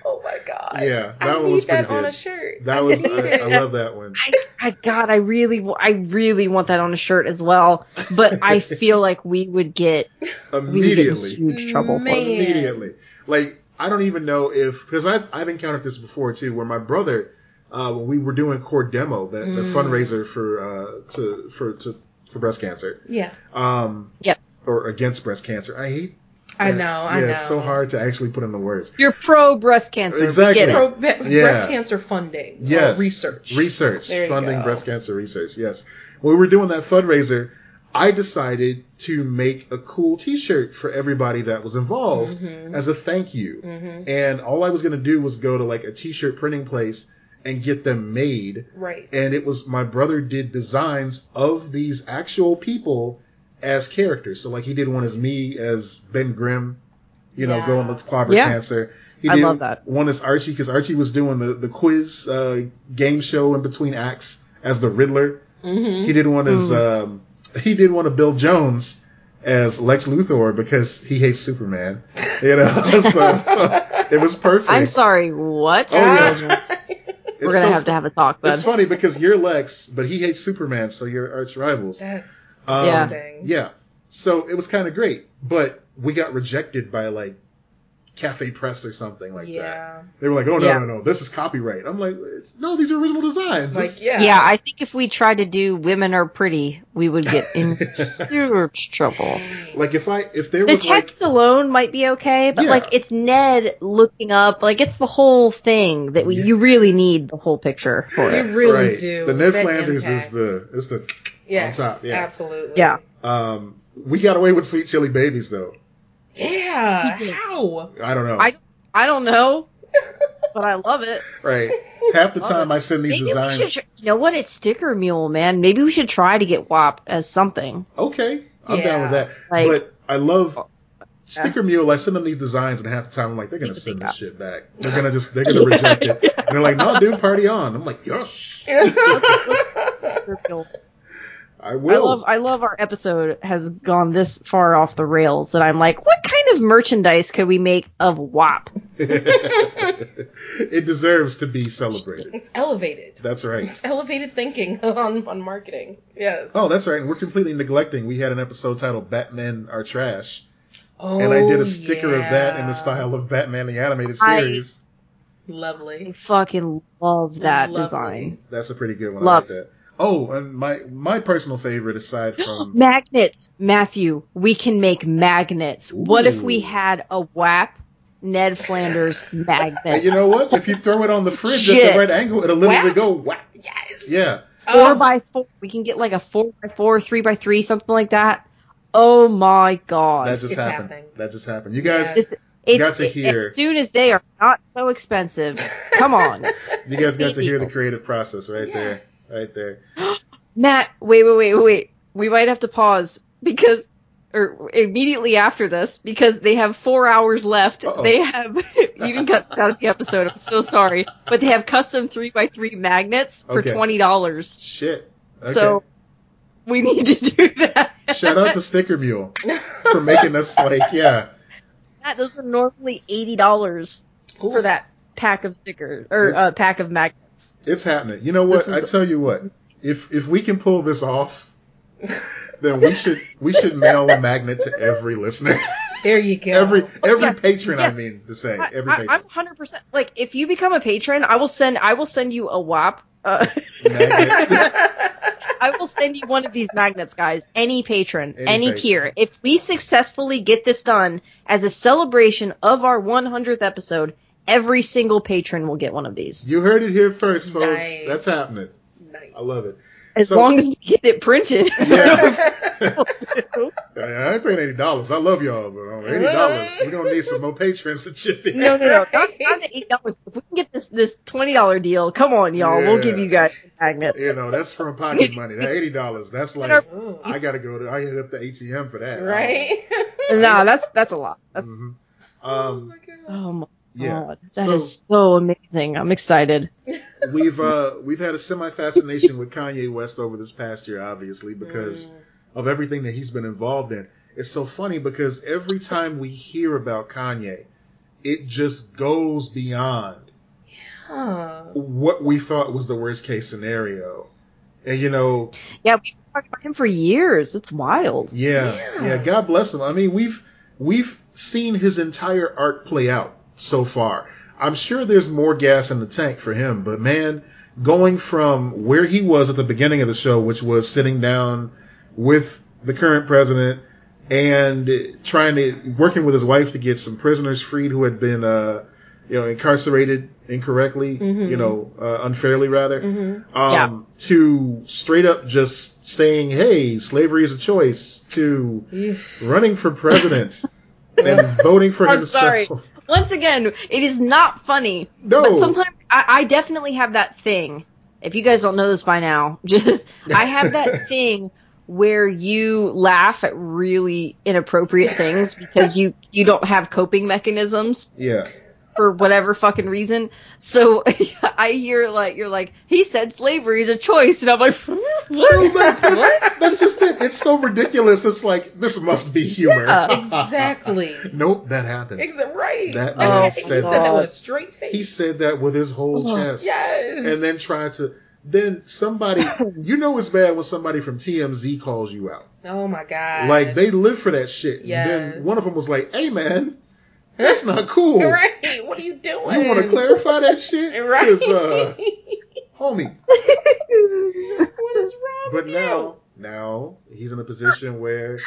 Speaker 1: oh my god.
Speaker 3: Yeah, that
Speaker 1: I
Speaker 3: one
Speaker 1: need
Speaker 3: was pretty
Speaker 1: that on
Speaker 3: good.
Speaker 1: a shirt.
Speaker 3: That was I, I love that one.
Speaker 2: I, I God, I really, wa- I really want that on a shirt as well. But I feel like we would get we would get in
Speaker 3: Immediately.
Speaker 2: huge trouble for
Speaker 1: Man.
Speaker 2: it.
Speaker 3: immediately. Like I don't even know if because I've I've encountered this before too, where my brother, uh, when we were doing Core Demo, the, the
Speaker 1: Mm.
Speaker 3: fundraiser for uh, to for to for breast cancer,
Speaker 1: Yeah.
Speaker 3: um,
Speaker 2: Yep.
Speaker 3: or against breast cancer. I hate.
Speaker 1: I
Speaker 3: that.
Speaker 1: know, I
Speaker 3: yeah,
Speaker 1: know.
Speaker 3: it's so hard to actually put in the words.
Speaker 2: You're pro breast cancer.
Speaker 3: Exactly.
Speaker 2: Get it.
Speaker 1: Pro, be-
Speaker 3: Yeah.
Speaker 1: Breast cancer funding. or
Speaker 3: Yes,
Speaker 1: research.
Speaker 3: research,
Speaker 1: There you
Speaker 3: funding
Speaker 1: go.
Speaker 3: breast cancer research. Yes, when we were doing that fundraiser, I decided to make a cool T-shirt for everybody that was involved
Speaker 1: Mhm.
Speaker 3: as a thank you.
Speaker 1: hmm
Speaker 3: and all I was gonna do was go to like a t-shirt printing place and get them made.
Speaker 1: Right.
Speaker 3: And it was my brother did designs of these actual people as characters. So like he did one as me as Ben Grimm, you know,
Speaker 1: Yeah.
Speaker 3: going let's clobber
Speaker 2: Yeah.
Speaker 3: cancer. He
Speaker 2: I
Speaker 3: did
Speaker 2: love that.
Speaker 3: one as Archie because Archie was doing the the quiz uh, game show in between acts as the Riddler.
Speaker 1: Mm-hmm.
Speaker 3: He did one as um, he did one of Bill Jones as Lex Luthor because he hates Superman. You know, so it was perfect.
Speaker 2: I'm sorry, what?
Speaker 3: Oh, yeah. It's
Speaker 2: We're gonna
Speaker 3: so
Speaker 2: have to have a talk, bud.
Speaker 3: It's funny because you're Lex, but he hates Superman, so you're arch rivals.
Speaker 1: That's
Speaker 3: Um,
Speaker 2: Yeah.
Speaker 1: amazing.
Speaker 3: Yeah. So it was kind of great, but we got rejected by like Cafe Press or something like that.
Speaker 1: yeah.
Speaker 3: They were like, "Oh no,
Speaker 2: Yeah.
Speaker 3: no, no, this is copyright." I'm like, it's, "No, these are original designs."
Speaker 1: Like
Speaker 3: Just-
Speaker 1: yeah.
Speaker 2: Yeah, I think if we tried to do "Women Are Pretty," we would get in huge trouble.
Speaker 3: like if I if there
Speaker 2: The
Speaker 3: was like
Speaker 2: text alone might be okay, but
Speaker 3: Yeah.
Speaker 2: like it's Ned looking up, like it's the whole thing that we,
Speaker 3: Yeah.
Speaker 2: you really need the whole picture for it.
Speaker 1: You really
Speaker 3: right,
Speaker 1: do.
Speaker 3: the Ned
Speaker 1: That
Speaker 3: Flanders
Speaker 1: impact.
Speaker 3: is the is the
Speaker 1: yes,
Speaker 3: on top, yeah.
Speaker 1: absolutely.
Speaker 2: Yeah.
Speaker 3: um we got away with sweet chili babies though.
Speaker 1: Yeah.
Speaker 2: He did.
Speaker 1: How?
Speaker 3: I don't know.
Speaker 2: I- I don't know, but I love it.
Speaker 3: right. Half the
Speaker 2: Love
Speaker 3: time
Speaker 2: it.
Speaker 3: I send these
Speaker 2: Maybe
Speaker 3: designs.
Speaker 2: we should, tr- you know what? It's Sticker Mule, man. Maybe we should try to get WAP as something.
Speaker 3: Okay, I'm
Speaker 1: Yeah.
Speaker 3: down with that.
Speaker 2: Like- oh,
Speaker 3: but I love Sticker Mule. I send them these designs, and half the time I'm like, they're gonna
Speaker 2: Take a
Speaker 3: send
Speaker 2: pic
Speaker 3: this
Speaker 2: up.
Speaker 3: shit back. They're gonna just they're gonna reject it. And they're like, no, dude, party on. I'm like, yes,
Speaker 2: Sticker Mule.
Speaker 3: I
Speaker 2: I
Speaker 3: will.
Speaker 2: love I love our episode has gone this far off the rails that I'm like, what kind of merchandise could we make of WAP?
Speaker 3: it deserves to be celebrated.
Speaker 1: It's elevated.
Speaker 3: That's right.
Speaker 1: It's elevated thinking on, on marketing. Yes.
Speaker 3: Oh, that's right. And we're completely neglecting. We had an episode titled "Batman Are Trash,"
Speaker 1: Oh,
Speaker 3: and I did a sticker of that in
Speaker 1: yeah.
Speaker 3: the style of Batman the Animated
Speaker 2: I-
Speaker 3: Series.
Speaker 2: I
Speaker 1: Lovely.
Speaker 2: fucking love that
Speaker 1: Lovely.
Speaker 2: design.
Speaker 3: That's a pretty good one.
Speaker 2: Love.
Speaker 3: I like that. Oh, and my my personal favorite aside from
Speaker 2: Magnets, Matthew. We can make magnets. What if we
Speaker 3: Ooh.
Speaker 2: had a WAP Ned Flanders
Speaker 3: And
Speaker 2: magnet?
Speaker 3: you know what? If you throw it on the fridge at
Speaker 2: Shit.
Speaker 3: the right angle, it'll literally
Speaker 1: Whack.
Speaker 3: go whack. Yeah.
Speaker 2: four
Speaker 1: Oh,
Speaker 2: by four. We can get like a four by four, three by three, something like that. Oh my god!
Speaker 3: That just
Speaker 1: It's
Speaker 3: happened.
Speaker 1: happening.
Speaker 3: That just happened. You guys
Speaker 1: Yes.
Speaker 2: This- it's,
Speaker 3: Got to
Speaker 2: it-
Speaker 3: hear.
Speaker 2: As soon as they are not so expensive, come on,
Speaker 3: you guys got to hear the
Speaker 2: People.
Speaker 3: creative process right
Speaker 1: Yes.
Speaker 3: there. Right there.
Speaker 2: Matt. Wait, wait, wait, wait, wait. We might have to pause because, or immediately after this, because they have four hours left.
Speaker 3: Uh-oh.
Speaker 2: They have you even cut this out of the episode. I'm so sorry, but they have custom three by three magnets for
Speaker 3: Okay.
Speaker 2: twenty dollars.
Speaker 3: Shit. Okay.
Speaker 2: So we need to do that.
Speaker 3: shout out to Sticker Mule for making us like yeah.
Speaker 2: Matt, those are normally eighty dollars for that pack of stickers or
Speaker 3: It's-
Speaker 2: uh, pack of magnets.
Speaker 3: It's happening. You know what?
Speaker 2: This
Speaker 3: I
Speaker 2: is-
Speaker 3: tell you what. If if we can pull this off, then we should we should mail a magnet to every listener,
Speaker 1: There you go.
Speaker 3: every every
Speaker 2: yeah.
Speaker 3: patron.
Speaker 2: Yes.
Speaker 3: I mean to say
Speaker 2: I,
Speaker 3: every patron.
Speaker 2: am 100 percent like if you become a patron, I will send I will send you a WAP. Uh,
Speaker 3: magnet.
Speaker 2: I will send you one of these magnets, guys. Any patron,
Speaker 3: Any
Speaker 2: any,
Speaker 3: patron.
Speaker 2: tier. If we successfully get this done as a celebration of our 100th episode, every single patron will get one of these.
Speaker 3: you heard it here first, folks.
Speaker 1: Nice.
Speaker 3: That's happening.
Speaker 1: Nice.
Speaker 3: I love it.
Speaker 2: As
Speaker 3: So-
Speaker 2: long as we get it printed.
Speaker 3: Yeah. I I ain't paying eighty dollars. I love y'all, but um, eighty dollars. We're gonna need some more patrons to chip in.
Speaker 2: No, no, no, not, not the eight dollars. If we can get this this twenty dollar deal, come on, y'all, we'll give you guys magnets.
Speaker 3: You know, that's from pocket money. That eighty dollars, that's like
Speaker 1: Ooh.
Speaker 3: I gotta go to I hit up the ATM for that.
Speaker 1: Right?
Speaker 2: No, that's that's a lot. That's,
Speaker 3: Mhm.
Speaker 1: oh
Speaker 3: Um
Speaker 1: my god.
Speaker 2: oh my
Speaker 3: yeah.
Speaker 2: god, that is
Speaker 3: So-
Speaker 2: so, amazing. I'm excited.
Speaker 3: We've uh we've had a semi fascination with Kanye West over this past year, obviously, because
Speaker 1: Mm.
Speaker 3: of everything that he's been involved in. It's so funny because every time we hear about Kanye, it just goes beyond
Speaker 1: Huh.
Speaker 3: what we thought was the worst case scenario. And you know,
Speaker 2: Yeah, we've been talking about him for years. It's wild.
Speaker 3: Yeah,
Speaker 1: Yeah.
Speaker 3: yeah. God bless him. I mean, we've we've seen his entire arc play out so far. I'm sure there's more gas in the tank for him, but man, going from where he was at the beginning of the show, which was sitting down with the current president and trying to working with his wife to get some prisoners freed who had been uh you know incarcerated incorrectly,
Speaker 1: Mhm.
Speaker 3: you know, uh, unfairly rather
Speaker 1: Mhm.
Speaker 3: um, to straight up just saying, "Hey, slavery is a choice," to
Speaker 1: Yeesh.
Speaker 3: running for president and voting for
Speaker 2: I'm
Speaker 3: himself.
Speaker 2: sorry. Once again, it is not funny.
Speaker 3: No.
Speaker 2: But sometimes I, I definitely have that thing. If you guys don't know this by now, just I have that thing where you laugh at really inappropriate things because you you don't have coping mechanisms.
Speaker 3: Yeah,
Speaker 2: for whatever fucking reason. So I hear like you're like he said slavery is a choice, and I'm like, what?
Speaker 3: No, that, that's, that's, just it. It's so ridiculous. It's like this must be humor.
Speaker 1: Yeah, exactly.
Speaker 3: nope, that happened.
Speaker 1: Exactly right.
Speaker 3: That man
Speaker 1: oh, he
Speaker 3: said,
Speaker 1: said that with a straight face.
Speaker 3: He said that with his whole
Speaker 2: Uh-huh.
Speaker 3: oh, chest.
Speaker 1: Yes.
Speaker 3: And then tried to. Then somebody, you know, it's bad when somebody from TMZ calls you out.
Speaker 1: Oh my god!
Speaker 3: Like they live for that shit.
Speaker 1: Yes.
Speaker 3: And then one of them was like, "Hey man, that's not cool.
Speaker 1: Right. What are you doing?
Speaker 3: You want to clarify that shit?
Speaker 1: right.
Speaker 3: Uh, homie.
Speaker 1: what is wrong
Speaker 3: But
Speaker 1: with
Speaker 3: now, now he's in a position where,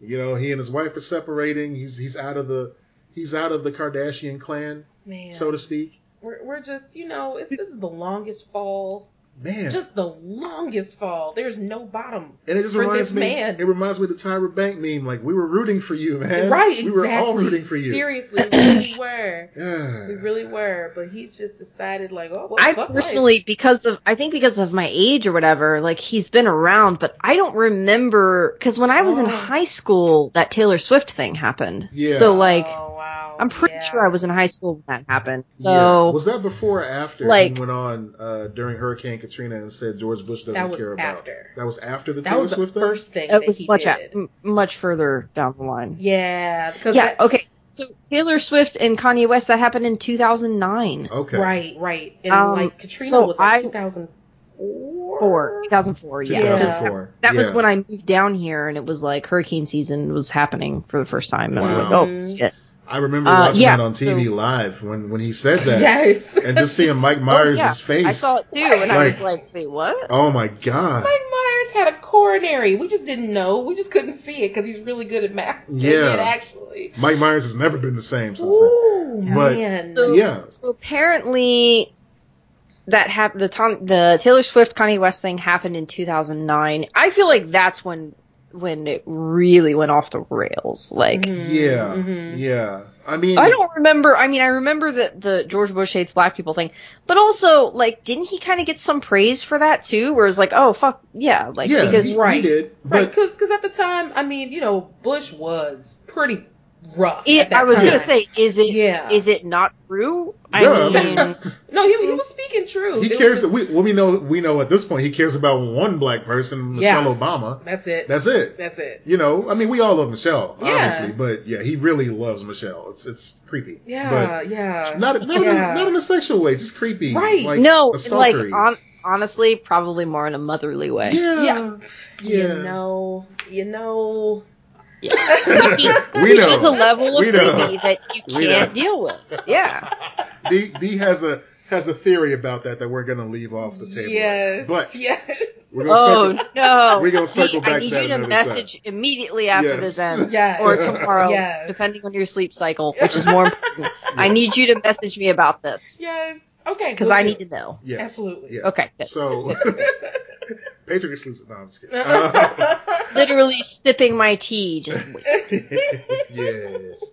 Speaker 3: you know, he and his wife are separating. He's he's out of the he's out of the Kardashian clan,
Speaker 1: you? Man.
Speaker 3: so to speak.
Speaker 1: we're, we're just, you know, it's, this is the longest fall.
Speaker 3: Man,
Speaker 1: Just the longest fall. There's no bottom.
Speaker 3: and it just
Speaker 1: for this
Speaker 3: reminds me.
Speaker 1: man.
Speaker 3: It reminds me of the Tyra Bank meme. Like we were rooting for you, man.
Speaker 1: right, exactly.
Speaker 3: We were all rooting for you.
Speaker 1: Seriously, we really were.
Speaker 3: Yeah.
Speaker 1: We really were. But he just decided, like, oh, well,
Speaker 2: I
Speaker 1: fuck life.
Speaker 2: personally, because of, I think because of my age or whatever, like he's been around, but I don't remember because when I was in
Speaker 1: Oh.
Speaker 2: high school, that Taylor Swift thing happened.
Speaker 3: Yeah.
Speaker 2: So like,
Speaker 1: oh, wow.
Speaker 2: I'm pretty
Speaker 1: Yeah.
Speaker 2: sure I was in high school when that happened.
Speaker 3: Yeah.
Speaker 2: So
Speaker 3: was that before or after
Speaker 2: like-
Speaker 3: he went on uh, during Hurricane Katrina and said George Bush doesn't
Speaker 1: That was
Speaker 3: care about?
Speaker 1: after.
Speaker 3: That was after the
Speaker 1: That
Speaker 3: Taylor
Speaker 1: was the
Speaker 3: Swift thing.
Speaker 1: first thing
Speaker 2: it
Speaker 1: that
Speaker 2: was
Speaker 1: he
Speaker 2: much
Speaker 1: did.
Speaker 2: out, m- much further down the line.
Speaker 1: Yeah, because
Speaker 2: yeah. Okay. So Taylor Swift and Kanye West that happened in 2009
Speaker 3: Okay.
Speaker 1: Right, right. And
Speaker 2: Um,
Speaker 1: like Katrina
Speaker 2: so
Speaker 1: was like
Speaker 2: I-
Speaker 1: 2004.
Speaker 2: or 2004. Yeah. 'Cause
Speaker 3: 2004.
Speaker 2: That was
Speaker 3: Yeah.
Speaker 2: when I moved down here, and it was like hurricane season was happening for the first time, and I'm like,
Speaker 3: Wow.
Speaker 2: oh shit.
Speaker 3: I remember
Speaker 2: Uh,
Speaker 3: watching
Speaker 2: yeah,
Speaker 3: that on TV
Speaker 2: so- Oh,
Speaker 3: live when when he said that,
Speaker 1: Yes.
Speaker 3: and just seeing Mike Myers'
Speaker 2: yeah.
Speaker 3: face.
Speaker 2: I saw it too, and I was
Speaker 3: Like-
Speaker 2: like, wait, what?
Speaker 3: Oh my
Speaker 1: Mike
Speaker 3: god.
Speaker 1: Myers had a coronary. We just didn't know. We just couldn't see it because he's really good at masking
Speaker 3: Yeah.
Speaker 1: it, actually.
Speaker 3: Mike Myers has never been the same since
Speaker 1: Ooh,
Speaker 3: But-
Speaker 1: man.
Speaker 3: then.
Speaker 2: So-
Speaker 3: Yeah.
Speaker 2: So apparently, that happened. The Tom, the Taylor Swift Kanye West thing happened in 2009. I feel like that's when when it really went off the rails. Like.
Speaker 1: Mhm,
Speaker 3: Yeah.
Speaker 1: mhm.
Speaker 3: Yeah. I mean
Speaker 2: Mm-hmm. I don't remember. I mean, I remember the the George Bush hates black people thing, but also like, didn't he kind of get some praise for that too? Where it was like, oh fuck, yeah, like
Speaker 3: yeah,
Speaker 2: because
Speaker 3: he,
Speaker 1: Right.
Speaker 3: he did.
Speaker 1: Right,
Speaker 3: But
Speaker 1: because at the time, I mean, you know, Bush was pretty rough.
Speaker 2: It-
Speaker 1: at that
Speaker 2: I was
Speaker 1: time.
Speaker 2: gonna say, is it is
Speaker 1: Yeah.
Speaker 2: it not true?
Speaker 3: Yeah.
Speaker 2: I mean,
Speaker 1: No, he, was- he was speaking truth. It
Speaker 3: he
Speaker 1: was
Speaker 3: cares
Speaker 1: just-
Speaker 3: we well we know we know at this point he cares about one black person, Michelle
Speaker 1: Yeah.
Speaker 3: Obama.
Speaker 1: that's it.
Speaker 3: That's it.
Speaker 1: That's it.
Speaker 3: You know, I mean, we all love Michelle,
Speaker 1: Yeah.
Speaker 3: obviously, but yeah, he really loves Michelle. It's it's creepy.
Speaker 1: Yeah, yeah.
Speaker 3: But not not, in
Speaker 1: Yeah.
Speaker 3: a, not in a sexual way, just creepy.
Speaker 1: Right.
Speaker 3: Like,
Speaker 2: no, like
Speaker 3: Assaultery.
Speaker 2: on, honestly, probably more in a motherly way.
Speaker 3: Yeah.
Speaker 1: Yeah.
Speaker 3: Yeah.
Speaker 1: You know, you know.
Speaker 3: we
Speaker 2: Which is a
Speaker 3: know.
Speaker 2: level of
Speaker 3: We know.
Speaker 2: creepy that you
Speaker 3: We
Speaker 2: can't
Speaker 3: know.
Speaker 2: deal with. Yeah.
Speaker 3: D, D has a has a theory about that that we're gonna leave off the table.
Speaker 1: Yes.
Speaker 3: But
Speaker 1: yes.
Speaker 3: We're gonna
Speaker 2: Oh
Speaker 3: circle-
Speaker 2: no.
Speaker 3: We're gonna
Speaker 2: See,
Speaker 3: circle
Speaker 2: I
Speaker 3: back
Speaker 2: need
Speaker 3: to that
Speaker 2: you to
Speaker 3: another
Speaker 2: message immediately after
Speaker 3: Yes.
Speaker 2: this ends.
Speaker 1: Yes.
Speaker 2: Or tomorrow,
Speaker 1: Yes.
Speaker 2: depending on your sleep cycle, which is more important. I need you to message me about this
Speaker 1: Yes. Okay.
Speaker 2: because
Speaker 1: we'll
Speaker 2: I
Speaker 1: do.
Speaker 2: need to know.
Speaker 3: Yes.
Speaker 1: Absolutely.
Speaker 3: yes.
Speaker 2: Okay, good.
Speaker 3: So, Patreon exclusive. No, I'm just kidding. Uh,
Speaker 2: Literally sipping my tea, just wait.
Speaker 3: yes.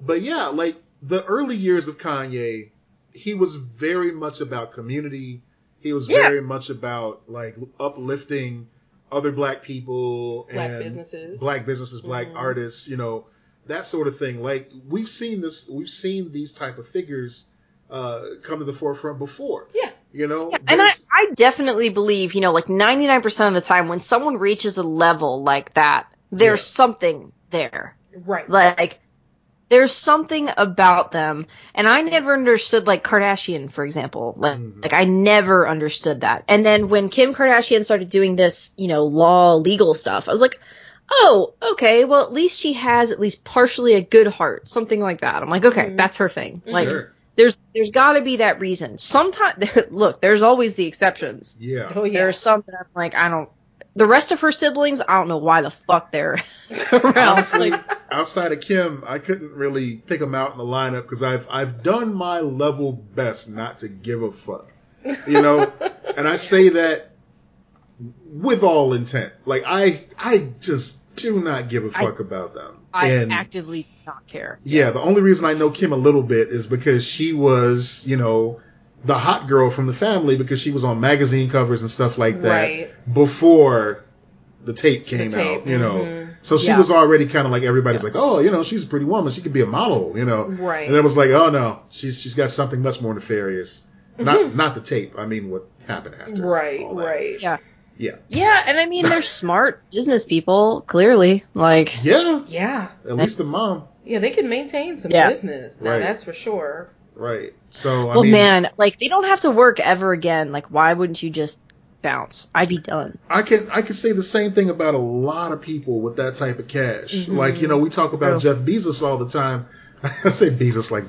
Speaker 3: But yeah, like the early years of Kanye, he was very much about community. He was
Speaker 2: Yeah.
Speaker 3: very much about like uplifting other black people
Speaker 1: Black
Speaker 3: and
Speaker 1: businesses.
Speaker 3: black businesses, black
Speaker 2: Mm-hmm.
Speaker 1: Mhm.
Speaker 3: artists, you know, that sort of thing. Like we've seen this, we've seen these type of figures uh, come to the forefront before.
Speaker 1: Yeah.
Speaker 3: You know,
Speaker 2: Yeah, and I,
Speaker 3: There's-
Speaker 2: I definitely believe, you know, like 99% of the time when someone reaches a level like that, there's
Speaker 3: Yeah.
Speaker 2: something there.
Speaker 1: Right.
Speaker 2: Like, there's something about them. And I never understood, like, Kardashian, for example. Like,
Speaker 3: Mhm.
Speaker 2: like, I never understood that. And then when Kim Kardashian started doing this, you know, law, legal stuff, I was like, oh, okay, well, at least she has at least partially a good heart, something like that. I'm like, okay,
Speaker 1: Mhm.
Speaker 2: that's her thing. Like,
Speaker 3: Sure.
Speaker 2: there's there's got to be that reason. Sometimes there, look, there's always the exceptions.
Speaker 3: yeah.
Speaker 1: Oh yeah.
Speaker 2: There's some that I'm like I don't. The rest of her siblings, I don't know why the fuck they're around.
Speaker 3: Honestly, outside of Kim, I couldn't really pick them out in the lineup because I've I've done my level best not to give a fuck, you know. and I say that with all intent. Like I I just do not give a
Speaker 2: I-
Speaker 3: fuck about them.
Speaker 2: I
Speaker 3: and
Speaker 2: actively do not care.
Speaker 3: yeah, the only reason I know Kim a little bit is because she was you know the hot girl from the family because she was on magazine covers and stuff like that
Speaker 1: Right.
Speaker 3: before the tape
Speaker 1: The
Speaker 3: came
Speaker 1: tape.
Speaker 3: out. You know.
Speaker 1: Mhm.
Speaker 3: So she
Speaker 2: Yeah.
Speaker 3: was already kind of like everybody's like, oh, you know, she's a pretty woman. She could be a model, you know.
Speaker 1: Right.
Speaker 3: And it was like, oh no, she's she's got something much more nefarious. Not not the tape. I mean, what happened after?
Speaker 1: Mm-hmm. Right,
Speaker 3: all that.
Speaker 1: right.
Speaker 2: Yeah.
Speaker 3: Yeah.
Speaker 2: Yeah, and I mean they're smart business people, clearly. Like
Speaker 3: Yeah.
Speaker 1: Yeah.
Speaker 3: At least the mom.
Speaker 1: Yeah, they can maintain some
Speaker 2: Yeah.
Speaker 1: business. Now,
Speaker 3: Right.
Speaker 1: That's for sure.
Speaker 3: Right. So I
Speaker 2: well
Speaker 3: mean,
Speaker 2: man, like they don't have to work ever again. Like why wouldn't you just bounce? I'd be done.
Speaker 3: I can I can say the same thing about a lot of people with that type of cash.
Speaker 1: Mm-hmm.
Speaker 3: Like you know, we talk about
Speaker 2: True.
Speaker 3: Jeff Bezos all the time. I say Bezos like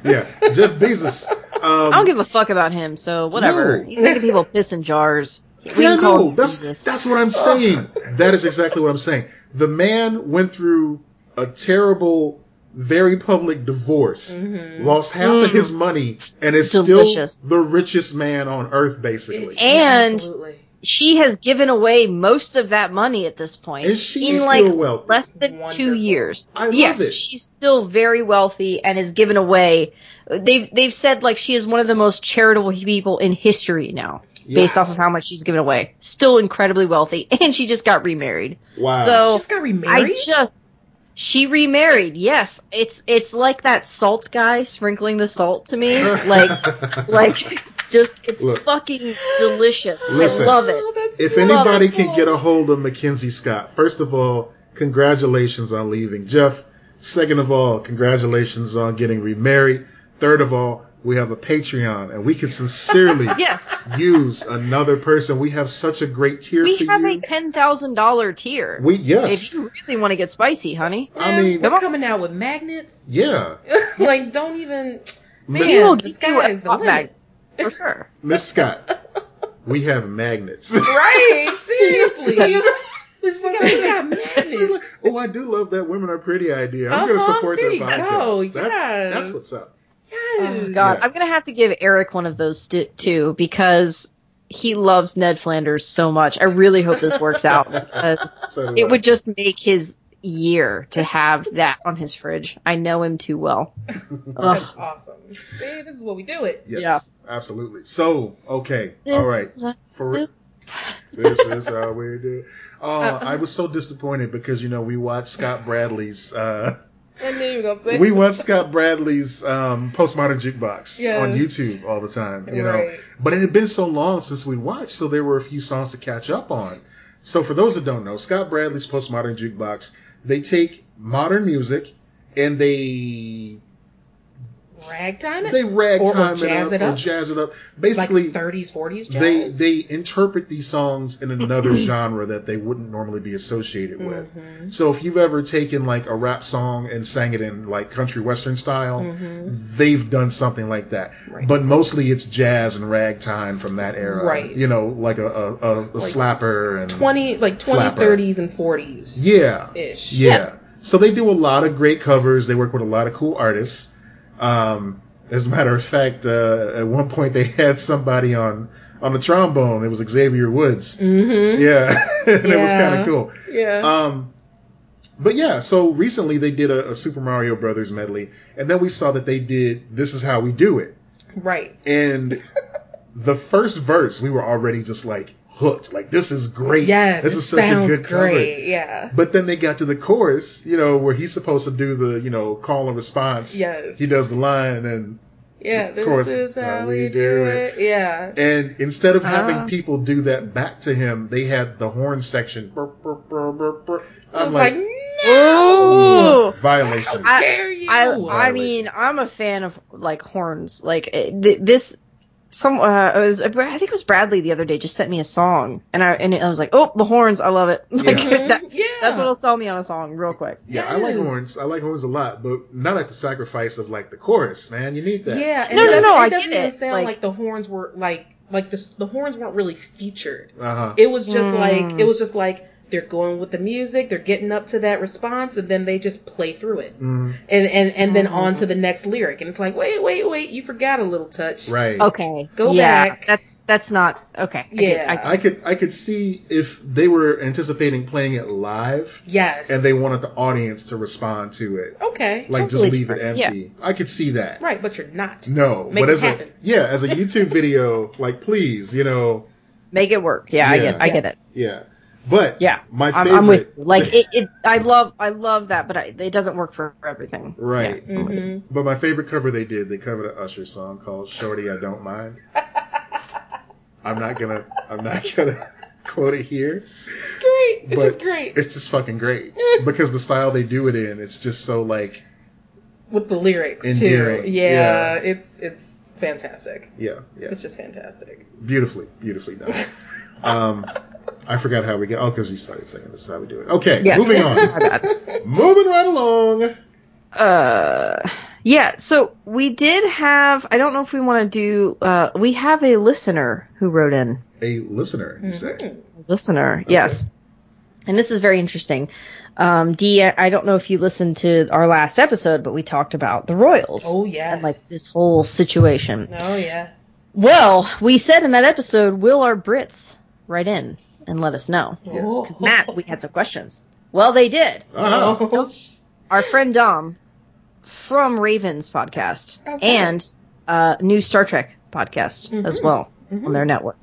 Speaker 1: Jesus.
Speaker 3: Yeah, Jeff Bezos. Um,
Speaker 2: I don't give a fuck about him, so whatever.
Speaker 3: No.
Speaker 2: He's making people piss in jars. We
Speaker 3: yeah,
Speaker 2: can call
Speaker 3: no,
Speaker 2: him
Speaker 3: that's
Speaker 2: Jesus.
Speaker 3: that's what I'm saying. that is exactly what I'm saying. The man went through a terrible, very public divorce,
Speaker 1: Mm-hmm.
Speaker 2: Mm-hmm.
Speaker 3: lost half of his
Speaker 2: Mm.
Speaker 3: money, and is
Speaker 2: Delicious.
Speaker 3: still the richest man on earth, basically.
Speaker 2: And-
Speaker 1: absolutely.
Speaker 2: she has given away most of that money at this point.
Speaker 3: Is she
Speaker 2: in
Speaker 3: still
Speaker 2: like
Speaker 3: wealthy?
Speaker 2: less than two
Speaker 1: Wonderful.
Speaker 2: years?
Speaker 3: I love
Speaker 2: yes,
Speaker 3: it.
Speaker 2: she's still very wealthy and has given away. They've they've said like she is one of the most charitable people in history now, based
Speaker 3: Yeah.
Speaker 2: off of how much she's given away. Still incredibly wealthy, and she just got remarried.
Speaker 3: Wow.
Speaker 2: So-
Speaker 1: She just got remarried?
Speaker 2: I just she remarried. Yes, it's it's like that salt guy sprinkling the salt to me. Like like it's just it's
Speaker 3: Look.
Speaker 2: fucking delicious.
Speaker 3: Listen.
Speaker 2: I love it.
Speaker 1: Oh, that's
Speaker 3: If
Speaker 1: wonderful.
Speaker 3: anybody can get a hold of Mackenzie Scott, first of all, congratulations on leaving Jeff. Second of all, congratulations on getting remarried. Third of all, we have a Patreon and we can sincerely
Speaker 2: Yeah.
Speaker 3: use another person. We have such a great tier
Speaker 2: we
Speaker 3: for
Speaker 2: have
Speaker 3: you.
Speaker 2: a ten thousand dollar tier.
Speaker 3: we
Speaker 2: If
Speaker 3: yes.
Speaker 2: you really want to get spicy, honey,
Speaker 3: I mean
Speaker 1: We're
Speaker 2: Come on.
Speaker 1: coming out with magnets.
Speaker 3: yeah.
Speaker 1: like, don't even. Man,
Speaker 3: Miss
Speaker 2: will
Speaker 1: the
Speaker 2: give you
Speaker 1: sky
Speaker 2: a
Speaker 1: is the
Speaker 2: fuck
Speaker 1: limit.
Speaker 2: magnet. for sure.
Speaker 3: Miss Scott, we have magnets.
Speaker 1: Right? Seriously.
Speaker 3: It's like-
Speaker 1: We got magnets.
Speaker 3: She's like, oh, I do love that women are pretty idea. I'm going to
Speaker 1: Uh-huh,
Speaker 3: support
Speaker 1: there
Speaker 3: their
Speaker 1: you go,
Speaker 3: podcast. That's
Speaker 1: yes.
Speaker 3: that's what's up.
Speaker 1: Yes.
Speaker 2: Oh, God,
Speaker 3: Yeah.
Speaker 2: I'm gonna have to give Eric one of those st- too because he loves Ned Flanders so much. I really hope this works out because
Speaker 3: So uh, do I.
Speaker 2: it would just make his year to have that on his fridge. I know him too well. Ugh.
Speaker 1: That's awesome. See, this is what we do it.
Speaker 3: Yes,
Speaker 2: Yeah.
Speaker 3: absolutely. So, okay, all right. For re- this is how we do. Uh, I was so disappointed because you know we watched Scott Bradley's. Uh,
Speaker 1: I knew you were gonna say
Speaker 3: we watched Scott Bradley's um, postmodern jukebox
Speaker 1: Yes.
Speaker 3: on YouTube all the time. You know,
Speaker 1: Right.
Speaker 3: but it had been so long since we watched, so there were a few songs to catch up on. So, for those that don't know, Scott Bradley's postmodern jukebox, they take modern music and they
Speaker 1: ragtime. it?
Speaker 3: they ragtime
Speaker 1: jazz
Speaker 3: it
Speaker 1: it
Speaker 3: up or
Speaker 1: up?
Speaker 3: jazz it up.
Speaker 1: like
Speaker 3: Basically,
Speaker 1: 30s, 40s
Speaker 3: they
Speaker 1: jazz.
Speaker 3: they interpret these songs in another genre that they wouldn't normally be associated with.
Speaker 1: Mm-hmm.
Speaker 3: So if you've ever taken like a rap song and sang it in like country western style, they've done something like that.
Speaker 1: Mm-hmm. Right.
Speaker 3: But mostly it's jazz and ragtime from that era.
Speaker 1: Right.
Speaker 3: You know, like a a, a, a slapper and
Speaker 1: 20 like 20s,
Speaker 3: Flapper.
Speaker 1: 30s, and 40s.
Speaker 3: yeah.
Speaker 1: Ish.
Speaker 3: Yeah. So they do a lot of great covers. They work with a lot of cool artists. Um, as a matter of fact, uh, at one point they had somebody on on the trombone. It was Xavier Woods.
Speaker 1: Mm-hmm.
Speaker 3: Yeah, and it was
Speaker 1: Yeah.
Speaker 3: kind of cool.
Speaker 1: Yeah.
Speaker 3: Um, but yeah, so recently they did a, a Super Mario Brothers medley, and then we saw that they did "This Is How We Do It,"
Speaker 1: right.
Speaker 3: and the first verse we were already just like hooked. Like this is great.
Speaker 1: Yes.
Speaker 3: this
Speaker 1: it
Speaker 3: is such
Speaker 1: sounds
Speaker 3: a good cover.
Speaker 1: great. Yeah.
Speaker 3: But then they got to the chorus, you know, where he's supposed to do the, you know, call and response.
Speaker 1: Yes.
Speaker 3: He does the line, and then,
Speaker 1: Yeah. This
Speaker 3: course,
Speaker 1: is
Speaker 3: how
Speaker 1: how
Speaker 3: we
Speaker 1: we
Speaker 3: do
Speaker 1: do it. Yeah.
Speaker 3: and instead of
Speaker 2: Ah.
Speaker 3: having people do that back to him, they had the horn section. Brr, brr, brr, brr, brr.
Speaker 1: I
Speaker 3: I'm
Speaker 1: was like,
Speaker 3: like,
Speaker 2: Ooh.
Speaker 3: violation.
Speaker 2: I-
Speaker 1: dare you?
Speaker 2: I, I mean, I'm a fan of like horns. Like it- th- this, some uh, it was, I think it was Bradley the other day just sent me a song, and I and I was like, oh, the horns, I love it. Like
Speaker 1: Mhm.
Speaker 2: that,
Speaker 1: yeah.
Speaker 2: that's what'll sell me on a song real quick.
Speaker 3: yeah, I like
Speaker 1: yes.
Speaker 3: horns. I like horns a lot, but not at the sacrifice of like the chorus, man. You need that.
Speaker 1: Yeah, and
Speaker 2: No,
Speaker 1: it
Speaker 2: no,
Speaker 1: doesn't-
Speaker 2: no, I
Speaker 1: It doesn't
Speaker 2: get
Speaker 1: even
Speaker 2: it.
Speaker 1: sound
Speaker 2: Like-
Speaker 1: like, the horns were like like the the horns weren't really featured.
Speaker 3: Uh huh.
Speaker 1: It was just
Speaker 2: Mm.
Speaker 1: like it was just like they're going with the music, they're getting up to that response, and then they just play through it,
Speaker 3: Mm,
Speaker 1: and and and then on to the next lyric, and it's like wait, wait, wait, you forgot a little touch.
Speaker 3: Right.
Speaker 2: Okay,
Speaker 1: Go
Speaker 2: yeah,
Speaker 1: back.
Speaker 2: That's that's not okay. I get it,
Speaker 1: Yeah.
Speaker 2: I get it.
Speaker 3: I could I could see if they were anticipating playing it live,
Speaker 1: Yes.
Speaker 3: and they wanted the audience to respond to it,
Speaker 1: Okay.
Speaker 3: like
Speaker 2: Totally
Speaker 3: just leave it
Speaker 2: different. Yeah.
Speaker 3: empty. I could see that.
Speaker 1: right, but you're not.
Speaker 3: No,
Speaker 1: Make
Speaker 3: but
Speaker 1: it
Speaker 3: as
Speaker 1: happen.
Speaker 3: a yeah, as a YouTube video, like please, you know,
Speaker 2: make it work. Yeah, I
Speaker 3: Yeah.
Speaker 2: get, I get it.
Speaker 1: Yes.
Speaker 3: yeah. But
Speaker 2: Yeah, I'm,
Speaker 3: my favorite,
Speaker 2: I'm with you. like it, it. I love I love that, but I, it doesn't work for everything.
Speaker 3: right.
Speaker 1: hmm
Speaker 3: But my favorite cover they did, they covered an Usher song called "Shorty I Don't Mind." I'm not gonna, I'm not gonna quote it here.
Speaker 1: It's great. This
Speaker 3: But
Speaker 1: is great.
Speaker 3: It's just fucking great because the style they do it in, it's just so like,
Speaker 1: With the lyrics
Speaker 3: Endearing,
Speaker 1: too.
Speaker 3: yeah.
Speaker 1: Yeah, it's it's fantastic.
Speaker 3: yeah, yeah,
Speaker 1: It's just fantastic.
Speaker 3: beautifully, beautifully done. um, I forgot how we get. Oh, because you started singing. This is how we do it. Okay,
Speaker 2: Yes.
Speaker 3: moving on.
Speaker 2: My bad.
Speaker 3: moving right along.
Speaker 2: Uh, yeah. So we did have. I don't know if we want to do. Uh, we have a listener who wrote in.
Speaker 3: A listener, you
Speaker 2: Mm-hmm.
Speaker 3: say?
Speaker 1: Mhm.
Speaker 2: listener. Yes. And this is very interesting. Um, Dee, I I don't know if you listened to our last episode, but we talked about the Royals
Speaker 1: Oh yes.
Speaker 2: and like this whole situation.
Speaker 1: Oh yes.
Speaker 2: Well, we said in that episode, will our Brits write in and let us know?
Speaker 3: Yes.
Speaker 1: Oh.
Speaker 2: Because Matt, we had some questions. Well, they did.
Speaker 3: Uh-huh.
Speaker 1: Oh.
Speaker 2: Our friend Dom from Ravens podcast
Speaker 1: Okay.
Speaker 2: and uh, new Star Trek podcast as
Speaker 1: Mhm.
Speaker 2: well on their network.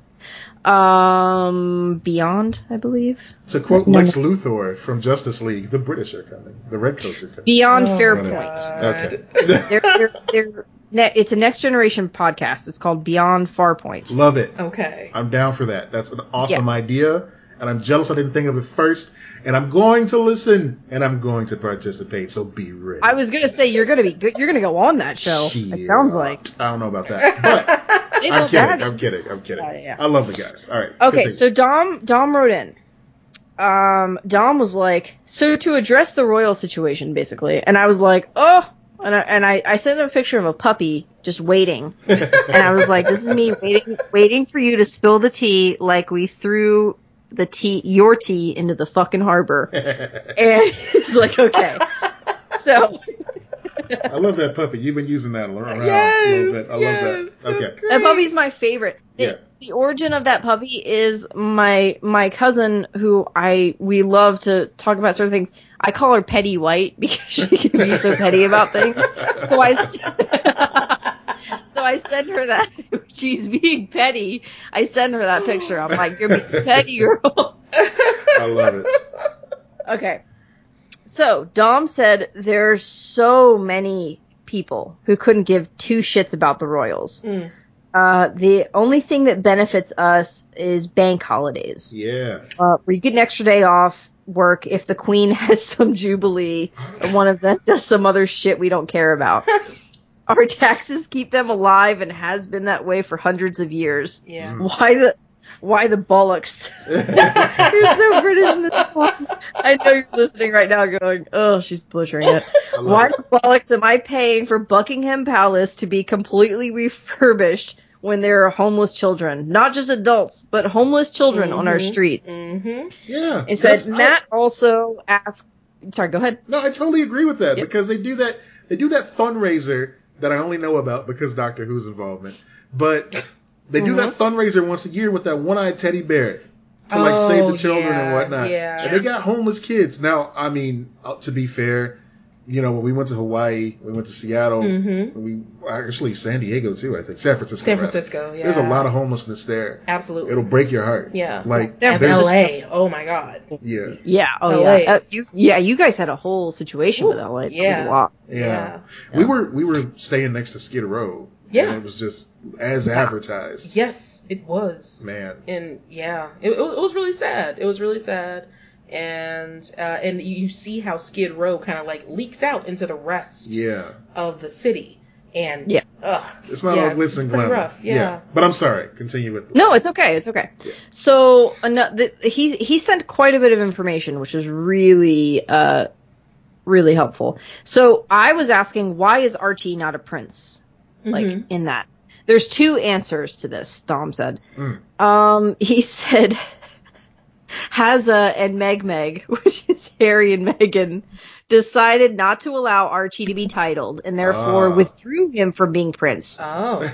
Speaker 2: Um, Beyond, I believe.
Speaker 3: To quote
Speaker 2: No,
Speaker 3: Lex Luthor from Justice League, the British are coming. The Redcoats are coming.
Speaker 2: Beyond
Speaker 1: Oh,
Speaker 2: Fair
Speaker 3: God.
Speaker 2: Point.
Speaker 3: Okay.
Speaker 2: They're, they're, they're, ne- it's a next generation podcast. It's called Beyond Far Point.
Speaker 3: Love it.
Speaker 1: Okay.
Speaker 3: I'm down for that. That's an awesome idea, and I'm jealous I didn't think of it first. And I'm going to listen, and I'm going to participate. So be ready.
Speaker 2: I was gonna say you're gonna be good. You're gonna go on that show. It
Speaker 3: Shit.
Speaker 2: sounds like.
Speaker 3: I don't know about that, but
Speaker 2: They
Speaker 3: I'm
Speaker 2: don't
Speaker 3: kidding.
Speaker 2: have it.
Speaker 3: I'm kidding. I'm kidding.
Speaker 2: Yeah, Oh, yeah.
Speaker 3: I love the guys. All right.
Speaker 2: Okay,
Speaker 3: continue.
Speaker 2: so Dom Dom wrote in. Um, Dom was like, so to address the royal situation, basically, and I was like, oh, and I, and I, I sent him a picture of a puppy just waiting, and I was like, this is me waiting, waiting for you to spill the tea like we threw the tea, your tea, into the fucking harbor, and he's like, okay, so
Speaker 3: I love that puppy. You've been using that around
Speaker 1: Yes,
Speaker 3: a little bit. I
Speaker 1: yes,
Speaker 3: love that.
Speaker 1: that's
Speaker 3: Okay.
Speaker 1: great.
Speaker 2: that puppy's my favorite. The-
Speaker 3: Yeah.
Speaker 2: The origin of that puppy is my my cousin who I we love to talk about certain things. I call her Petty White because she can be so petty about things. So I s- so I send her that she's being petty. I send her that picture. I'm like, you're being petty, girl.
Speaker 3: I love it.
Speaker 2: Okay. So Dom said there's so many people who couldn't give two shits about the Royals.
Speaker 1: Mm.
Speaker 2: Uh, the only thing that benefits us is bank holidays,
Speaker 3: Yeah.
Speaker 2: uh, where you get an extra day off work if the queen has some jubilee or one of them does some other shit we don't care about. Our taxes keep them alive and has been that way for hundreds of years.
Speaker 1: Yeah.
Speaker 2: Why the why the bollocks? you're so British. In this one. I know you're listening right now, going, "Oh, she's butchering it."
Speaker 3: I love
Speaker 2: Why
Speaker 3: it.
Speaker 2: the bollocks am I paying for Buckingham Palace to be completely refurbished when there are homeless children? Not just adults, but homeless children on our
Speaker 1: Mhm.
Speaker 2: streets.
Speaker 3: Mm.
Speaker 1: Mm-hmm.
Speaker 3: Yeah.
Speaker 2: It said
Speaker 3: That's- I-
Speaker 2: Matt also asked. Sorry, go ahead.
Speaker 3: No, I totally agree with that
Speaker 2: Yep.
Speaker 3: because they do that. They do that fundraiser that I only know about because Doctor Who's involvement. But they
Speaker 1: Mm-hmm.
Speaker 3: do that fundraiser once a year with that one-eyed teddy bear to like save the
Speaker 1: Oh,
Speaker 3: children
Speaker 1: yeah,
Speaker 3: and whatnot.
Speaker 1: yeah.
Speaker 3: And they got homeless kids. Now, I mean, uh, to be fair, you know, when we went to Hawaii, we went to Seattle,
Speaker 1: Mhm.
Speaker 3: when we actually San Diego too. I think San Francisco.
Speaker 1: San
Speaker 3: rather.
Speaker 1: Francisco. Yeah.
Speaker 3: There's a lot of homelessness there.
Speaker 1: Absolutely.
Speaker 3: It'll break your heart.
Speaker 1: Yeah.
Speaker 3: Like
Speaker 2: Yeah,
Speaker 1: and
Speaker 3: there's
Speaker 1: LA. Oh my God.
Speaker 3: yeah.
Speaker 2: Yeah. Oh
Speaker 1: LA's.
Speaker 2: yeah. Uh, you, yeah. You guys had a whole situation with
Speaker 1: Ooh,
Speaker 2: LA. That was
Speaker 1: yeah.
Speaker 2: a lot.
Speaker 3: Yeah.
Speaker 1: Yeah.
Speaker 3: We
Speaker 2: Yeah.
Speaker 3: were we were staying next to Skid Row.
Speaker 1: Yeah.
Speaker 3: And it was just as advertised.
Speaker 1: Yes, it was.
Speaker 3: Man.
Speaker 1: and yeah, it, it was really sad. It was really sad, and uh, and you you see how Skid Row kind of like leaks out into the rest
Speaker 3: Yeah.
Speaker 1: of the city, and
Speaker 2: Yeah.
Speaker 1: ugh,
Speaker 3: It's not
Speaker 1: yeah,
Speaker 3: all glitz and
Speaker 1: it's pretty
Speaker 3: glamour.
Speaker 1: rough, yeah.
Speaker 3: But I'm sorry. Continue with
Speaker 2: No, it's okay. It's okay. So ano- the, he he sent quite a bit of information, which was really uh really helpful. So I was asking, why is Archie not a prince? Like
Speaker 1: Mhm.
Speaker 2: in that, there's two answers to this. Dom said.
Speaker 3: Mm.
Speaker 2: Um, he said. Hazza and Meg Meg, which is Harry and Meghan, decided not to allow Archie to be titled and therefore
Speaker 3: Ah.
Speaker 2: withdrew him from being prince.
Speaker 1: Oh,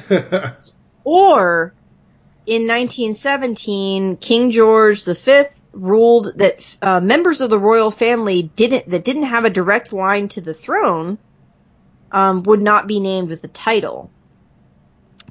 Speaker 2: Or in 1917, King George V ruled that uh, members of the royal family didn't that didn't have a direct line to the throne um, would not be named with the title.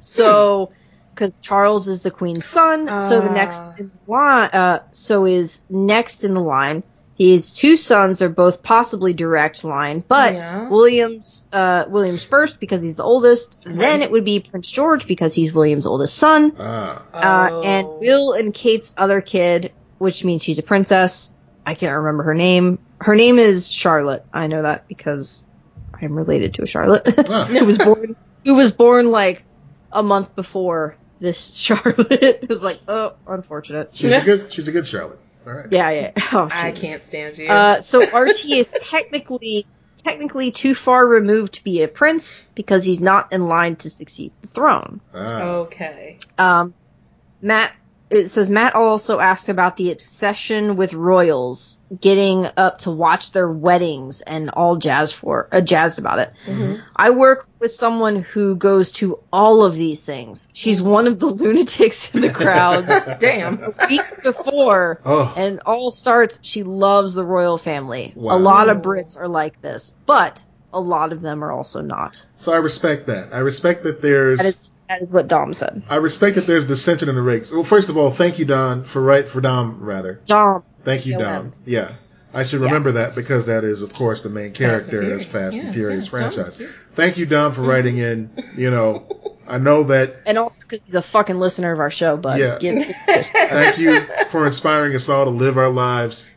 Speaker 2: So because Charles is the queen's son. so the next in line, uh, so is next in the line. His two sons are both possibly direct line, but
Speaker 1: Yeah.
Speaker 2: Mm-hmm. Williams, uh, Williams first because he's the oldest. Then it would be Prince George because he's William's oldest son.
Speaker 3: Ah,
Speaker 1: Oh.
Speaker 2: Uh, and Will and Kate's other kid, which means she's a princess. I can't remember her name. Her name is Charlotte. I know that because I'm related to a Charlotte
Speaker 3: ah.
Speaker 2: who was born who was born like a month before this Charlotte. it was like, oh, unfortunate.
Speaker 3: she's a good she's a good Charlotte. All right.
Speaker 2: Yeah, yeah. Oh,
Speaker 1: I
Speaker 2: Jesus.
Speaker 1: can't stand you.
Speaker 2: Uh, so Archie is technically technically too far removed to be a prince because he's not in line to succeed the throne.
Speaker 3: Ah.
Speaker 1: okay.
Speaker 2: Um, Matt, it says Matt also asked about the obsession with royals getting up to watch their weddings and all jazz for uh, jazzed about it. I work with someone who goes to all of these things. She's one of the lunatics in the crowd.
Speaker 1: Damn.
Speaker 2: Week before,
Speaker 3: Oh.
Speaker 2: and all starts. She loves the royal family.
Speaker 3: Wow.
Speaker 2: A lot of Brits are like this, but a lot of them are also not.
Speaker 3: So I respect that. I respect that there's
Speaker 2: That is that is what Dom said.
Speaker 3: I respect that there's dissension in the ranks. Well, first of all, thank you, Don, for right for Dom rather.
Speaker 2: Dom,
Speaker 3: Thank you,
Speaker 2: Still
Speaker 3: Dom.
Speaker 2: am.
Speaker 3: Yeah. I should remember that because that is, of course, the main character
Speaker 1: and
Speaker 3: as Fast
Speaker 1: Furious.
Speaker 3: and
Speaker 1: Yes, yes,
Speaker 3: Furious
Speaker 1: Dom
Speaker 3: franchise.
Speaker 1: is cute.
Speaker 3: Thank you, Dom, for writing in. You know, I know that
Speaker 2: and also because he's a fucking listener of our show. But
Speaker 3: Yeah.
Speaker 2: get,
Speaker 3: Thank you for inspiring us all to live our lives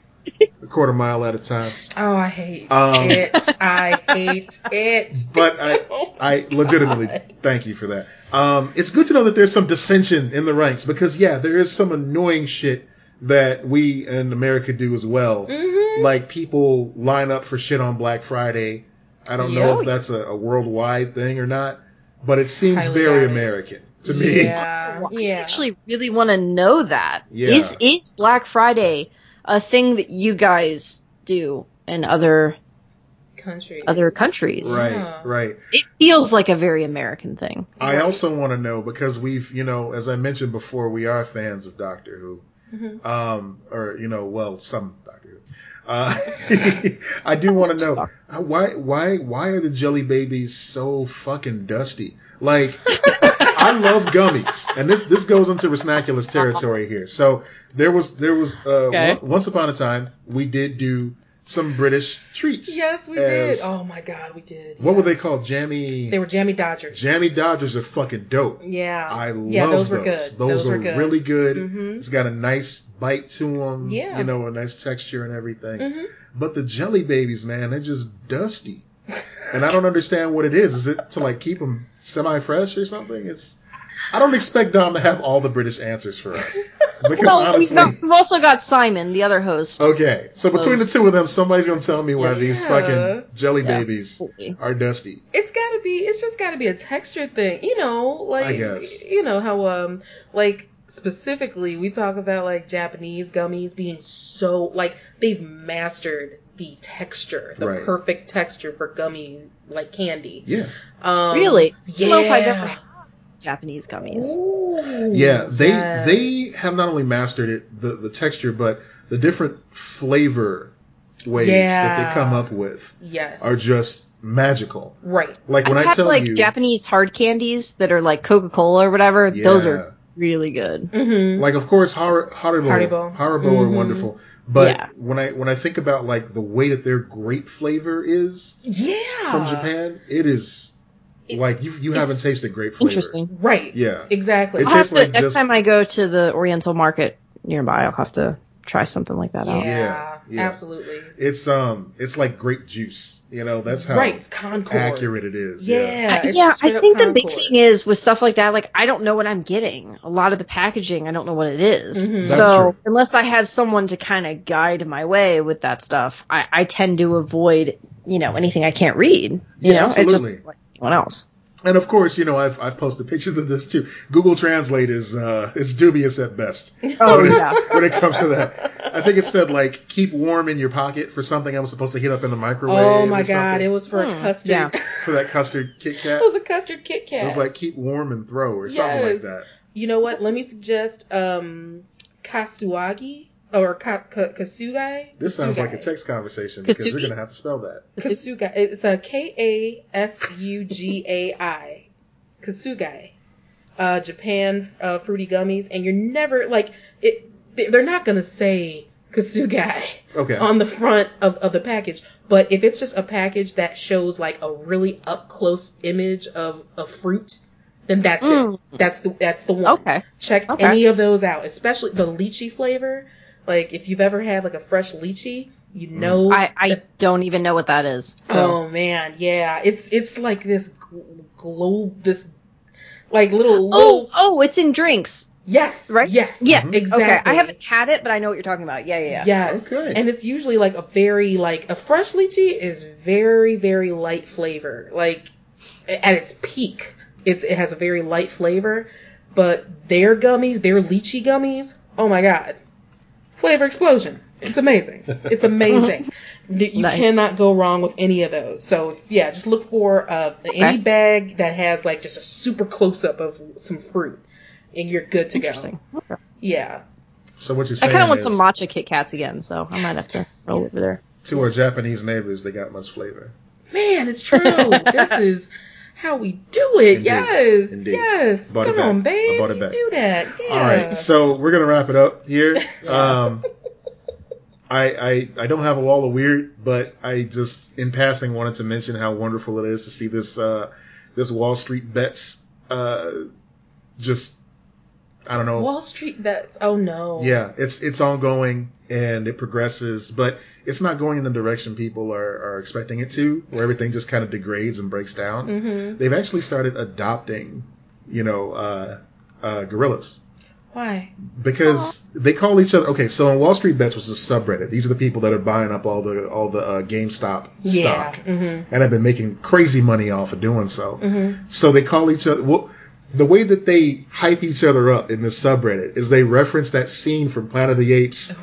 Speaker 3: a quarter mile at a time.
Speaker 1: Oh, I hate
Speaker 3: Um,
Speaker 1: it. I hate it.
Speaker 3: But I, I legitimately thank you for that. Um, it's good to know that there's some dissension in the ranks because yeah, there is some annoying shit that we in America do as well. Like people line up for shit on Black Friday. I don't know if
Speaker 1: Yeah.
Speaker 3: that's a, a worldwide thing or not, but it seems
Speaker 1: Highly
Speaker 3: very
Speaker 1: doubt it.
Speaker 3: American to me.
Speaker 1: Yeah.
Speaker 2: Well, I
Speaker 1: yeah.
Speaker 2: actually really want to know that. Is
Speaker 3: Yeah.
Speaker 2: is Black Friday a thing that you guys do in other
Speaker 1: country.
Speaker 2: other countries?
Speaker 1: Yeah.
Speaker 3: Right, right.
Speaker 2: It feels like a very American thing.
Speaker 3: I also want to know because we've, you know, as I mentioned before, we are fans of Doctor Who,
Speaker 1: Mm-hmm.
Speaker 3: um, or you know, well, some Doctor Who. Uh, I do want to know uh, why, why, why are the jelly babies so fucking dusty? Like, I love gummies, and this this goes into Resnaculous territory here. So there was there was uh,
Speaker 2: Okay.
Speaker 3: on- once upon a time we did do some British treats.
Speaker 1: Yes, we
Speaker 3: as-
Speaker 1: did. Oh my God, we did.
Speaker 3: What were they called? Jammy.
Speaker 1: They were Jammy Dodgers.
Speaker 3: Jammy Dodgers are fucking dope.
Speaker 1: yeah.
Speaker 3: I love
Speaker 1: yeah, those. were good.
Speaker 3: Those,
Speaker 1: were
Speaker 3: are
Speaker 1: good.
Speaker 3: really good.
Speaker 1: Mhm.
Speaker 3: It's got a nice bite to them.
Speaker 1: Yeah.
Speaker 3: You know, a nice texture and everything.
Speaker 1: Mhm.
Speaker 3: But the jelly babies, man, they're just dusty. and I don't understand what it is. Is it to like keep them semi fresh or something? It's. I don't expect Dom to have all the British answers for us. Because
Speaker 2: Well, we've,
Speaker 3: honestly.
Speaker 2: got- we've also got Simon, the other host.
Speaker 3: Okay, so between the two of them, somebody's gonna tell me why
Speaker 1: Yeah.
Speaker 3: these fucking jelly
Speaker 2: Yeah,
Speaker 3: babies
Speaker 2: absolutely.
Speaker 3: are dusty.
Speaker 1: it's gotta be it's just gotta be a texture thing you know like
Speaker 3: I guess.
Speaker 1: you know how um like specifically we talk about like japanese gummies being so like they've mastered the texture the
Speaker 3: Right.
Speaker 1: perfect texture for gummy like candy
Speaker 3: Yeah,
Speaker 1: um
Speaker 2: Really?
Speaker 1: yeah
Speaker 2: I don't know if I've ever had Japanese gummies.
Speaker 1: Ooh,
Speaker 3: Yeah, they
Speaker 1: yes.
Speaker 3: they have not only mastered it the the texture, but the different flavor ways that
Speaker 1: Yeah.
Speaker 3: they come up with
Speaker 1: yes
Speaker 3: are just magical.
Speaker 1: right
Speaker 3: Like when
Speaker 2: I've
Speaker 3: I,
Speaker 2: had
Speaker 3: tell
Speaker 2: like
Speaker 3: you,
Speaker 2: Japanese hard candies that are like Coca Cola or whatever. Those
Speaker 3: Yeah.
Speaker 2: are really good.
Speaker 1: mm-hmm.
Speaker 3: like of course Har- Haribo Haribo,
Speaker 1: Haribo.
Speaker 3: are
Speaker 1: Mhm.
Speaker 3: wonderful, but
Speaker 2: Yeah.
Speaker 3: when I when I think about like the way that their grape flavor is
Speaker 1: yeah
Speaker 3: from Japan, it is
Speaker 1: Ah. It-
Speaker 3: like you you haven't
Speaker 1: it's-
Speaker 3: tasted grape flavor.
Speaker 2: Interesting.
Speaker 1: right
Speaker 3: Yeah.
Speaker 1: exactly
Speaker 3: It
Speaker 2: I'll have
Speaker 3: tastes
Speaker 2: to,
Speaker 3: like
Speaker 2: next
Speaker 3: just-
Speaker 2: time I go to the Oriental Market nearby, I'll have to try something like that out.
Speaker 3: Yeah,
Speaker 1: yeah,
Speaker 3: yeah.
Speaker 1: absolutely
Speaker 3: It's um it's like grape juice. You know that's how
Speaker 1: right concord
Speaker 3: accurate it is.
Speaker 1: yeah
Speaker 2: I-
Speaker 1: it's
Speaker 2: yeah,
Speaker 1: straight
Speaker 2: I
Speaker 1: up
Speaker 2: think the big
Speaker 1: Concord.
Speaker 2: thing is with stuff like that, like I don't know what I'm getting. A lot of the packaging, I don't know what it is.
Speaker 1: Mhm. That's
Speaker 2: So
Speaker 3: Mm-hmm. true.
Speaker 2: unless I have someone to kind of guide my way with that stuff, I, I tend to avoid, you know, anything I can't read. You
Speaker 3: Yeah,
Speaker 2: know, it's
Speaker 3: absolutely.
Speaker 2: just like anyone else.
Speaker 3: And of course, you know, I've, I've posted pictures of this too. Google Translate is uh, is dubious at best
Speaker 2: Oh
Speaker 3: when, it,
Speaker 2: yeah.
Speaker 3: when it comes to that. I think it said like keep warm in your pocket for something I was supposed to heat up in the microwave.
Speaker 1: Oh
Speaker 3: or
Speaker 1: my god,
Speaker 3: something
Speaker 1: it was for
Speaker 2: Hmm,
Speaker 1: a custard.
Speaker 2: yeah.
Speaker 1: it
Speaker 3: for that custard Kit Kat.
Speaker 1: was a custard Kit Kat.
Speaker 3: It was like keep warm and throw or something like
Speaker 1: Yes.
Speaker 3: that.
Speaker 1: you know what? Let me suggest um kasuagi or ka, ka, kasugai.
Speaker 3: This sounds like a
Speaker 1: Kasugai.
Speaker 3: text conversation because we're
Speaker 2: Kasugi.
Speaker 3: gonna have to spell that.
Speaker 1: Kasugai. It's a K A S U G A I. Kasugai. uh, Japan uh, fruity gummies, and you're never like it. They're not gonna say Kasugai
Speaker 3: Okay.
Speaker 1: on the front of, of the package. But if it's just a package that shows like a really up close image of a fruit, then that's
Speaker 2: Mm.
Speaker 1: it. That's the that's the one.
Speaker 2: Okay.
Speaker 1: Check
Speaker 2: Okay.
Speaker 1: any of those out, especially the lychee flavor. Like if you've ever had like a fresh lychee, you
Speaker 2: Mm.
Speaker 1: know.
Speaker 2: I, I don't even know what that is. So
Speaker 1: Oh man, yeah. It's it's like this gl- globe, this like little
Speaker 2: oh
Speaker 1: little
Speaker 2: oh, it's in drinks,
Speaker 1: yes,
Speaker 2: right?
Speaker 1: Yes, Mm-hmm.
Speaker 2: Yes.
Speaker 1: exactly.
Speaker 2: Okay. I haven't had it, but I know what you're talking about. Yeah, yeah. yeah.
Speaker 1: Yes.
Speaker 3: Okay.
Speaker 1: And it's usually like a very like a fresh lychee is very very light flavor. Like at its peak, it's, it has a very light flavor, but their gummies, their lychee gummies, oh my god. Flavor explosion. It's amazing. It's amazing. Th- you
Speaker 2: Nice.
Speaker 1: cannot go wrong with any of those. So yeah, just look for uh, any bag that has like just a super close up of some fruit, and you're good to go.
Speaker 2: Interesting. Okay.
Speaker 1: Yeah.
Speaker 3: So what you're
Speaker 2: I
Speaker 3: saying
Speaker 2: kind of want
Speaker 3: is,
Speaker 2: some matcha Kit Kats again, so I might have to
Speaker 1: Yes,
Speaker 2: roll
Speaker 1: yes.
Speaker 2: over there.
Speaker 3: to our Japanese neighbors, they got much flavor.
Speaker 1: Man, it's true. this is how we do it.
Speaker 3: Indeed.
Speaker 1: Yes.
Speaker 3: Indeed.
Speaker 1: Yes.
Speaker 3: Bought it
Speaker 1: Come
Speaker 3: back.
Speaker 1: on, babe.
Speaker 3: I bought it
Speaker 1: You
Speaker 3: back.
Speaker 1: do that. Yeah.
Speaker 3: All right, so we're gonna wrap it up here.
Speaker 2: Yeah.
Speaker 3: Um, I, I I don't have a wall of weird, but I just in passing wanted to mention how wonderful it is to see this uh, this Wall Street bets. Uh, just I don't know.
Speaker 1: Wall Street bets. Oh no.
Speaker 3: Yeah, it's it's ongoing and it progresses, but it's not going in the direction people are, are expecting it to, where everything just kind of degrades and breaks down.
Speaker 1: Mhm.
Speaker 3: They've actually started adopting, you know, uh, uh, gorillas
Speaker 1: Why?
Speaker 3: because they call each other. Okay, so on Wall Street Bets was a subreddit. These are the people that are buying up all the all the uh, GameStop
Speaker 1: Yeah.
Speaker 3: stock
Speaker 1: Mhm.
Speaker 3: and have been making crazy money off of doing so.
Speaker 1: Mhm.
Speaker 3: So they call each other. Well, the way that they hype each other up in this subreddit is they reference that scene from Planet of the
Speaker 1: Oh,
Speaker 3: Apes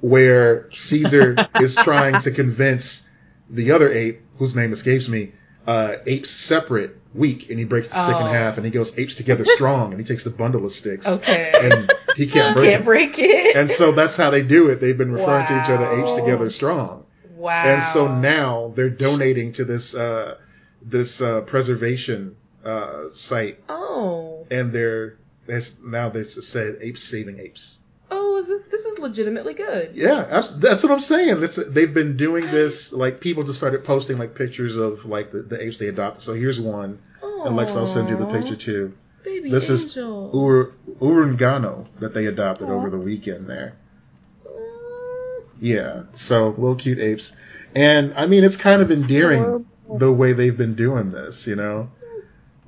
Speaker 3: where Caesar is trying to convince the other ape, whose name escapes me, uh, apes separate, weak, and he breaks the stick in
Speaker 1: Oh.
Speaker 3: half, and he goes apes together strong, and he takes the bundle of sticks,
Speaker 1: Okay.
Speaker 3: and he can't break.
Speaker 1: Can't
Speaker 3: them.
Speaker 1: break it.
Speaker 3: And so that's how they do it. They've been referring to each other apes
Speaker 1: Wow.
Speaker 3: together strong.
Speaker 1: wow.
Speaker 3: And so now they're donating to this uh, this uh, preservation uh, site,
Speaker 1: Oh.
Speaker 3: and they're that's now they said apes saving apes.
Speaker 1: Oh, is this this is legitimately good.
Speaker 3: Yeah, that's, that's what I'm saying. That's, they've been doing this. Like people just started posting like pictures of like the, the apes they adopted. So here's one,
Speaker 1: Oh.
Speaker 3: and Lex, I'll send you the picture too.
Speaker 1: Baby
Speaker 3: This is
Speaker 1: angel.
Speaker 3: Ur, Urungano that they adopted
Speaker 1: Aw.
Speaker 3: over the weekend there.
Speaker 1: Mm,
Speaker 3: Yeah, so little cute apes, and I mean it's kind of endearing the way they've been doing this, you know,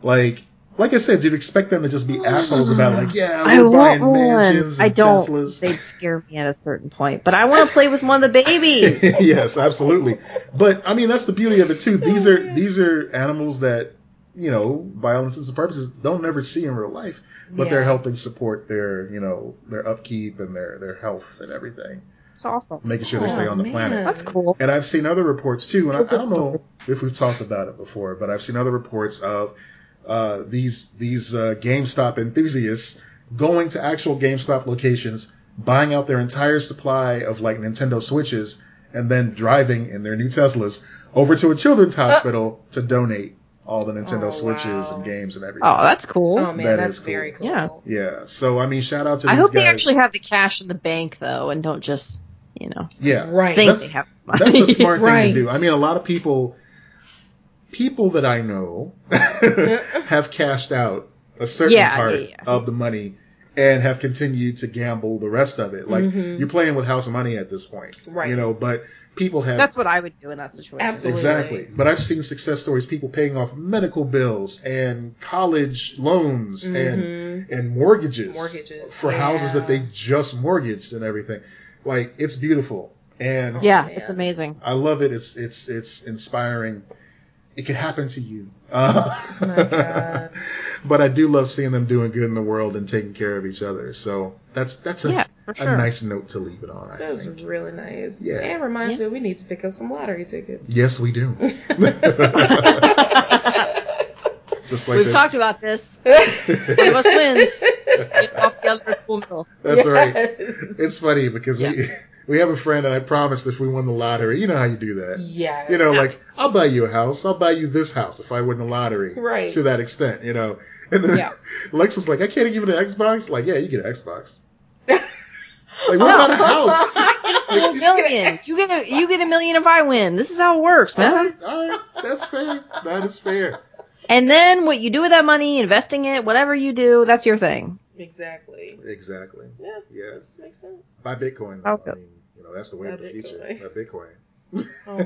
Speaker 3: like like I said, you'd expect them to just be assholes about like yeah
Speaker 2: Mm-hmm. I
Speaker 3: we're
Speaker 2: want
Speaker 3: buying
Speaker 2: one.
Speaker 3: mansions and
Speaker 2: I don't.
Speaker 3: Teslas.
Speaker 2: They'd scare me at a certain point, but I want to play with one of the babies.
Speaker 3: yes, absolutely. But I mean that's the beauty of it too. These
Speaker 1: Oh,
Speaker 3: are
Speaker 1: man.
Speaker 3: these are animals that you know by all intents and purposes don't never see in real life, but they're
Speaker 1: Yeah.
Speaker 3: helping support their you know their upkeep and their their health and everything,
Speaker 2: It's awesome.
Speaker 3: making sure they
Speaker 1: Oh,
Speaker 3: stay on the planet.
Speaker 1: man.
Speaker 2: That's cool.
Speaker 3: And I've seen other reports too, and I, I don't
Speaker 2: Sorry.
Speaker 3: know if we've talked about it before, but I've seen other reports of uh, these these uh, GameStop enthusiasts going to actual GameStop locations, buying out their entire supply of like Nintendo Switches, and then driving in their new Teslas over to a children's
Speaker 2: Uh.
Speaker 3: hospital to donate all the Nintendo
Speaker 1: Oh,
Speaker 3: Switches
Speaker 1: wow.
Speaker 3: and games and everything.
Speaker 2: Oh, that's cool.
Speaker 1: Oh man,
Speaker 3: That
Speaker 1: that's
Speaker 3: is cool.
Speaker 1: very cool.
Speaker 2: Yeah.
Speaker 3: yeah. So I mean, shout out to these
Speaker 2: I hope
Speaker 3: guys.
Speaker 2: they actually have the cash in the bank though, and don't just you know
Speaker 3: yeah.
Speaker 1: Right.
Speaker 2: think
Speaker 3: That's-
Speaker 2: they have
Speaker 3: That's
Speaker 2: money.
Speaker 3: the smart
Speaker 1: Right.
Speaker 3: thing to do. I mean, a lot of people, people that I know, have cashed out a certain
Speaker 2: Yeah,
Speaker 3: part
Speaker 2: yeah, yeah.
Speaker 3: of the money and have continued to gamble the rest of it. Like
Speaker 1: Mhm.
Speaker 3: you're playing with house money at this point,
Speaker 1: Right.
Speaker 3: You know, but people have
Speaker 2: That's what I would do in that situation.
Speaker 1: Absolutely.
Speaker 3: exactly. But I've seen success stories: people paying off medical bills and college loans and
Speaker 1: Mhm.
Speaker 3: and mortgages,
Speaker 1: Mortgages,
Speaker 3: for houses
Speaker 1: yeah.
Speaker 3: that they just mortgaged and everything. Like it's beautiful and
Speaker 2: Yeah,
Speaker 1: man.
Speaker 2: it's amazing.
Speaker 3: I love it. It's it's it's inspiring. It could happen to you. Uh,
Speaker 1: Oh my God.
Speaker 3: but I do love seeing them doing good in the world and taking care of each other. So that's that's a,
Speaker 2: Yeah, for sure.
Speaker 3: a nice note to leave it on. I
Speaker 1: That was
Speaker 3: think.
Speaker 1: really nice.
Speaker 3: Yeah.
Speaker 1: And reminds me we need to pick up some lottery tickets.
Speaker 3: Yes, we do. Just like
Speaker 2: We've
Speaker 3: that.
Speaker 2: talked about this. One of us wins. Get off the other pool middle.
Speaker 3: that's right.
Speaker 1: Yes.
Speaker 3: It's funny because we we have a friend, and I promised if we won the lottery, you know how you do that.
Speaker 1: Yes.
Speaker 3: You know, like I'll buy you a house. I'll buy you this house if I win the lottery.
Speaker 1: Right.
Speaker 3: To that extent, you know. And then
Speaker 2: Yeah.
Speaker 3: Lex was like, I can't give it an Xbox. Like, yeah, you get an Xbox. Like, what about a house?
Speaker 2: Oh, a million. You get a you get a million if I win. This is how it works, man.
Speaker 3: All right, that's fair. That is fair.
Speaker 2: And then what you do with that money, investing it, whatever you do, that's your thing.
Speaker 1: Exactly.
Speaker 3: Exactly.
Speaker 1: Yeah.
Speaker 3: Yeah.
Speaker 1: That just makes sense.
Speaker 3: Buy Bitcoin. Though.
Speaker 2: Okay.
Speaker 3: I mean, you know, that's the way of
Speaker 1: Buy
Speaker 3: the future.
Speaker 1: Bitcoin.
Speaker 3: Buy Bitcoin.
Speaker 1: Oh my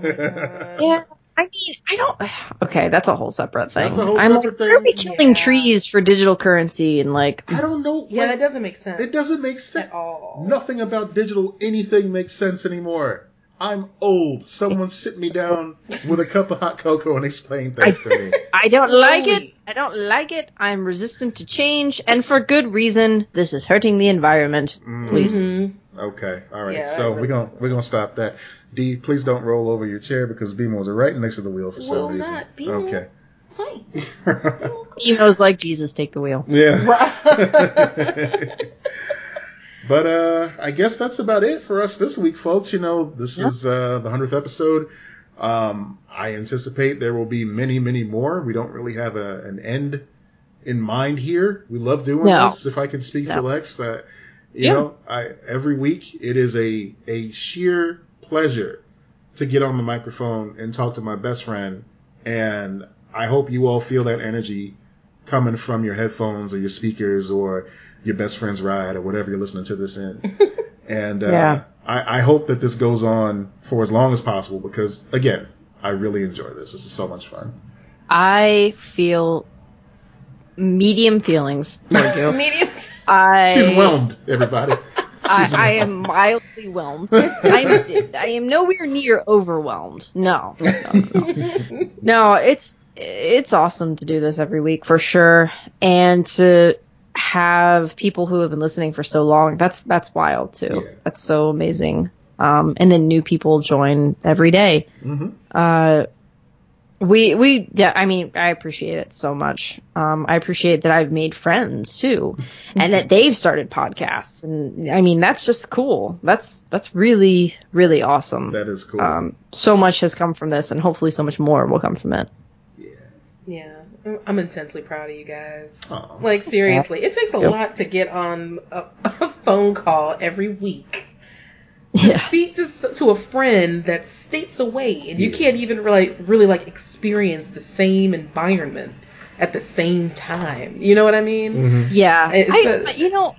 Speaker 1: god.
Speaker 2: Yeah. I mean, I don't. Okay, that's a whole separate thing.
Speaker 3: That's a whole
Speaker 2: I'm
Speaker 3: separate
Speaker 2: like, why are we
Speaker 3: thing.
Speaker 2: killing
Speaker 1: Yeah.
Speaker 2: trees for digital currency and like?
Speaker 3: I don't know.
Speaker 1: Yeah,
Speaker 3: like,
Speaker 1: that doesn't make sense.
Speaker 3: it doesn't make sense.
Speaker 1: at all.
Speaker 3: Nothing about digital anything makes sense anymore. I'm old. Someone sit me down with a cup of hot cocoa and explain things to me.
Speaker 2: I don't like it.
Speaker 1: Slowly.
Speaker 2: I don't like it. I'm resistant to change, and for good reason. This is hurting the environment.
Speaker 3: Mm.
Speaker 2: Please.
Speaker 1: Mhm.
Speaker 3: Okay, all right.
Speaker 1: Yeah, that
Speaker 3: so
Speaker 1: really
Speaker 3: we're gonna
Speaker 1: makes
Speaker 3: we're gonna stop that. D, please don't roll over your chair because Beamer was right next to the wheel for
Speaker 1: Will
Speaker 3: some reason.
Speaker 1: not, Beemo.
Speaker 3: okay.
Speaker 1: Wait.
Speaker 2: Emo's like Jesus, take the wheel.
Speaker 3: yeah.
Speaker 1: Right.
Speaker 3: But uh, I guess that's about it for us this week, folks. You know, this
Speaker 2: Yeah.
Speaker 3: is uh, the hundredth episode. Um, I anticipate there will be many, many more. We don't really have a, an end in mind here. We love doing
Speaker 2: No.
Speaker 3: this. If I can speak for
Speaker 2: No.
Speaker 3: Lex, uh, you
Speaker 2: Yeah.
Speaker 3: know, I, every week it is a a sheer pleasure to get on the microphone and talk to my best friend. And I hope you all feel that energy coming from your headphones or your speakers or your best friend's ride or whatever you're listening to this in. and uh,
Speaker 2: Yeah.
Speaker 3: I, I hope that this goes on for as long as possible because, again, I really enjoy this. This is so much fun.
Speaker 2: I feel medium feelings. toward you.
Speaker 1: Medium.
Speaker 2: I
Speaker 3: She's whelmed, everybody. She's
Speaker 2: I, I
Speaker 3: whelmed.
Speaker 2: am mildly whelmed. I'm, I am nowhere near overwhelmed. No, no, no. No, It's it's awesome to do this every week for sure, and to have people who have been listening for so long. That's that's wild too.
Speaker 3: Yeah.
Speaker 2: That's so amazing. Um, and then new people join every day.
Speaker 3: Mhm.
Speaker 2: Uh, we we de- I mean I appreciate it so much. Um, I appreciate that I've made friends too,
Speaker 3: Mm-hmm.
Speaker 2: and that they've started podcasts. And I mean that's just cool. That's that's really really awesome.
Speaker 3: That is cool.
Speaker 2: Um, so much has come from this, and hopefully so much more will come from it.
Speaker 1: Yeah, I'm intensely proud of you guys.
Speaker 3: Aw.
Speaker 1: Like seriously, it takes a
Speaker 2: Yep.
Speaker 1: lot to get on a, a phone call every week.
Speaker 2: Yeah.
Speaker 1: Speak to s- to a friend that's states away, and you
Speaker 3: Yeah.
Speaker 1: can't even really really like experience the same environment at the same time. You know what I mean?
Speaker 2: Mm.
Speaker 3: Mhm.
Speaker 2: Yeah,
Speaker 1: It's
Speaker 2: I,
Speaker 1: a-
Speaker 2: you know,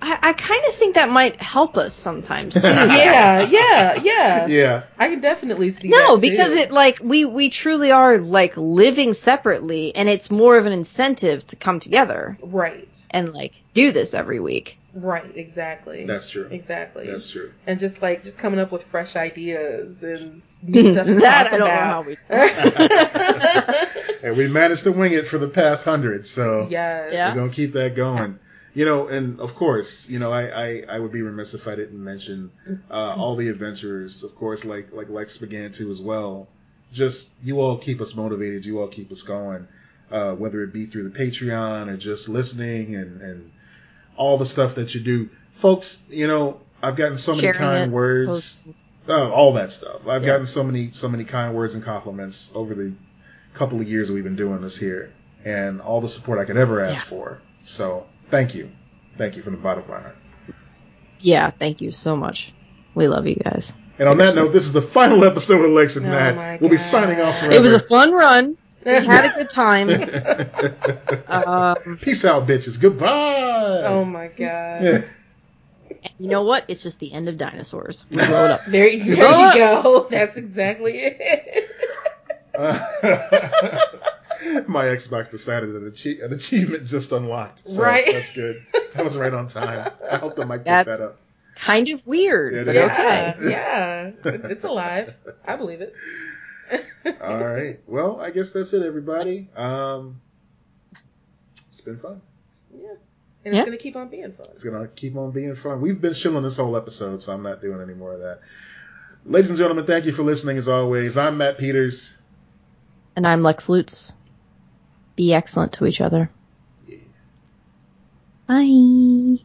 Speaker 2: I, I kind of think that might help us sometimes too.
Speaker 1: Yeah, yeah, yeah,
Speaker 3: Yeah.
Speaker 1: I can definitely see.
Speaker 2: No,
Speaker 1: that, too.
Speaker 2: because it like we we truly are like living separately, and it's more of an incentive to come together
Speaker 1: Right,
Speaker 2: and like do this every week.
Speaker 1: right, exactly.
Speaker 3: That's true.
Speaker 1: exactly.
Speaker 3: That's true.
Speaker 1: and just like just coming up with fresh ideas and s- new stuff to
Speaker 2: that
Speaker 1: talk
Speaker 2: I don't
Speaker 1: about.
Speaker 2: know how we.
Speaker 1: yes.
Speaker 3: And we managed to wing it for the past hundred, so
Speaker 2: Yeah.
Speaker 3: We're gonna keep that going. You know, and of course, you know, I, I, I would be remiss if I didn't mention uh, all the adventures, of course, like like Lex began to as well. Just you all keep us motivated, you all keep us going, uh, whether it be through the Patreon or just listening and, and all the stuff that you do, folks. You know, I've gotten so many
Speaker 2: Sharing
Speaker 3: kind
Speaker 2: it,
Speaker 3: words.
Speaker 2: posting.
Speaker 3: Oh, all that stuff. I've
Speaker 2: Yeah.
Speaker 3: gotten so many so many kind words and compliments over the couple of years we've been doing this here, and all the support I could ever ask for. So thank you, thank you from the bottom of my heart.
Speaker 2: Yeah, thank you so much. We love you guys.
Speaker 3: And on that note, this is the final episode of Lex and
Speaker 1: Oh my
Speaker 3: Matt. We'll be
Speaker 1: God.
Speaker 3: signing off forever.
Speaker 2: It was a fun run. We had a good time. Um,
Speaker 3: Peace out, bitches. Goodbye.
Speaker 1: oh my god.
Speaker 3: Yeah.
Speaker 2: and you know what? It's just the end of dinosaurs. We blow it up.
Speaker 1: There, there you
Speaker 2: Ah.
Speaker 1: go. That's exactly it.
Speaker 3: my Xbox decided an, achie- an achievement just unlocked. So
Speaker 1: Right.
Speaker 3: That's good. That was right on time. I hope the mic picked that up.
Speaker 2: That's kind of weird,
Speaker 3: It
Speaker 2: but
Speaker 3: is.
Speaker 2: okay.
Speaker 1: yeah, yeah. It's, it's alive. I believe it.
Speaker 3: All right. Well, I guess that's it, everybody. Um, it's been fun.
Speaker 1: yeah. And it's
Speaker 2: Yeah.
Speaker 1: gonna keep on being fun.
Speaker 3: It's gonna keep on being fun. We've been shilling this whole episode, so I'm not doing any more of that. Ladies and gentlemen, thank you for listening. As always, I'm Matt Peters.
Speaker 2: And I'm Lex Lutz. Be excellent to each other. Bye.